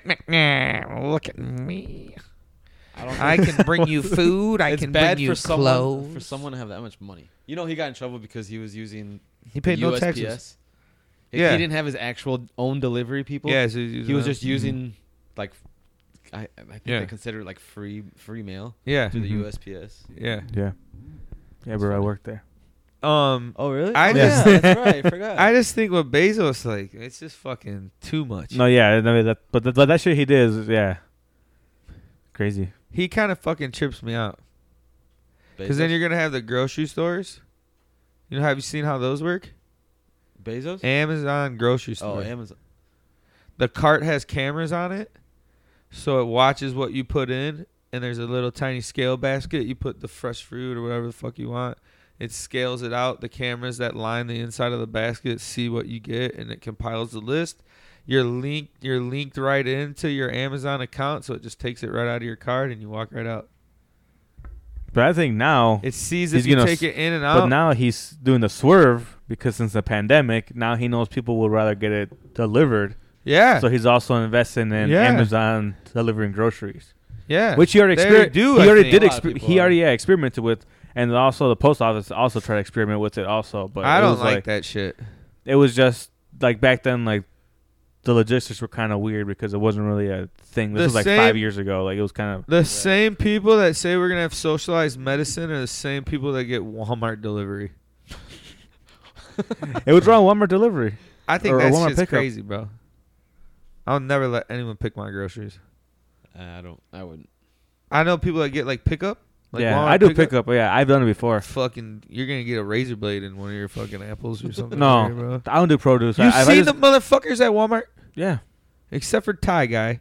Look at me. I, don't I think- can bring you food. I it's can bad bring you for someone, clothes. for someone to have that much money. You know, he got in trouble because he was using he paid USPS. no taxes. He- Yeah. He didn't have his actual own delivery people. Yeah, so he's He was them. just using like I, I think Yeah. Mm-hmm. they consider it like free free mail Yeah, through Mhm. the USPS. yeah. Yeah. Yeah, bro. I worked there. Um, Oh really? I oh, just- yeah, that's right. I forgot. I just think what Bezos like, it's just fucking too much. No, yeah. I mean, that, but that, that shit he did is yeah. Crazy. He kind of fucking trips me out because then Bezos? you're gonna have the grocery stores. You know, have you seen how those work? Bezos? Amazon grocery store. oh, Amazon. the cart has cameras on it so it watches what you put in and there's a little tiny scale basket you put the fresh fruit or whatever the fuck you want It scales it out. The cameras that line the inside of the basket see what you get, and it compiles the list. You're linked. You're linked right into your Amazon account, so it just takes it right out of your card, and you walk right out. But I think now, It sees He's if you gonna take s- it in and out. but now he's doing the swerve because since the pandemic, now he knows people would rather get it delivered. yeah, So he's also investing in Yeah. Amazon delivering groceries, yeah. which he already, They exper- do, he I already think. did A lot of exper- people he are. already yeah, experimented with, and also the post office also tried to experiment with it also. But I it don't was like that shit. It was just like back then, like the logistics were kind of weird because it wasn't really a thing. This The was like same- five years ago. Like it was kind of The same people that say we're gonna have socialized medicine are the same people that get Walmart delivery. it was wrong. One more delivery. I think Or a that's Walmart shit's pickup. crazy, bro. I'll never let anyone pick my groceries. I don't. I wouldn't. I know people that get like pickup. Like yeah, Walmart I do pick up. Yeah, I've done it before. Fucking, you're gonna get a razor blade in one of your fucking apples or something. No, weird, bro. I don't do produce. You I, have if I seen just- the motherfuckers at Walmart, Yeah. except for Thai guy.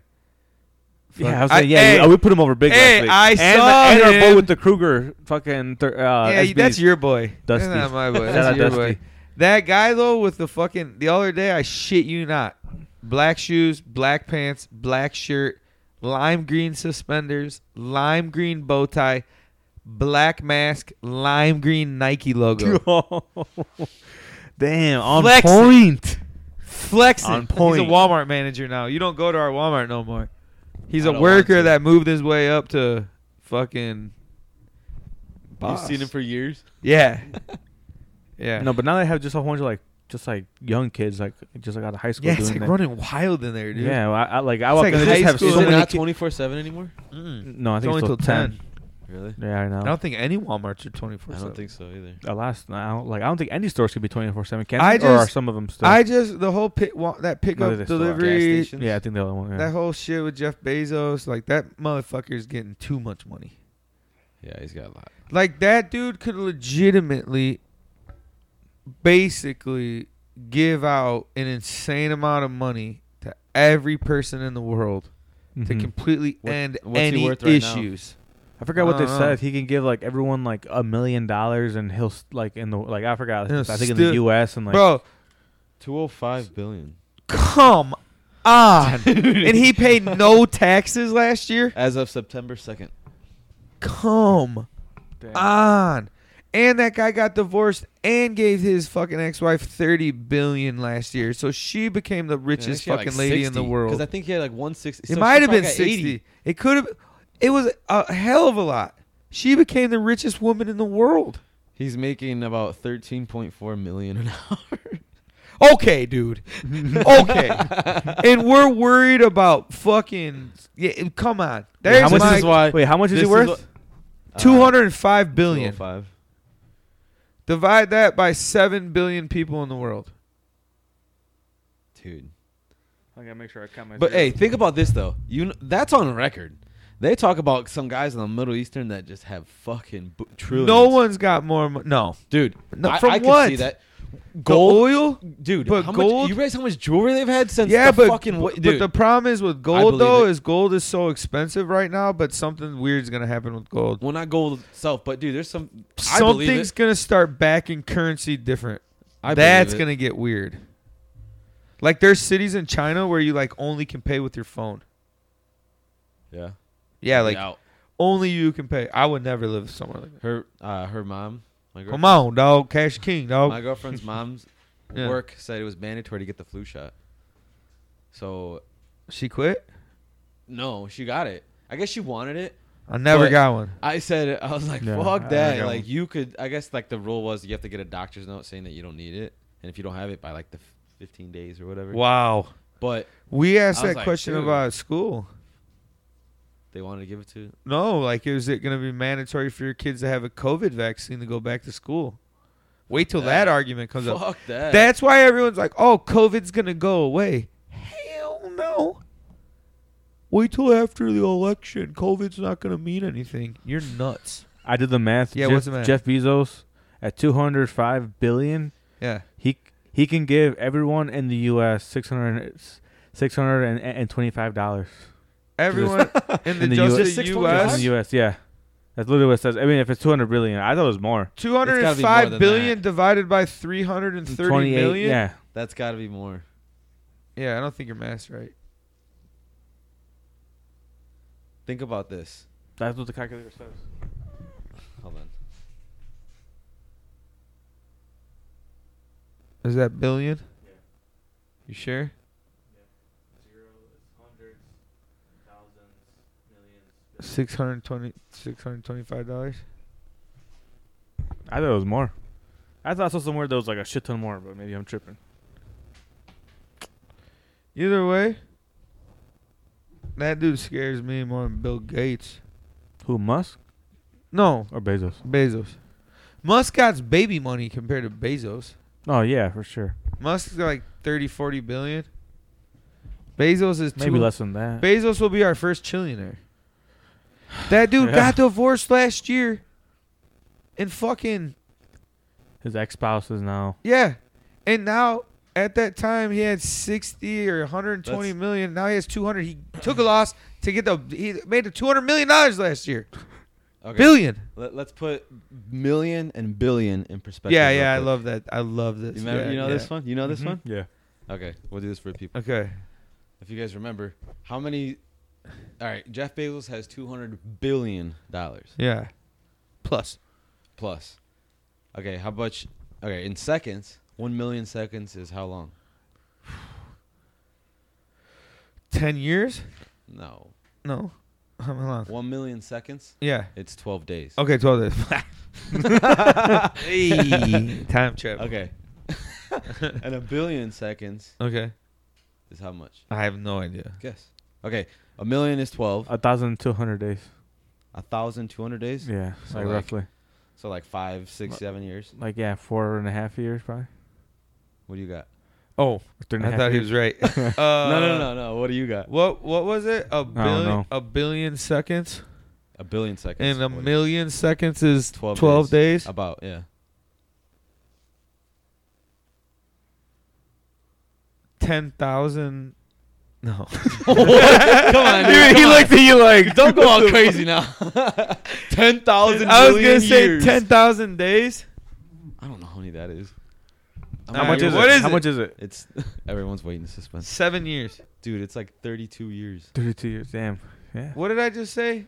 Fuck. Yeah, I was I- saying, yeah, hey, we, oh, we put him over big last hey, week. I and saw the, And our him. boy with the Kruger fucking thir- uh, yeah, SBs. that's your boy. That's Dusty. not my boy. Shout That's out your Dusty. boy. That guy though with the fucking the other day, I shit you not. Black shoes, black pants, black shirt, lime green suspenders, lime green bow tie, black mask, lime green Nike logo. Damn, on Flexing. point. Flexing. On point. He's a Walmart manager now. You don't go to our Walmart no more. He's I a don't want worker to. that moved his way up to fucking boss. You've seen him for years. Yeah. yeah. No, but now they have just a whole bunch of like just like young kids like just like out of high school. Yeah, doing it's like that. running wild in there, dude. Yeah, well, I, I like I walk like in, they high just have school. so Is it many. not ki- twenty four seven anymore? Mm-mm. no, I It's think only it's till till 10. ten. Really? Yeah, I know. I don't think any Walmarts are 24 I don't think so either. A last, I don't, like I don't think any stores could be twenty four seven. Can I they? or are just- some of them still? I just, the whole pick, wa- that pickup they still are. delivery, Gas station. yeah, I think the other one. Yeah. that whole shit with Jeff Bezos, like that motherfucker's getting too much money. Yeah, he's got a lot. Like that dude could legitimately, basically, give out an insane amount of money to every person in the world to Mhm. completely What- end what's he any worth right now? issues. I forgot what I they don't know. said. He can give like everyone like a million dollars, and he'll s- like in the like I forgot. He'll I think in still- the U.S. and like Bro, Two oh five billion. come on. and he paid no taxes last year? As of September second. Come Damn. on. And that guy got divorced and gave his fucking ex-wife 30 billion last year. So she became the richest fucking lady in the world. Because I think he had like one sixty. it might have been 60. It could have it was a hell of a lot. She became the richest woman in the world. He's making about thirteen point four million an hour. Okay, dude. okay. And we're worried about fucking yeah, come on. There's how much my, is why- wait, how much is This he is worth? what- Uh, 205 billion. 205. Divide that by 7 billion people in the world. Dude. I gotta make sure I count my. But hey, think about this though. You kn- that's on record. They talk about some guys in the Middle Eastern that just have fucking b- trillions. No one's got more mo- no. dude. No, I, from I can what? see that. The Gold, oil? dude. but how gold- Much, you realize how much jewelry they've had since Yeah, the but, fucking wa- but dude. the problem is with believe gold though it. is gold is so expensive right now, but something weird's going to happen with gold. well, not gold itself, but dude, there's some. I believe it. Something's going to start backing currency different. I believe That's it. going to get weird. Like there's cities in China where you like only can pay with your phone. Yeah. Yeah, like out. only you can pay. I would never live somewhere like that. her uh, her mom. My girl, Come on, dog. Cash King, dog. My girlfriend's mom's Yeah. work said it was mandatory to get the flu shot. So She quit? no, she got it. I guess she wanted it. I never But- got one. I said I was like, Yeah, I fuck that. got Like one. you could. I guess like the rule was you have to get a doctor's note saying that you don't need it, and if you don't have it by like the f- 15 days or whatever. Wow. But We asked I was that like, question dude. about school. they wanted to give it to. No, like, is it going to be mandatory for your kids to have a COVID vaccine to go back to school? Wait till that, That- argument comes up. Fuck that. That's why everyone's like, oh, COVID's going to go away. Hell no. Wait till after the election. COVID's not going to mean anything. You're nuts. I did the math. Yeah, Jeff, what's the math? Jeff Bezos at two hundred five billion. Yeah. He he can give everyone in the U.S. six hundred six hundred and twenty five dollars Everyone in the, In the just US. the Just U.S. in the U.S. Yeah, That's literally what it says. I mean, if it's 200 billion, I thought it was more. Two hundred gotta and be more five than billion that. divided by three hundred and thirty 28 million. Yeah. That's got to be more. yeah, I don't think your math's right. Think about this. That's what the calculator says. Hold on. Is that billion? You sure? Six hundred twenty, six hundred twenty-five dollars. I thought it was more. I thought I saw somewhere there was like a shit ton more, but maybe I'm tripping. Either way, that dude scares me more than Bill Gates. Who, Musk No, or Bezos? Bezos. Musk got baby money compared to Bezos. Oh, yeah, for sure. Musk's got like 30, 40 billion. Bezos is Maybe two, less than that. Bezos will be our first trillionaire. That dude Yeah. got divorced last year. And fucking His ex spouse is now. yeah. And now at that time he had 60 or 120 That's- million. Now he has 200. He took a loss to get the he made the 200 million dollars last year. Okay. Billion. Let, us put million and billion in perspective. Yeah, real yeah, I quick. love that. I love this. You, remember, Yeah, you know yeah. Mm-hmm. this one? You know this Hmm? Mhm. one? Yeah. Okay, we'll do this for the people. Okay. If you guys remember, how many? All right, Jeff Bezos has two hundred billion dollars Yeah. Plus. plus. Okay, how much? Okay, in seconds, one million seconds is how long? 10 years? No, No. How long? one million seconds. Yeah. It's twelve days. Okay, 12 days. Hey, time travel. Okay. and a billion seconds Okay. is how much? I have no idea. Guess. Okay, a million is twelve. A thousand two hundred days. A thousand two hundred days. Yeah, So, like like- roughly. So like five, six, seven years. Like yeah, four and a half years probably. What do you got? Oh, Three and a I half thought he years. was right. uh, no, no, no, no. What do you got? What what was it? A billion know. a billion seconds A billion seconds. and a What- million seconds is 12, 12 days. About yeah. 10,000 No. Come on, dude. he looked at you like Don't go all crazy now. Ten thousand. I was going to say 10,000 days. I don't know how many that is. I'm How not- much Alright, is what it? is How it? much is it? It's everyone's waiting in suspense, 7 years. dude. It's like thirty-two years. Thirty-two years. Damn. Yeah. What did I just say?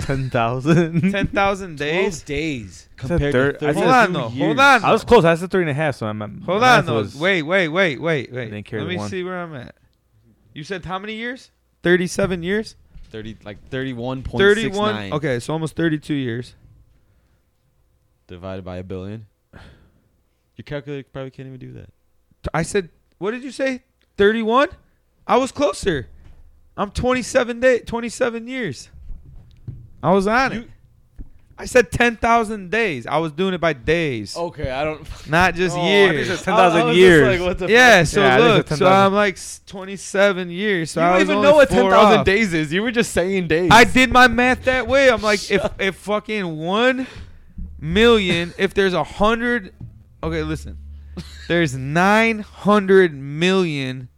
Ten thousand. 10,000 days. days compared to thir- I Hold on, though. Hold on. I was close. I said three and a half, so I'm. I'm Hold my on, math though. was- wait, wait, wait, wait, wait. didn't carry Let the me one. see where I'm at. You said how many years? Thirty-seven years. Thirty, like thirty-one point Thirty-one. Okay, so almost thirty-two years. Divided by a billion. Your calculator probably can't even do that. T- I said, what did you say? Thirty-one. I was closer. I'm twenty-seven day, twenty-seven years. I was on it. I said ten thousand days. I was doing it by days, Okay, I don't. not just Oh, I years. think it's Ten thousand I was just years. like, what the yeah, so Yeah, I think look, it's so 10,000. I'm like s- 27 years. So you I don't was even only know what four ten thousand off. days is. You were just saying days. I did my math that way. I'm like, if if fucking one million, if there's a hundred, okay, listen, there's nine hundred million,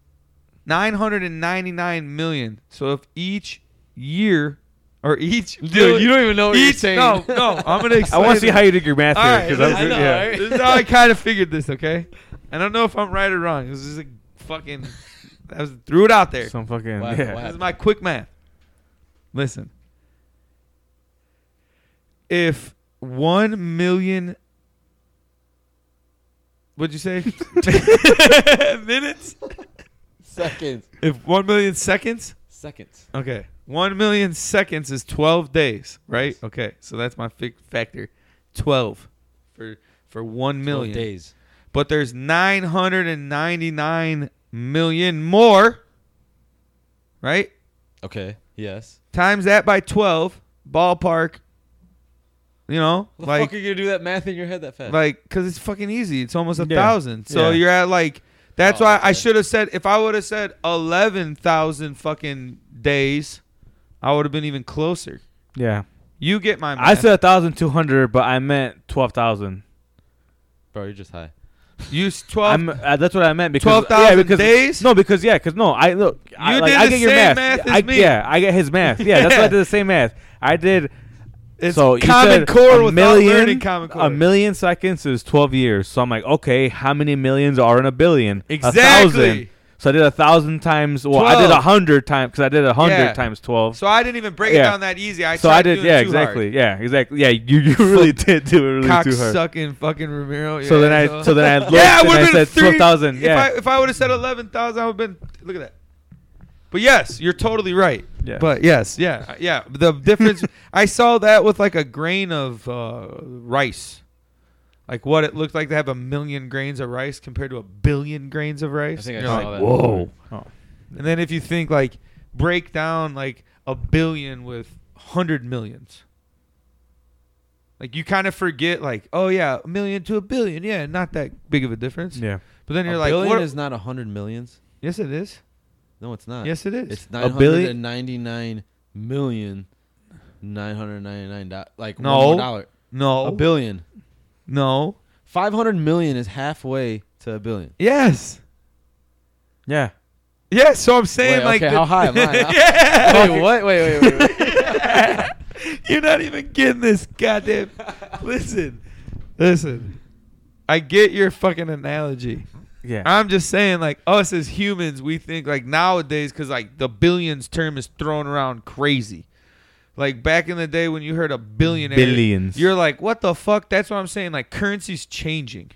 nine hundred and ninety nine million. So if each year or each, Dude, you don't even know what each, you're saying. No, no, I'm gonna. I Explain want to see it. how you did your math All here, right, 'cause this, I'm- I know, yeah. right? this is how I kind of figured this. Okay, I don't know if I'm right or wrong. This is a fucking. I was threw it out there. Some fucking. Wow, yeah. wow. This is my quick math. Listen. If one million what'd you say? Minutes? seconds. If one million seconds? Seconds. Okay. One million seconds is twelve days, right? Okay. So that's my fi- factor. Twelve for for one million. Oh, days. But there's nine hundred and ninety nine million more. Right? Okay. Yes. times that by 12 ballpark you know The like fuck are you gonna do that math in your head that fast? like because it's fucking easy it's almost a Yeah. thousand so Yeah. you're at like that's Oh, why i okay. should have said if i would have said 11000 fucking days i would have been even closer Yeah. you get my math. I said thousand two hundred, but I meant twelve thousand. Bro, you're just high. you s- 12 I'm uh, that's what I meant because 12,000 yeah, because- days? No, because yeah, because no, I look. I, You like, did I the get your same math. math I, as me. Yeah, I get his math. Yeah, that's why I Yeah. did the same math. I did It's so you Common said Core a without million, learning Common Core. a million seconds is twelve years. So I'm like, okay, how many millions are in a billion? Exactly. A thousand. So I did a thousand times. Well, I did a Twelve. hundred times because I did a hundred Yeah. times twelve. So I didn't even break it Yeah. down that easy. I so tried I did. doing Yeah, too hard. exactly. Yeah, exactly. Yeah, you, you really did do it really too hard. cocksucking fucking Ramiro. So then yeah, I so then I looked yeah, and would I have been said three- twelve thousand. If Yeah, I, if I would have said eleven thousand, I would have been. Look at that. But yes, you're totally right. Yeah. But yes, yeah, yeah. The difference. I saw that with like a grain of uh, rice, like what it looked like to have a million grains of rice compared to a billion grains of rice. I think I You're saw like, that. Whoa. Oh. And then if you think like break down like a billion with hundred millions. Like you kind of forget, like, oh yeah, a million to a billion, yeah, not that big of a difference. yeah. But then A you're like, billion what? is not a hundred millions. yes, it is. No, it's not. Yes, it is. It's A nine billion- hundred and ninety-nine million, nine hundred ninety-nine do- like No. one more dollar. no. A billion. no. Five hundred million is halfway to a billion. Yes. Yeah. Yes. So I'm saying, Wait, like, okay, the- how high am I? yeah. Wait, what? Wait, wait, wait. wait. You're not even getting this goddamn. listen, listen. I get your fucking analogy. Yeah. I'm just saying, like us as humans, we think like nowadays because like the billions term is thrown around crazy. Like back in the day when you heard a billionaire, Billions. you're like, what the fuck? That's what I'm saying. Like currency's changing.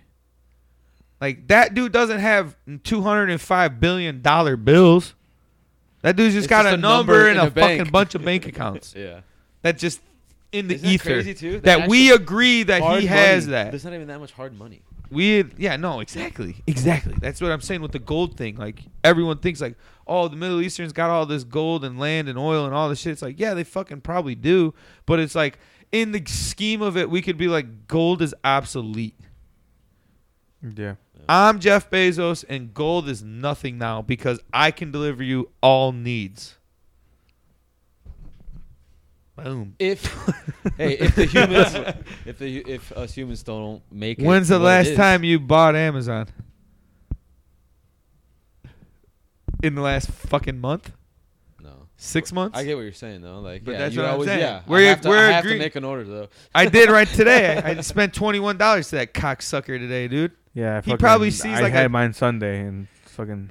Like that dude doesn't have 205 billion dollar bills. That dude's just It's got just a, a number, number and in a, a bank. fucking bunch of bank accounts. yeah. That just in the Isn't that ether. crazy, too? That That, we agree that he has that. There's not even that much hard money. We yeah no exactly exactly that's what I'm saying with the gold thing like everyone thinks like oh the Middle Easterns got all this gold and land and oil and all this shit it's like yeah they fucking probably do but it's like in the scheme of it we could be like gold is obsolete Yeah. I'm Jeff Bezos and gold is nothing now because I can deliver you all needs boom If hey, if the humans, if the hu- if us humans don't make it, when's the what it last is- time you bought Amazon in the last fucking month No. six months I get what you're saying though. Like, But yeah, that's you what I'm always, saying. Yeah, We're- I have, to, we're I have to agree- make an order though. I did right today. I spent twenty one dollars to that cocksucker today, dude. Yeah. I He probably fucking- sees I like had a- mine Sunday and fucking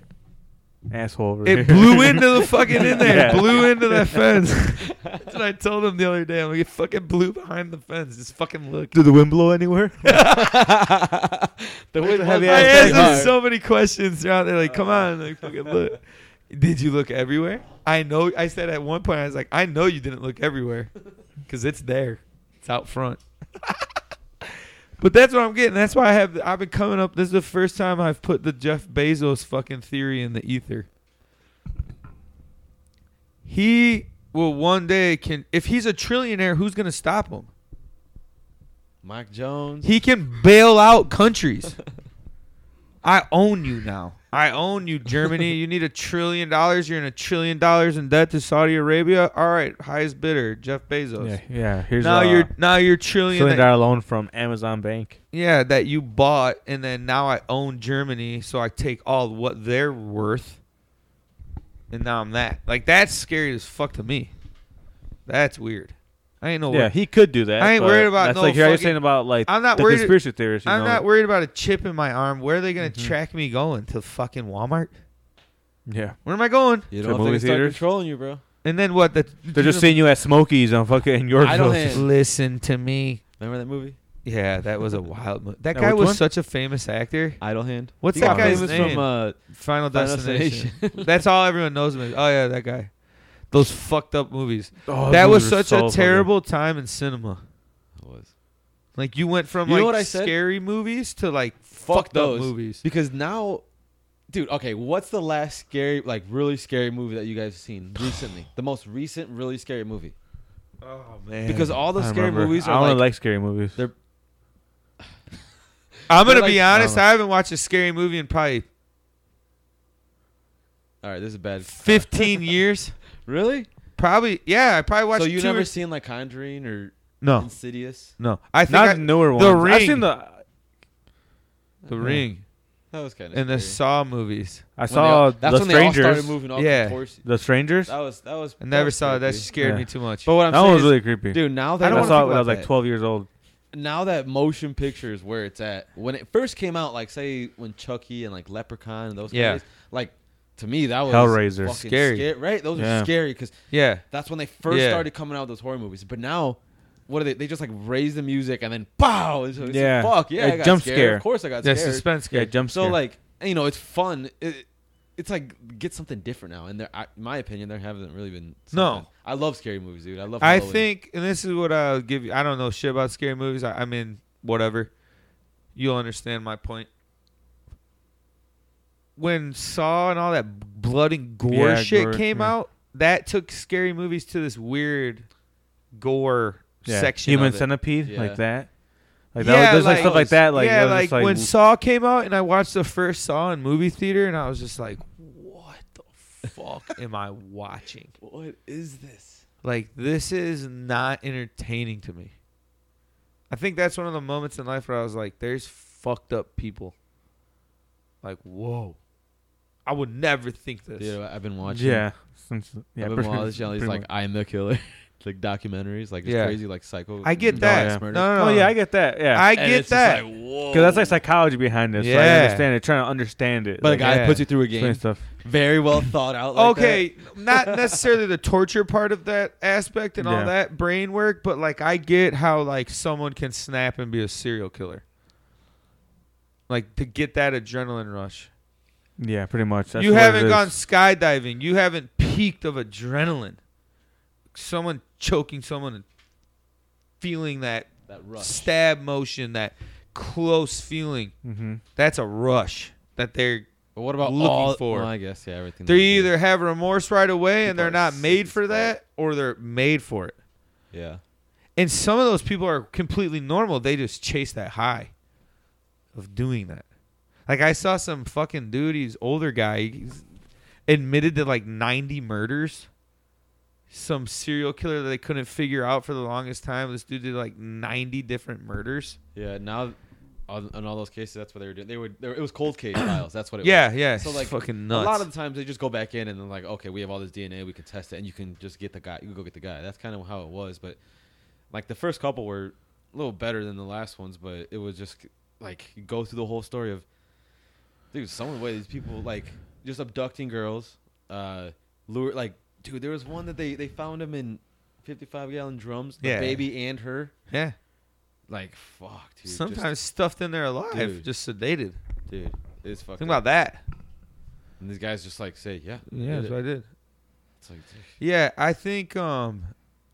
asshole. Over here. It blew into the fucking in there. It Yeah. Blew into that fence. That's what I told him the other day. I'm like, it fucking blew behind the fence. Just fucking look. Did the wind blow anywhere? the wind heavy was I ass blowing that's asked him hard. so many questions throughout there. Like, come on, like fucking look. Did you look everywhere? I know. I said at one point, I was like, I know you didn't look everywhere, because it's there. It's out front. but that's what I'm getting. That's why I have. I've been coming up. This is the first time I've put the Jeff Bezos fucking theory in the ether. He will one day can if he's a trillionaire, who's gonna stop him? Mike Jones. He can bail out countries. I own you now. I own you, Germany. You need a trillion dollars. You're in a trillion dollars in debt to Saudi Arabia. All right, highest bidder, Jeff Bezos. Yeah. Yeah. Here's now a you're now you're trillion. trillion That, dollar loan from Amazon Bank. yeah, that you bought, and then now I own Germany, so I take all what they're worth, and now I'm that. Like that's scary as fuck to me. That's weird. I ain't no. Yeah, he could do that. Oh, I ain't but worried about That's no like how you're fucking- saying about like I'm not the worried- conspiracy theorists. You I'm know? not worried about a chip in my arm. Where are they gonna Mm-hmm. track me going to fucking Walmart? Yeah, Where am I going? You To don't movie think they're theaters? controlling you, bro? And then what? The, they're just seeing you at Smokies on fucking in Yorkville. I don't think- listen to me. Remember that movie, Yeah, that was a wild movie. That Now, guy which was one? such a famous actor. Idle Hand? What's He that got guy's famous name? From, uh, Final Final Destination. Destination. That's all everyone knows him. as. Oh yeah, that guy. Those fucked up movies. Oh, that those was are such so a fucking- terrible time in cinema. was Like you went from You know like what I said? scary movies to like fuck fucked those up movies. because now, dude. Okay, what's the last scary, like really scary movie that you guys have seen recently? the most recent really scary movie. Oh man. Because all the I scary remember. movies I are don't like, like, scary movies. they're I'm gonna they're be like- uh-huh. honest. I haven't watched a scary movie in probably all right. This is bad. 15 years. Really? Probably. Yeah, I probably watched. so you two never or- seen like Conjuring or No, Insidious? no. I think not I- the newer The ones. I've Ring. seen the The Ring. That was kind of in the Saw movies. I saw that's the when they all strangers. started moving off Yeah. the horse. the strangers. That was that was. I never was saw it. That creepy. scared Yeah. me too much. But what I'm That saying one was is, really creepy. dude, now I that don't I wanna saw think it when I was about like that. 12 years old. now that motion picture is where it's at. When it first came out, like say when Chucky and like Leprechaun and those Yeah. guys, like to me that was Hellraiser. fucking Scary. scar- right? Those Yeah. are scary because yeah, that's when they first Yeah. started coming out with those horror movies. But now, what are they? They just like raise the music and then pow! It's, it's Yeah. yeah, fuck yeah, A I got jump scared. scare. Of course, I got yeah, scared. suspense. Yeah, scare. jump So scare. like you know, it's fun. It, it's like get something different now. And there, I, in my opinion, there haven't really been. No. something. I love scary movies, dude. I love. I Halloween. think, and this is what I'll give you. I don't know shit about scary movies. I, I mean, whatever. You'll understand my point. When Saw and all that blood and gore Yeah, shit gore, came yeah. out, that took scary movies to this weird gore Yeah. section. Human of it. Centipede, Yeah. like that. Like that, Yeah, was- there's like, stuff like that. Like yeah, that was like, just, like when Saw came out, and I watched the first Saw in movie theater, and I was just like, "What the fuck am I watching? What is this? Like this is not entertaining to me." I think that's one of the moments in life where I was like, "There's fucked up people." Like, whoa, I would never think this. Dude, I've been watching. yeah, since yeah, I've been pretty- watching all these pretty like much. I'm the killer, like documentaries, like it's Yeah. crazy, like psycho. I get doll that. ass No, murder. no, no. Oh yeah, I get that. Yeah, I And get it's just that. like, because that's like psychology behind this. Yeah, so I Yeah. understand it. Trying to understand it. But a like, guy yeah. puts you through a explain game, stuff. very well thought out. Like okay, not necessarily the torture part of that aspect and Yeah. all that brain work, but like I get how like someone can snap and be a serial killer. Like to get that adrenaline rush. Yeah, pretty much. That's you what it haven't is. gone skydiving. You haven't peaked of adrenaline. Someone choking someone and feeling that that. that rush. stab motion, that close feeling. Mhm. That's a rush that they're But what about looking all, for. Well, I guess yeah, everything. they that you do. either have remorse right away and People they're are not sick made as for fuck. that, or they're made for it. yeah. And some of those people are completely normal. They just chase that high of doing that. Like I saw some fucking dude, he's older guy, he's admitted to like 90 murders. Some serial killer that they couldn't figure out for the longest time. This dude did like 90 different murders. Yeah, now on, on all those cases, that's what they were doing. They were they were- it was cold case files. That's what it Yeah, was. yeah, So it's like fucking A lot nuts. of the times they just go back in and then like, okay, we have all this DNA, we can test it, and you can just get the guy. You can go get the guy. That's kind of how it was. But like the first couple were a little better than the last ones, but it was just like you go through the whole story of dude, some of the way these people like just abducting girls, uh, lure like dude. There was one that they they found him in fifty five gallon drums, the Yeah. baby and her. Yeah. Like fuck, dude. just- Sometimes stuffed in there alive, Dude. just sedated. dude, it's fucking. Think about that. And these guys just like say, yeah, Yeah, did that's it. what I did. It's like, dude, Yeah, I think um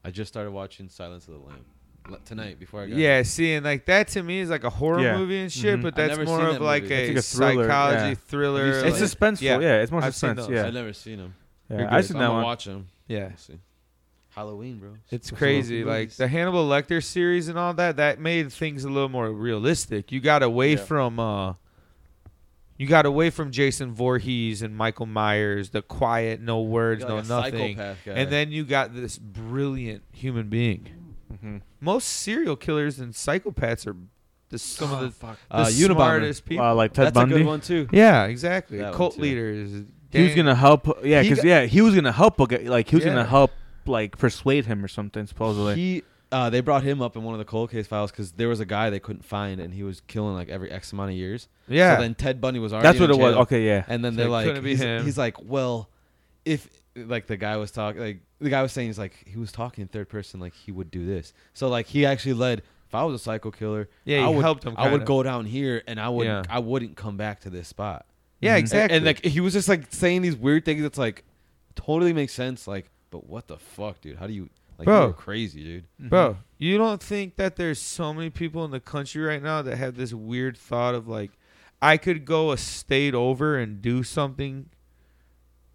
I just started watching Silence of the Lamb l- tonight before I got. Yeah, see, and like that to me is like a horror Yeah. movie and shit, Mhm. but Mm-hmm. I've that's never more seen of that like movie. a, It's like a thriller, psychology yeah. thriller. Have you seen like- It's suspenseful. Yeah. it's more I've seen suspense. those. here. Yeah, I've never seen them. yeah. I've seen I'm that gonna one. watch them. yeah. Halloween, bro. It's Those crazy. little Like movies. the Hannibal Lecter series and all that, that made things a little more realistic. You got away Yeah. from uh you got away from Jason Voorhees and Michael Myers, the quiet, no words, You're no like a nothing. psychopath guy. And then you got this brilliant human being. Mhm. Most serial killers and psychopaths are the, some of the, fuck. the Uh, Unabomber. smartest people. Uh, like Ted That's Bundy. a good one too. Yeah, exactly. That one Cult too. leaders. He was Dan- gonna help. Yeah, He because got- yeah, he was gonna help. a guy- Like he was Yeah. gonna help. Like persuade him or something. Supposedly. He, uh, they brought him up in one of the cold case files because there was a guy they couldn't find, and he was killing like every X amount of years. Yeah. So then Ted Bundy was already. That's what in it was. jail. Okay, yeah. And then So they're it like, couldn't be he's, him. he's like, well, if like the guy was talking, like the guy was saying, he's like, he was talking in third person, like he would do this. So like he actually led. If I was a psycho killer, Yeah, I he would, helped him, I would kinda. go down here, and I would, Yeah. I wouldn't come back to this spot. yeah, And- exactly. And, like he was just like saying these weird things. That's like totally makes sense. Like, but what the fuck, dude? How do you, like, Bro. you're crazy, dude? bro, you don't think that there's so many people in the country right now that have this weird thought of like, I could go a state over and do something,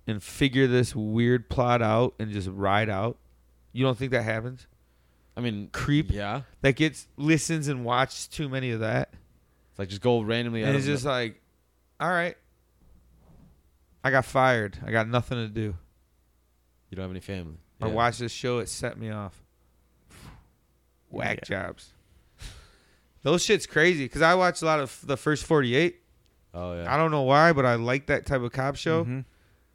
and figure this weird plot out and just ride out. You don't think that happens? I mean, Creep. Yeah, That gets listens and watches too many of that, it's like just go randomly. out and it's of no- just like, all right, I got fired. I got nothing to do. you don't have any family. I Yeah. watched this show. It set me off. Whack jobs. Those shit's crazy because I watched a lot of the first 48 Oh yeah. I don't know why, but I like that type of cop show. Mhm.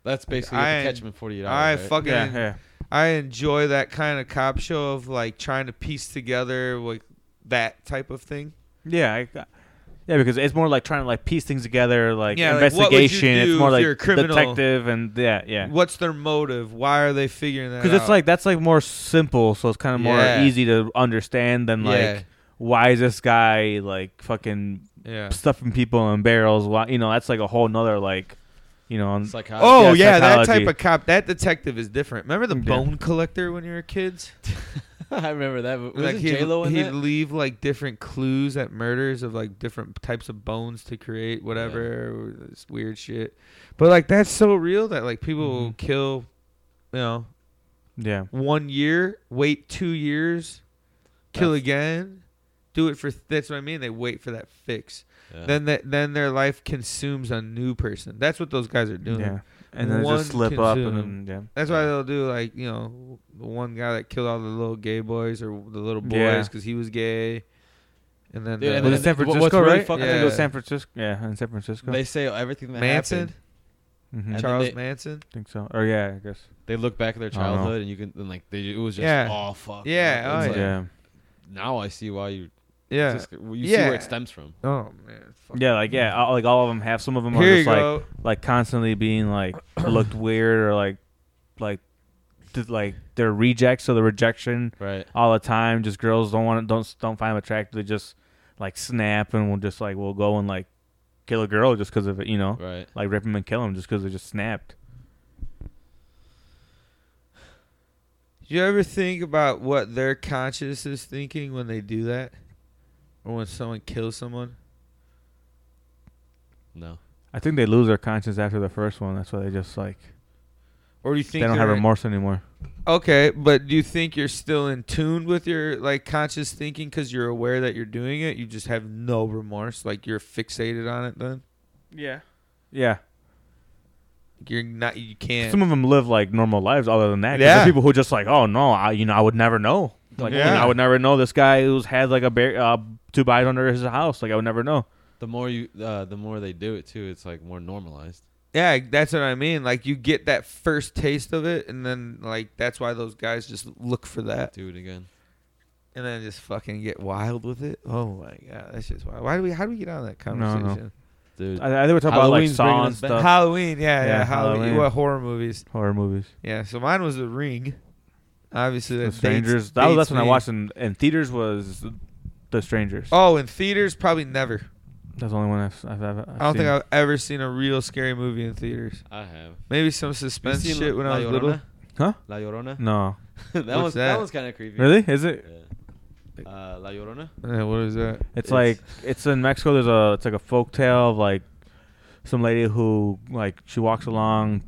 That's basically I- I, catch him in 48 hours. I right? fucking Yeah, yeah. I enjoy that kind of cop show of like trying to piece together like that type of thing. Yeah, I, yeah, because it's more like trying to like piece things together, like Yeah, like, what would you investigation. do it's more if like you're a criminal? detective, and yeah, yeah. What's their motive? Why are they figuring that? Because it's out? like that's like more simple, so it's kind of more Yeah. easy to understand than like Yeah. why is this guy like fucking yeah. stuffing people in barrels? Why you know that's like a whole nother like you know. and- Psychotic. Oh yeah, Yeah, that psychology. type of cop, that detective is different. Remember the Yeah. bone collector when you were kids? I remember that. Was like like he'd, J Lo in he'd that? leave like different clues at murders of like different types of bones to create whatever or this weird shit. But like that's so real that like people will Mm-hmm. kill, you know, yeah, one year, wait two years, kill That's- again, do it for. That's what I mean. They wait for that fix. Yeah. Then that then their life consumes a new person. That's what those guys are doing. yeah, and then One just slip up consume. and then yeah. That's why they'll do like you know the one guy that killed all the little gay boys or the little Yeah. boys because he was gay, and then Dude, the- and Was then it San wha- what's Francisco, really right? fucking- I think it was Yeah. San Francisco. Yeah, in San Francisco. They say everything that Manson, happened. Mhm. and then Charles they- Manson. I think so. Or yeah, I guess. They look back at their don't know. childhood and you can and like they, it was just Yeah. all fucked. Yeah, up. oh, It's like, yeah. Now I see why you. Yeah. just- you see Yeah. where it stems from. oh man. Fuck. Yeah, like yeah, all, like all of them have. Some of them Here are you just like go. like constantly being like looked weird or like like did, like they're rejects so the rejection Right. all the time. Just girls don't want don't don't find them attractive. They just like snap and will just like will go and like kill a girl just because of it. You know, Right. like rip 'em and kill 'em just because they just snapped. You ever think about what their conscience is thinking when they do that, or when someone kills someone? No. I think they lose their conscience after the first one. That's why they just like Or do you think they don't have they're- remorse anymore. Okay, but do you think you're still in tune with your like conscious thinking because you're aware that you're doing it? You just have no remorse, like you're fixated on it. Then Yeah. Yeah. you're not. You can't. Some of them live like normal lives other than that. 'Cause Yeah. There's people who are just like, oh no, I you know I would never know. Like Yeah. I would never know this guy who's had like a bear, uh, two bodies under his house. Like I would never know. The more you, uh, the more they do it too. It's like more normalized. yeah, that's what I mean. Like you get that first taste of it, and then like that's why those guys just look for that, Do it again. and then just fucking get wild with it. Oh my god, that's just wild. Why do we? How do we get on that no. conversation? Dude. I, I think we're talking about like Halloween's bringing Saw and us back. stuff, Halloween, yeah, yeah, Yeah, Halloween. Halloween. What horror movies? horror movies, Yeah, so mine was The Ring. Obviously, that The dates- Strangers. That was dates that's when I me. watched in, in theaters was The Strangers. Oh, in theaters, probably never. That's the only one I've, I've, I've, I've I seen. don't think I've ever seen a real scary movie in theaters. I have. Maybe some You suspense seen shit when La I was Llorona? little. Huh? La Llorona. No. that What's was that? that was kind of creepy. Really? Is it? Yeah. Uh, La Llorona. Yeah, what is that? It's, It's- like it's in Mexico. There's a it's like a folk tale of like some lady who like she walks along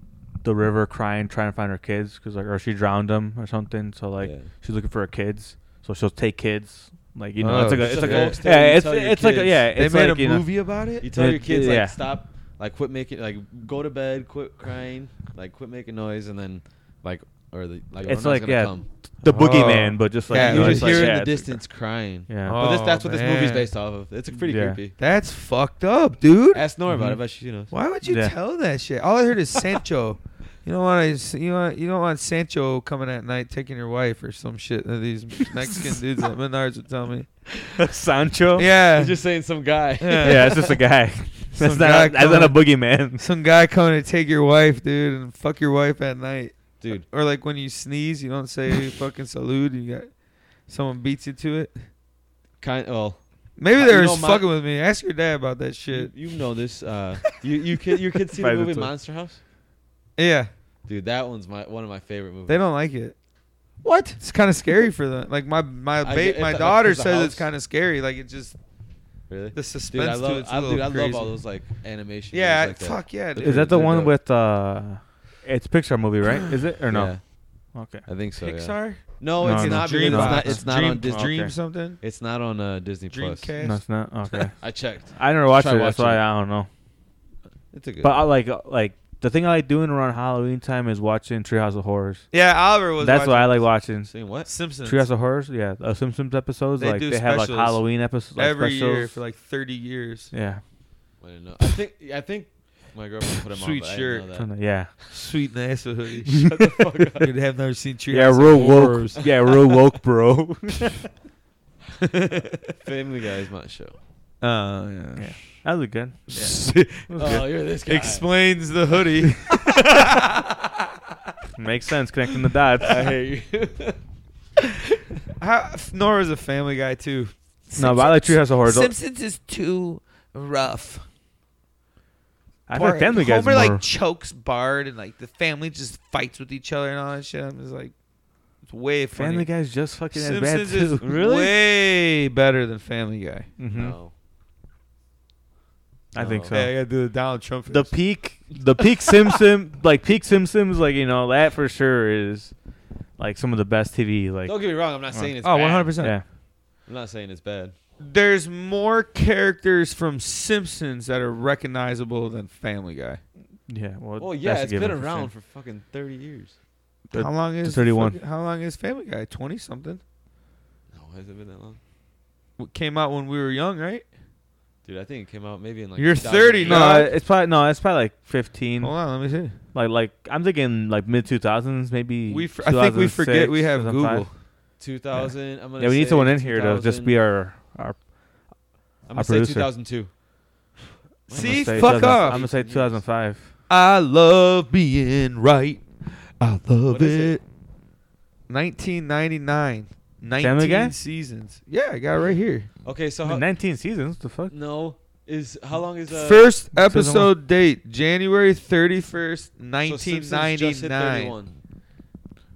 the river crying, trying to find her kids because like or she drowned them or something. So like Yeah. she's looking for her kids. So she'll take kids. Like you know, Oh, it's like a, it's it's a like a, folk tale, yeah, you it's tell your it's like a, kids. yeah, They it's made like, a you know- movie about it. You tell Uh, your kids yeah. like stop, like quit making, like go to bed, quit crying, like quit making noise, and then like or the like It's Llorona's like, gonna yeah, come. the Oh. boogeyman, but just like Yeah, Yeah, you you know, just it's like, hear in yeah, the it's- distance crying. Yeah, Oh. But this, that's what this movie's man. based off of. It's pretty Yeah. creepy. That's fucked up, dude. Ask Nora about Mhm. it, but she, you know, Why would you Yeah. tell that shit? All I heard is Sancho. You don't want to. You want. You don't want Sancho coming at night taking your wife or some shit that these Mexican dudes at Menards would tell me. Sancho. Yeah, he's just saying some guy. Yeah. yeah, it's just a guy. That's Some guy not that's not a coming- boogeyman. some guy coming to take your wife, dude, and fuck your wife at night. Dude, Or like when you sneeze, you don't say fucking salute. You got someone beats you to it. kind well, Maybe Uh, they you were know, just my- fucking with me. Ask your dad about that shit. you, you know this. Uh, you you kid your kids see the Private movie Toy. Monster House? Yeah, Dude, that one's my one of my favorite movies. they don't like it. What? It's kind of scary for them. Like my my I ba- get- my it's a- daughter it's a says it's house. kind of scary. Like it just really. the Dude, I suspense to love it's a I, little dude, I crazy. love all those like animation. yeah, movies like that. fuck yeah, dude. Is that the They're one dope. with uh? It's Pixar movie, right? Is it or no? Okay. Yeah, I think so. yeah. Pixar? No, No, it's no. not. because Dream It's not. Box. It's not Dream, on Disney. Dream Okay. something. It's not on uh, Disney Plus. Dreamcast. No, it's not. Okay. I checked. I never watched Try it. That's watching why it. I don't know. It's a good. But I like uh, like the thing I like doing around Halloween time is watching Treehouse of Horrors. Yeah, Oliver was. That's watching what I like watching. Seen what? Simpsons. Treehouse of Horrors, yeah, the Simpsons episodes. They like do they have like specials Halloween episodes like every specials. year for like 30 years. yeah, I didn't know. I think I think my girlfriend put him Sweet on. but shirt. I didn't know that. Kinda- yeah. Sweet NASA hoodie. Shut the fuck up. You'd have never seen Treehouse. Yeah, of real Horrors. woke. Yeah, real woke, bro. Family Guy is my show. Oh, yeah. Yeah. That was good. Oh, you're this guy. Explains the hoodie. Makes sense connecting the dots. I hate you. How, Nora's a family guy, too. no, but I like Treehouse of Horror. Simpsons is too rough. I thought Family Guy's Homer, more. like, chokes Bard, and, like, the family just fights with each other and all that shit. I'm just like, it's way funny. Family Guy's just fucking as bad Simpsons too. is way better than Family Guy. hmm No. I think so. Yeah, I gotta do the Donald Trump. Oh. the first. peak the peak Simpson like peak Simpsons like you know that for sure is like some of the best TV like Don't get me wrong. I'm not saying it's oh, bad. 100 percent. yeah I'm not saying it's bad. There's more characters from Simpsons that are recognizable than Family Guy. yeah well, Well, yeah, that's a it's given been for around sure. for fucking 30 years. But how long is 31. fucking- How long is Family Guy? Twenty something. No, has it been that long? Came out when we were young, right? Dude, I think it came out maybe in like. You're 30 2008. now. no it's probably no it's probably like fifteen Hold on, let me see. like like I'm thinking like mid two thousands maybe We f- I think we 2006, forget we have 2005. Google. 2000. I'm gonna yeah we need say someone in here to just 2000. be our our I'm our gonna say producer. 2002. I'm gonna See, say fuck 2000 off. I'm gonna say two thousand five I love being right. I love What is it. 1999. 19 Family Guy? seasons. Yeah, I got it right here. Okay, Uh-huh. so how, nineteen seasons what the fuck Mm-hmm. no is how long is uh, First one. episode date January 31st, so Simpsons just hit 1999. 31.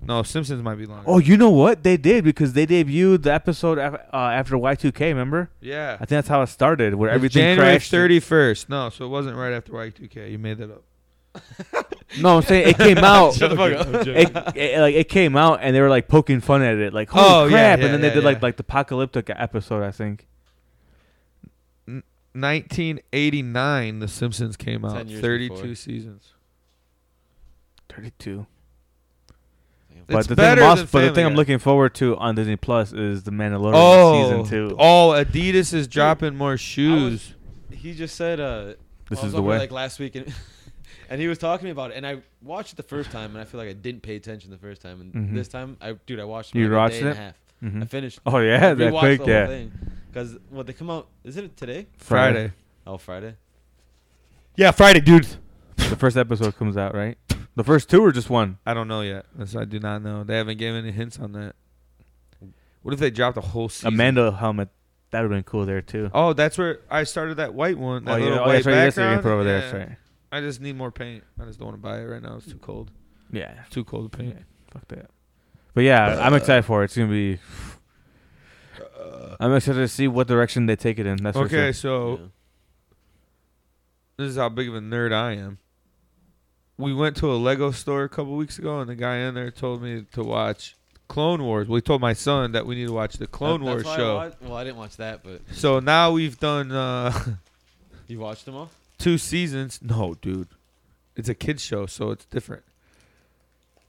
no, Simpsons might be longer. oh you know what they did because they debuted the episode af- uh, after Y two K remember yeah. I think that's how it started where It was everything January crashed. 31st. No, so it wasn't right after Y2K. You made that up. No, I'm saying it came out. Shut the fuck up. It, it- like it came out, and they were like poking fun at it, like holy Oh, yeah, crap! yeah, and then they yeah, did yeah. like like the apocalyptic episode, I think. 1989, The Simpsons came out. 10 years 32 before. seasons. Thirty-two. It's But the better thing, I'm also- than but the Family thing I'm Guy. looking forward to on Disney Plus is the Mandalorian season two. Oh, Adidas is dropping more shoes. He just said uh, This is I was the over, way. Like last week, and, and he was talking about it, and I watched it the first time, and I feel like I didn't pay attention the first time, and Mhm. this time, I dude, I watched. You it in like a watched day and a it? half. I Mhm. finished. Oh yeah, that rewatched quick, the whole yeah. thing. Because what they come out isn't it today? Friday. Oh, Friday. Yeah, Friday, dude. the first episode comes out, right? The first two or just one? I don't know yet. That's I do not know. They haven't given any hints on that. What if they dropped a whole A season? Mando helmet. That would have been cool there too. Oh, that's where I started that white one. That oh, yeah, little oh, white that's right. That's right. You can background. put it over there. Yeah. That's right. I just need more paint. I just don't want to buy it right now. It's too cold. Yeah. Too cold to paint. Fuck that. But yeah, Uh, I'm excited for it. It's gonna be. I'm excited to see what direction they take it in. That's okay, For sure. so Yeah. this is how big of a nerd I am. We went to a Lego store a couple weeks ago, and the guy in there told me to watch Clone Wars. We told my son that we need to watch the Clone That- Wars that's why I show. wa- well, I didn't watch that, but So now we've done uh, you watched them all. two seasons. No, dude. It's a kids show, so it's different.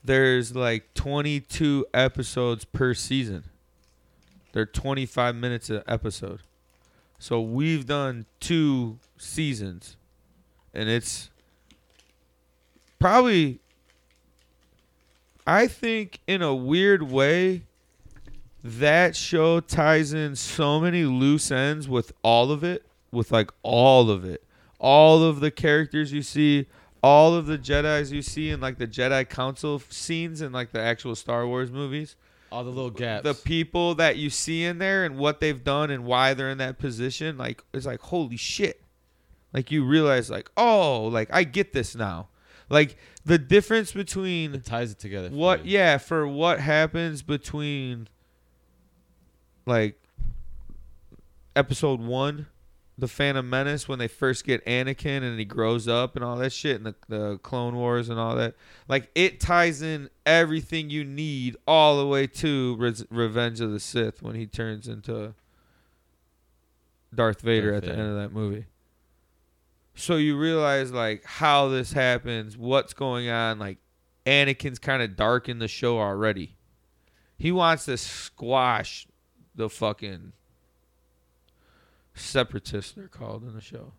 There's like 22 episodes per season. They're 25 minutes an episode. So we've done two seasons and it's probably I think in a weird way that show ties in so many loose ends with all of it, with like all of it. All of the characters you see, all of the Jedi's you see in like the Jedi Council f- scenes in like the actual Star Wars movies. All the little gaps. The people that you see in there and what they've done and why they're in that position, like it's like holy shit. Like you realize like, "Oh, like I get this now." Like the difference between it ties it together. for what you. yeah for what happens between like episode one the phantom menace when they first get anakin and he grows up and all that shit and the, the clone wars and all that like it ties in everything you need all the way to Res- revenge of the sith when he turns into darth vader Darth at the Vader. end of that movie so you realize like how this happens what's going on like Anakin's kind of dark in the show already. He wants to squash the fucking separatists they're called in the show.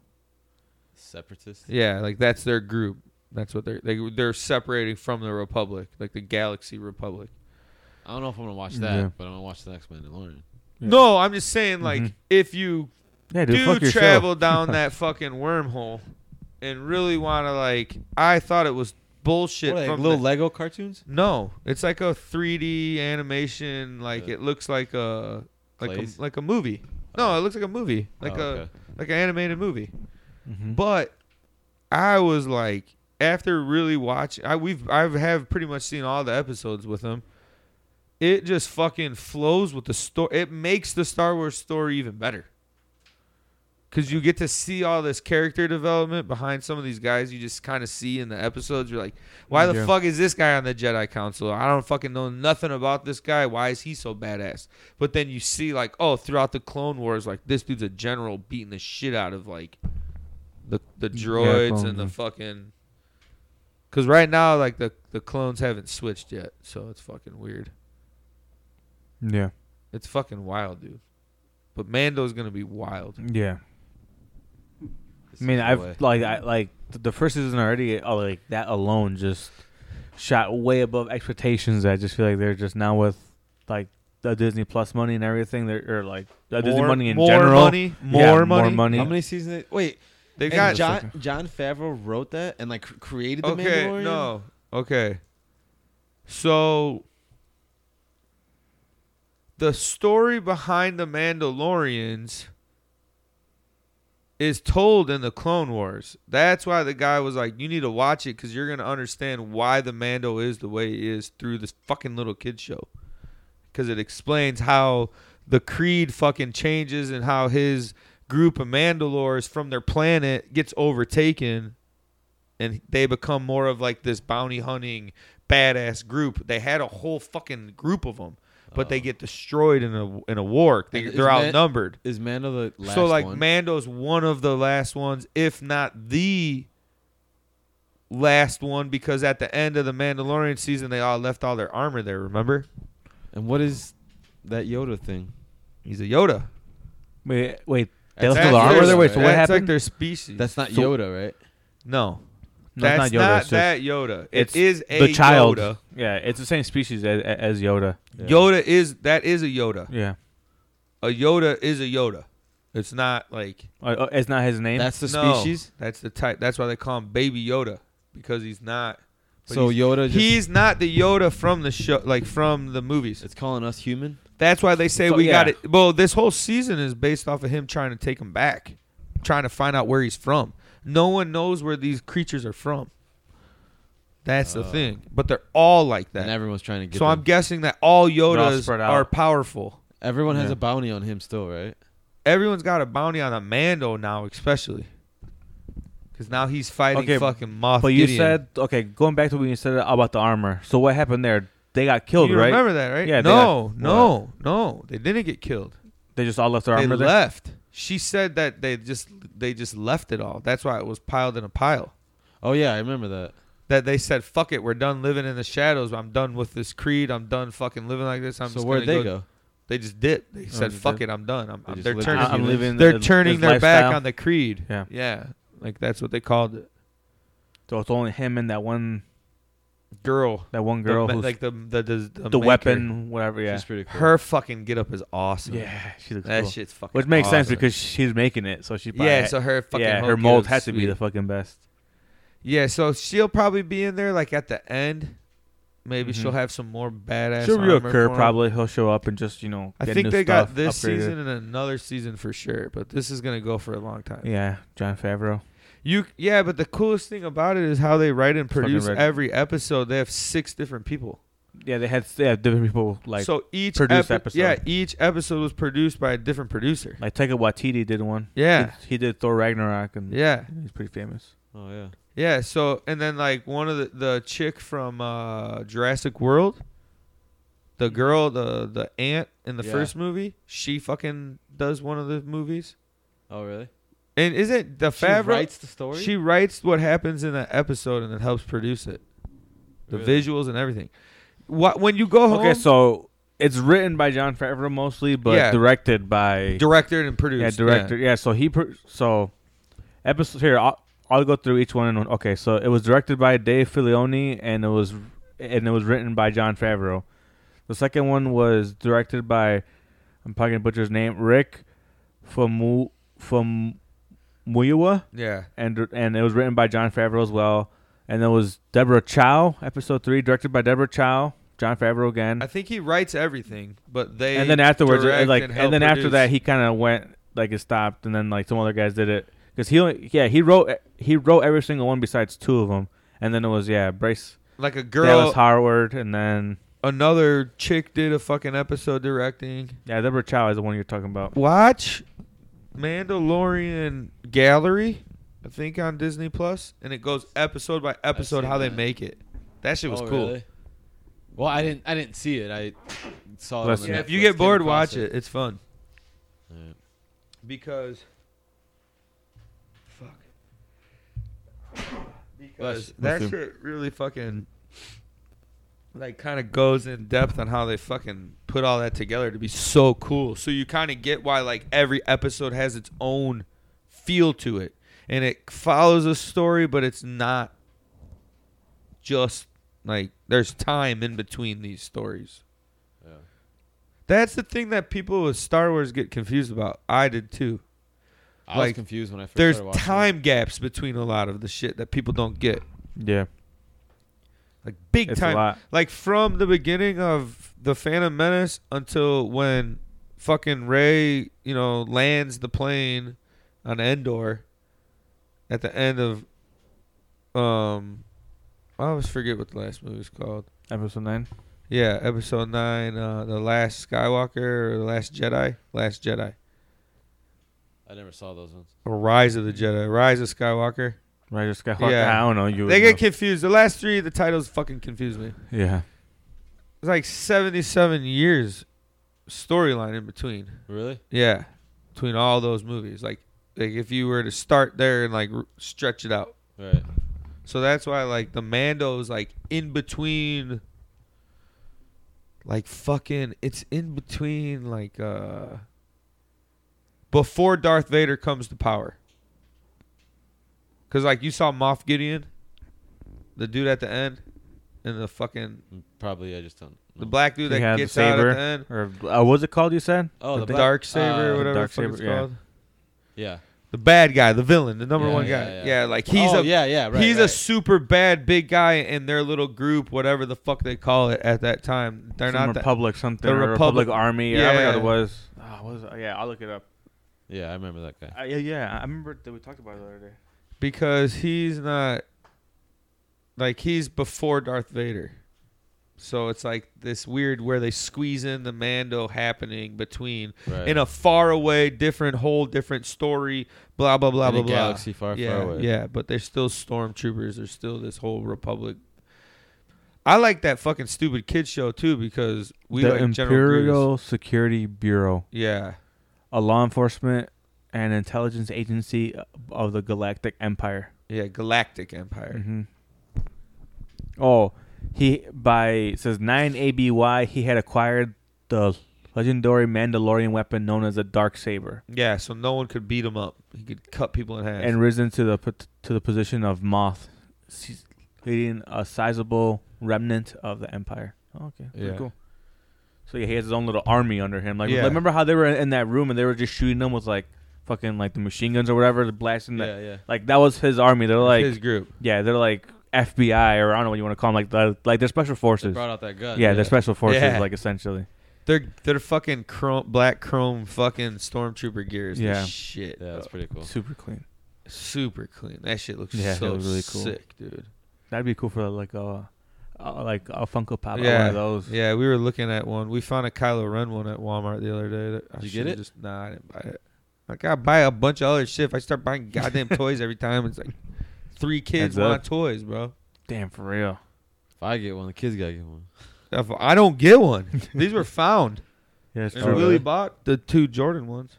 Separatists. Yeah, like that's their group. That's what they're they, they're separating from the Republic, like the Galaxy Republic. I don't know if I'm gonna watch that, Yeah. but I'm gonna watch the next Mandalorian. Yeah. No, I'm just saying, like, Mhm. if you Yeah, dude, do fuck yourself. travel down that fucking wormhole and really want to, like, I thought it was bullshit. What are they, from little the- Lego cartoons? no, it's like a 3D animation. Like, Yeah. it looks like a like a, Clays? like a movie. No, it looks like a movie, like uh, Oh, a okay. like an animated movie. Mhm. But I was like, after really watching, I we've I have pretty much seen all the episodes with him. It just fucking flows with the story. It makes the Star Wars story even better. Cause you get to see all this character development behind some of these guys you just kind of see in the episodes. You're like, why the Yeah. fuck is this guy on the Jedi Council? I don't fucking know nothing about this guy. Why is he so badass? But then you see like, oh, throughout the Clone Wars, like this dude's a general beating the shit out of like the the droids clones, and the yeah. fucking. Cause right now, like the the clones haven't switched yet, so it's fucking weird. Yeah, It's fucking wild, dude. But Mando's gonna be wild. yeah. This I mean, is the I've way. like I like th- the first season already. uh, Like that alone just shot way above expectations. I just feel like they're just now with like the Disney Plus money and everything. They're or like the Uh, Disney More- money in more general. money, Yeah, more money. More money. How many seasons? Wait, They and got John John Favreau wrote that and like cr- created the okay. Mandalorian. No, okay. So the story behind the Mandalorians is told in the Clone Wars. That's why the guy was like, "You need to watch it because you're gonna understand why the Mando is the way he is through this fucking little kid show." Because it explains how the creed fucking changes and how his group of Mandalores from their planet gets overtaken and they become more of like this bounty hunting badass group. They had a whole fucking group of them, but they get destroyed in a in a war. They, Uh-huh. And is they're Man- outnumbered. Is Mando the last so like one? Mando's one of the last ones, if not the last one, because at the end of the Mandalorian season, they all left all their armor there. Remember, and what is that Yoda thing? he's a Yoda. Wait, wait. They That's left all the like armor their- there. Wait, so what that's like happened? their species. That's not So- Yoda, right? no. No, it's That's not, not Yoda, it's just- that Yoda. It It's is a the child. Yoda. Yeah, it's the same species as, as Yoda. Yoda is that is a Yoda. Yeah, A Yoda is a Yoda. It's not like Uh, uh, it's not his name. That's the No. species. that's the type. That's why they call him Baby Yoda because he's not. but So he's, Yoda just he's not the Yoda from the show, like from the movies. it's calling us human. That's why they say So, we got yeah. it. Well, this whole season is based off of him trying to take him back, trying to find out where he's from. No one knows where these creatures are from. That's Uh, the Oh. thing. But they're all like And that. everyone's trying to get. So I'm them. guessing that all Yodas spread out. are powerful. Everyone has Yeah. a bounty on him still, right? Everyone's got a bounty on a Mando now, especially. Because now he's fighting Okay, fucking Moth but you said okay. Going back to what you said about the armor. So what happened there? They got killed, you right? remember that, right? Yeah, they No, got- no, no. They didn't get killed. They just all left their they armor there. left. She said that they just they just left it all. That's why it was piled in a pile. Oh yeah, I remember that. That they said, "Fuck it, we're done living in the shadows. I'm done with this creed. I'm done fucking living like this." I'm so just where'd gonna they go? Oh, They just dipped. They said, they "Fuck did? it, I'm done. I'm, They I'm- just they're lived turning. out I'm Humans. living. they're his- turning his their back lifestyle. on the creed." Yeah. yeah, like that's what they called it. So it's only him and that one, Girl, that one The girl ma- who's like the the the, the, the maker. weapon, whatever. Yeah, She's pretty cool. Her fucking get up is awesome. yeah, she looks that cool. shit's fucking. Which makes sense awesome. because she's making it, so she. Probably yeah, so her fucking yeah, whole her get mold up's has to be sweet. the fucking best. yeah, so she'll probably be in there like at the end. Maybe Mhm. she'll have some more badass. She'll armor for reoccur 'em. probably. He'll show up and just you know. I get think new they stuff, got this upgraded. season and another season for sure, but this is gonna go for a long time. Yeah, John Favreau. You yeah, but the coolest thing about it is how they write and Fucking produce right. every episode. They have six different people. Yeah, they had they had different people like so each produce episode. Yeah, each episode was produced by a different producer. like Taika Waititi did one. Yeah. he, he did Thor Ragnarok and Yeah. he's pretty famous. Oh yeah. Yeah, so and then like one of the the chick from uh Jurassic World, the Mm-hmm. girl, the the aunt in the Yeah. first movie, she fucking does one of the movies. Oh really? And isn't the She Favreau writes the story. she writes what happens in that episode and then helps produce it. The Really? visuals and everything. What when you go home Okay, so it's written by John Favreau mostly, but Yeah. directed by directed and produced. yeah director. Yeah, so he pr- so episode here. I'll, I'll go through each one. And one. Okay, so it was directed by Dave Filoni and it was and it was written by John Favreau. The second one was directed by I'm probably gonna butcher his name Rick from from Muiwa Yeah. and and it was written by John Favreau as well. And it was Deborah Chow, episode three, directed by Deborah Chow, John Favreau again. I think he writes everything, but they and then afterwards, it- direct like, and, help then after produce. that, he kind of went like it stopped, and then like some other guys did it because he, only- yeah, he wrote he wrote every single one besides two of them, and then it was yeah, Bryce like a girl, Dallas Howard, and then another chick did a fucking episode directing. yeah, Deborah Chow is the one you're talking about. Watch Mandalorian Gallery, I think on Disney Plus, and it goes episode by episode seen how they that. make it. That shit was Oh, cool. really? Well, I didn't. I didn't see it. I saw. It on Bless the you. Yeah, if you Netflix, get bored, came watch across it. It's fun. Alright. Because fuck. Because you. that Bless you. shit really fucking like kind of goes in depth on how they fucking put all that together to be so cool. So you kind of get why like every episode has its own feel to it. And it follows a story, but it's not just like there's time in between these stories. Yeah. That's the thing that people with Star Wars get confused about. I did too. I Like, was confused when I first There's started watching time gaps between a lot of the shit that people don't get. Yeah, Like big It's a time. lot. Like from the beginning of the Phantom Menace until when fucking Ray, you know, lands the plane on Endor at the end of um I always forget what the last movie's called. episode nine. Yeah, episode nine, uh, the last Skywalker or the last Jedi, last Jedi, It. I never saw those ones. or Rise of the Jedi, Rise of Skywalker. Right, just got yeah. Yeah. I don't know you. would They get know. confused. The last three, the titles fucking confuse me. yeah. It's like seventy-seven years storyline in between. Really? Yeah, between all those movies, like like if you were to start there and like r- stretch it out. Right. So that's why like the Mando's like in between like fucking it's in between like uh before Darth Vader comes to power. Cuz like you saw Moff Gideon, the dude at the end and the fucking Mm, Probably. I just don't. the know. black dude He that had the gets out at saber. the end. Or uh, what was it called? You said Oh, the thing? black- Dark saber, uh, whatever Dark the fuck it's saber, yeah. called. Yeah. The bad guy, the villain, the number Yeah, one guy. yeah, Yeah, yeah. like he's oh, a yeah, yeah, right. he's a right. super bad big guy in their little group, whatever the fuck they call it at that time. They're Some not the Republic something. the or Republic, Republic- Army. Yeah. I forgot what Yeah. it was. Oh, what was it? Yeah, I'll look it up. yeah, I remember that guy. Uh, yeah, yeah. I remember that we talked about it the other day. because he's not like he's before Darth Vader. So it's like this weird where they squeeze in the Mando happening between Right. in a far away, different whole different story, blah blah blah In a blah blah. galaxy far, yeah, far away. Yeah, but they're still stormtroopers. There's still this whole republic. I like that fucking stupid kid show too because we the like General Grievous. Imperial Security Bureau, Yeah, a law enforcement and intelligence agency uh, of the Galactic Empire. yeah, Galactic Empire. hmm Oh, he by it says nine ABY. He had acquired the legendary Mandalorian weapon known as a dark saber Yeah, so no one could beat him up. He could cut people in half. Mm-hmm. and risen to the pot- to the position of Moth, se- leading a sizable remnant of the Empire. Oh, okay, pretty Yeah. cool. So yeah, he has his own little army under him. Like Yeah. remember how they were in that room and they were just shooting them with like fucking like the machine guns or whatever, blasting that. yeah, yeah. Like that was his army. They're like his group. yeah, they're like FBI or I don't know what you want to call them. Like the, like they're special They forces. brought out that gun. yeah, they're special forces. Yeah. Like essentially. They're they're fucking chrome, black chrome fucking stormtrooper gears. Yeah, Yeah. shit. Yeah, that's though. pretty cool. Super clean. super clean. That shit looks Yeah, so that was really cool. sick, dude. That'd be cool for like a, a like a Funko Pop. Yeah. One Yeah. of those. Yeah, we were looking at one. We found a Kylo Ren one at Walmart the other day. That I Did you get should've it? Just, nah, I didn't buy it. Like I buy a bunch of other shit. If I start buying goddamn toys every time, it's like three kids Adds up. want toys, bro. Damn, for real. If I get one, the kids gotta get one. If I don't get one. These were found. Yeah, it's And true. Willie bought Oh, the two Jordan ones.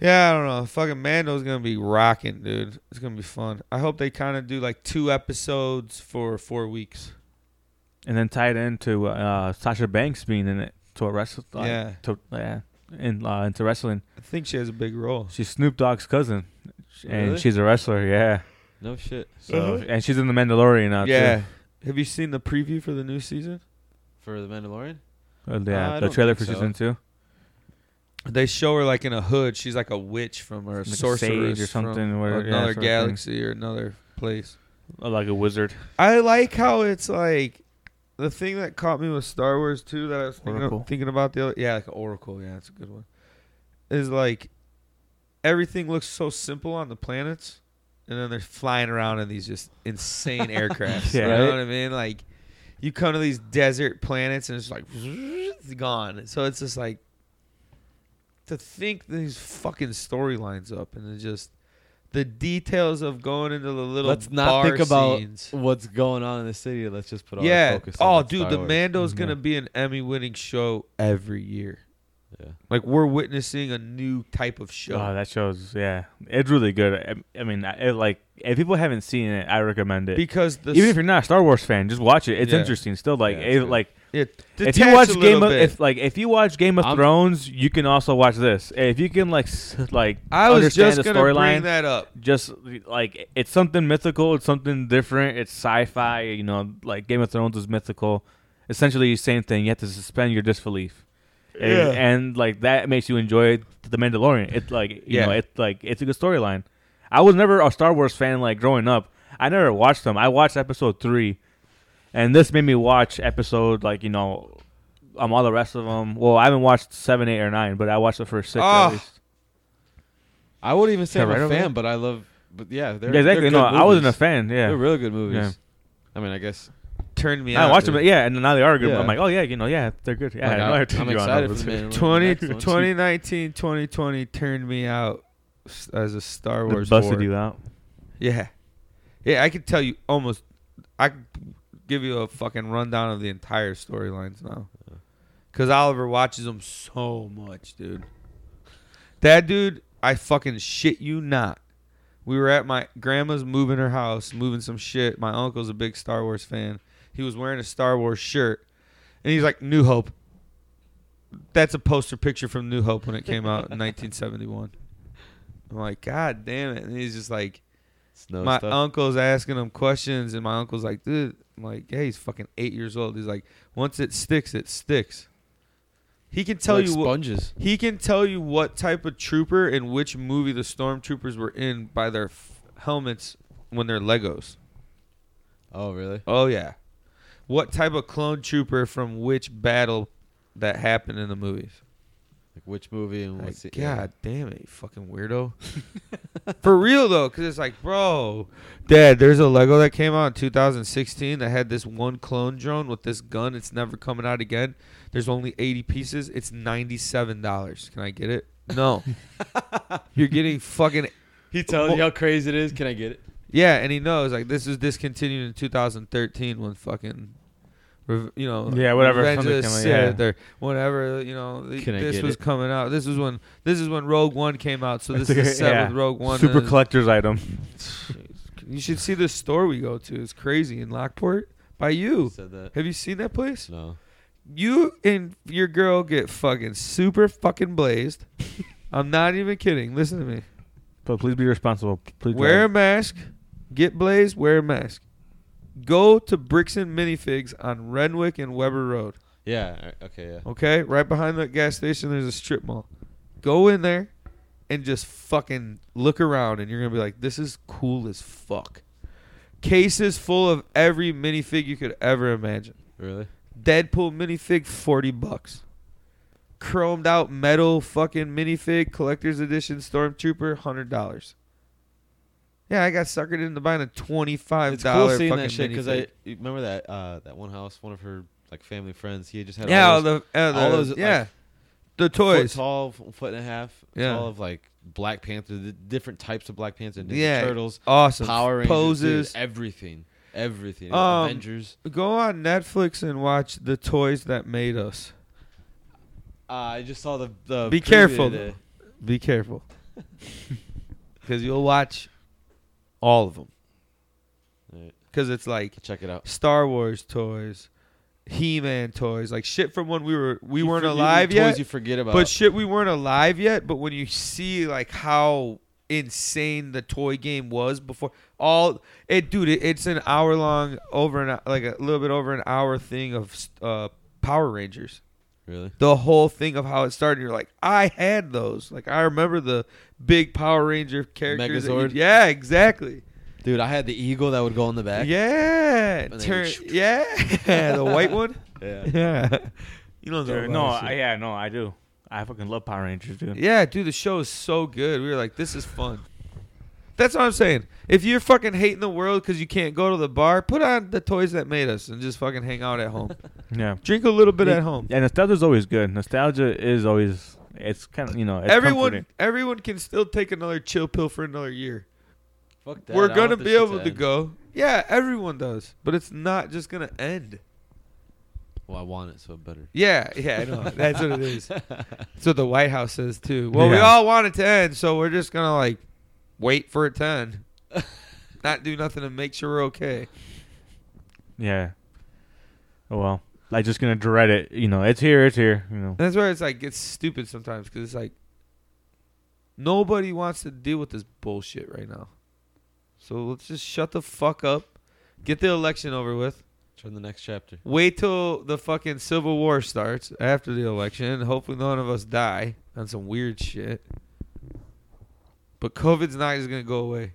Yeah, I don't know. Fucking Mando's gonna be rocking, dude. It's gonna be fun. I hope they kind of do like two episodes for four weeks. And then tie it into uh, Sasha Banks being in it to a wrestle. Like, Yeah. To, yeah. In, uh, into wrestling, I think she has a big role. she's Snoop Dogg's cousin. and Mm-hmm. Really? she's a wrestler. Yeah. No shit. So and she's in the Mandalorian now. yeah. Have you seen the preview for the new season? For the Mandalorian? Too. Uh, yeah. Uh, I the don't trailer for think so. season two. They show her like in a hood. She's like a witch from or a Like a sage sorceress or something, from whatever- yeah, another sort of thing. galaxy or another place. Oh, like a wizard. I like how it's like the thing that caught me with Star Wars too that I was thinking, Oracle. thinking about the other yeah like Oracle yeah it's a good one is like everything looks so simple on the planets and then they're flying around in these just insane aircrafts Yeah. you know Right. what I mean like you come to these desert planets and it's like it's gone so it's just like to think these fucking storylines up and it just the details of going into the little Let's not think bar about scenes what's going on in the city. Let's just put all yeah. our focus oh, on dude, Star the Wars. Mando's Mhm. gonna be an Emmy-winning show every year. Yeah. Like we're witnessing a new type of show. Oh, that shows. Yeah, it's really good. I, I mean, I, it, like if people haven't seen it, I recommend it. because the Even if you're not a Star Wars fan, just watch it. It's Yeah. interesting. Still, like Yeah, it- it's good. like it, if you watch Game of bit. if like if you watch Game of I'm- Thrones, you can also watch this. If you can like s- like I was understand just the gonna bring storyline, that up. just like it's something mythical, it's something different, it's sci-fi. You know, like Game of Thrones is mythical. Essentially, same thing. You have to suspend your disbelief, and, Yeah. and like that makes you enjoy the Mandalorian. It's like you Yeah. know, it's like it's a good storyline. I was never a Star Wars fan like growing up. I never watched them. I watched Episode three, and this made me watch Episode like you know, um, all the rest of them. Well, I haven't watched seven, eight, or nine, but I watched the first six. Ah. at least. I wouldn't even say Yeah, I'm right a over fan, there. but I love. But yeah, they're Yeah, exactly. They're No, good I wasn't a movies. fan. Yeah, They're really good movies. Yeah. I mean, I guess Turn me I out. watched them, yeah, and now they are good. Yeah. I'm like, oh yeah, you know, yeah, they're good. Yeah, like, I know I turned I'm you on excited over for to it. the 20, Mandalorian. 2019, 2020 turned me out s- as a Star They Wars. busted whore. you out. Yeah, yeah. I could tell you almost. I could give you a fucking rundown of the entire storylines now, because Oliver watches them so much, dude. That dude, I fucking shit you not. We were at my grandma's moving her house, moving some shit. My uncle's a big Star Wars fan. He was wearing a Star Wars shirt, and he's like, "New Hope." That's a poster picture from New Hope when it came out in 1971. I'm like, God damn it! And he's just like, Snow my stuff. uncle's asking him questions, and my uncle's like, dude, I'm like, yeah, he's fucking eight years old. He's like, once it sticks, it sticks. He can tell like you what sponges. he can tell you what type of trooper and which movie the stormtroopers were in by their f- helmets when they're Legos. Oh, really? Oh yeah, what type of clone trooper from which battle that happened in the movies? Like which movie and Like, what's it? yeah. God damn it, you fucking weirdo. For real though, because it's like, bro, Dad, there's a Lego that came out in 2016 that had this one clone drone with this gun. It's never coming out again. There's only 80 pieces. It's $97. Can I get it? No. You're getting fucking. He tells you how crazy it is. Can I get it? Yeah, and he knows, like, this was discontinued in 2013 when fucking. rev- You know, Yeah, whatever, Revenge of something the came out, Sith yeah. or whatever. You know, th- Can I this get was it? coming out. This is when this is when Rogue One came out. So this It's is like, a set yeah, with Rogue One. Super and- collector's item. You should see the store we go to. It's crazy in Lockport by you. Said that. Have you seen that place? No. You and your girl get fucking super fucking blazed. I'm not even kidding. Listen to me. But please be responsible. Please Wear a drive. mask. Get blazed. Wear a mask. Go to Bricks and Minifigs on Renwick and Weber Road. Yeah. all right, Okay. Yeah. Okay, right behind that gas station, there's a strip mall. Go in there and just fucking look around, and you're gonna be like, "This is cool as fuck." Cases full of every minifig you could ever imagine. Really? Deadpool minifig, forty bucks. Chromed out metal fucking minifig collector's edition Stormtrooper, hundred dollars. Yeah, I got suckered into buying a twenty-five It's cool dollar seeing fucking that shit because I minifig. you remember that uh, that one house, one of her like family friends. He just had yeah, all all those the, uh, the all those, like, yeah, the toys. Foot tall, f- foot and a half Yeah. tall of like Black Panther, the different types of Black Panther, Ninja Yeah, Turtles, awesome Power Rangers, poses. dude, everything, everything, Um, Avengers. Go on Netflix and watch the toys that made us. Uh, I just saw the the. Be preview careful, today. Be careful, because you'll watch all of them. Alright. Because it's like Check it out. Star Wars toys, He-Man toys, like shit from when we were we You weren't for- you- alive toys yet. You forget about. But shit, we weren't alive yet. But when you see like how insane the toy game was before. All it, dude, it, it's an hour long, over an like a little bit over an hour thing of uh, Power Rangers. Really? The whole thing of how it started. You're like, I had those. Like I remember the big Power Ranger characters. that you- Megazord? Yeah, exactly. Dude, I had the eagle that would go in the back. Yeah, then turn. you- Yeah, the white one. Yeah. Yeah, you know Sure, the No, I, yeah, no, I do. I fucking love Power Rangers, dude. Yeah, dude, the show is so good. We were like, this is fun. That's what I'm saying. If you're fucking hating the world because you can't go to the bar, put on the toys that made us and just fucking hang out at home. Yeah. Drink a little bit at home. Yeah, nostalgia's always good. Nostalgia is always it's kind of you know it's everyone, comforting. everyone can still take another chill pill for another year. Fuck that. we're I gonna want this be shit able to, end. go. Yeah, everyone does, but it's not just gonna end. Well, I want it so better. Yeah, yeah, I know. That's what it is. That's what the White House says too. Well, we Yeah. all want it to end, so we're just gonna like wait for it to end, not do nothing to make sure we're okay. Yeah. Oh well, like just gonna dread it. You know, it's here, it's here. You know. And that's where it's like it's stupid sometimes because it's like nobody wants to deal with this bullshit right now. So let's just shut the fuck up, get the election over with, Turn the next chapter. wait till the fucking civil war starts after the election. Hopefully none of us die on some weird shit. But COVID's not just gonna go away.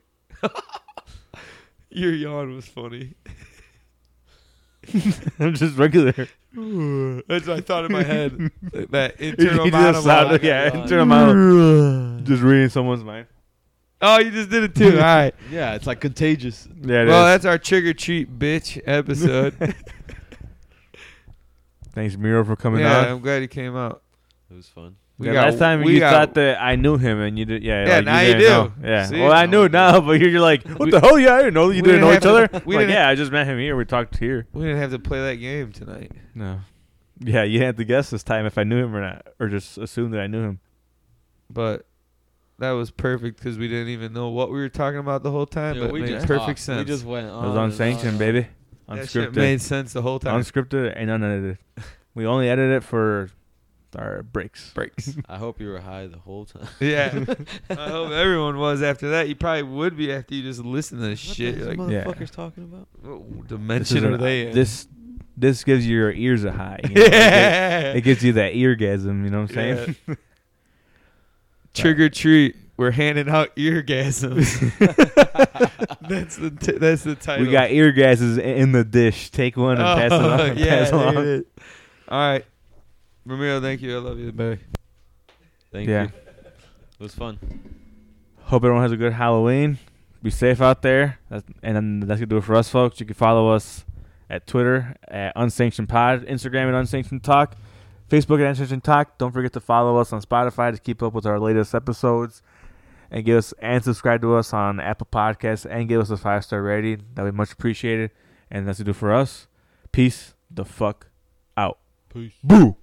Your yawn was funny. just regular. That's what I thought in my head. that internal You just monologue. sound, yeah, uh, internal monologue. Just reading someone's mind. Oh, you just did it too. All right. Yeah, it's like contagious. Yeah, it well, is. that's our trick or treat bitch episode. Thanks, Miro, for coming yeah, on. I'm glad he came out. It was fun. We Yeah, got- last time we you got- thought that I knew him and you did, yeah. Yeah, like, now you didn't do. know. Yeah. See? well, I knew Oh, now, but you're, you're like, what We- the hell? Yeah, I didn't know you we didn't know each didn't other. have to- we like, didn't- yeah, I just met him here. We talked here. we didn't have to play that game tonight. No. Yeah, you had to guess this time if I knew him or not, or just assume that I knew him. But that was perfect because we didn't even know what we were talking about the whole time. but it made perfect talked. sense. We just went It on. Oh, was and on. unsanctioned, baby. that shit Unscripted. made sense the whole time. Unscripted and unedited. We only edit it for our breaks. Breaks. I hope you were high the whole time. yeah. I hope everyone was after that. You probably would be after you just listen to this shit. You're like, Yeah. motherfuckers talking about? what This dimension is are an- they in? This this gives your ears a high. you know? It gives- yeah. It gives you that eargasm, you know what I'm saying? Trick or treat. We're handing out eargasms. that's the t- that's the title. Oh, We got ear gases i- in the dish. Take one and pass it on. and yeah, pass along. dude. All right, Ramiro. Thank you. I love you. Bye. Thank Yeah. you. It was fun. Hope everyone has a good Halloween. Be safe out there. That's, and then that's gonna do it for us, folks. You can follow us at Twitter at Unsanctioned Pod, Instagram at Unsanctioned Talk, Facebook at Unsanctioned Talk. Don't forget to follow us on Spotify to keep up with our latest episodes, and give us and subscribe to us on Apple Podcasts and give us a five star rating. That would be much appreciated. And that's gonna do it for us. Peace the fuck out. Peace. Boo.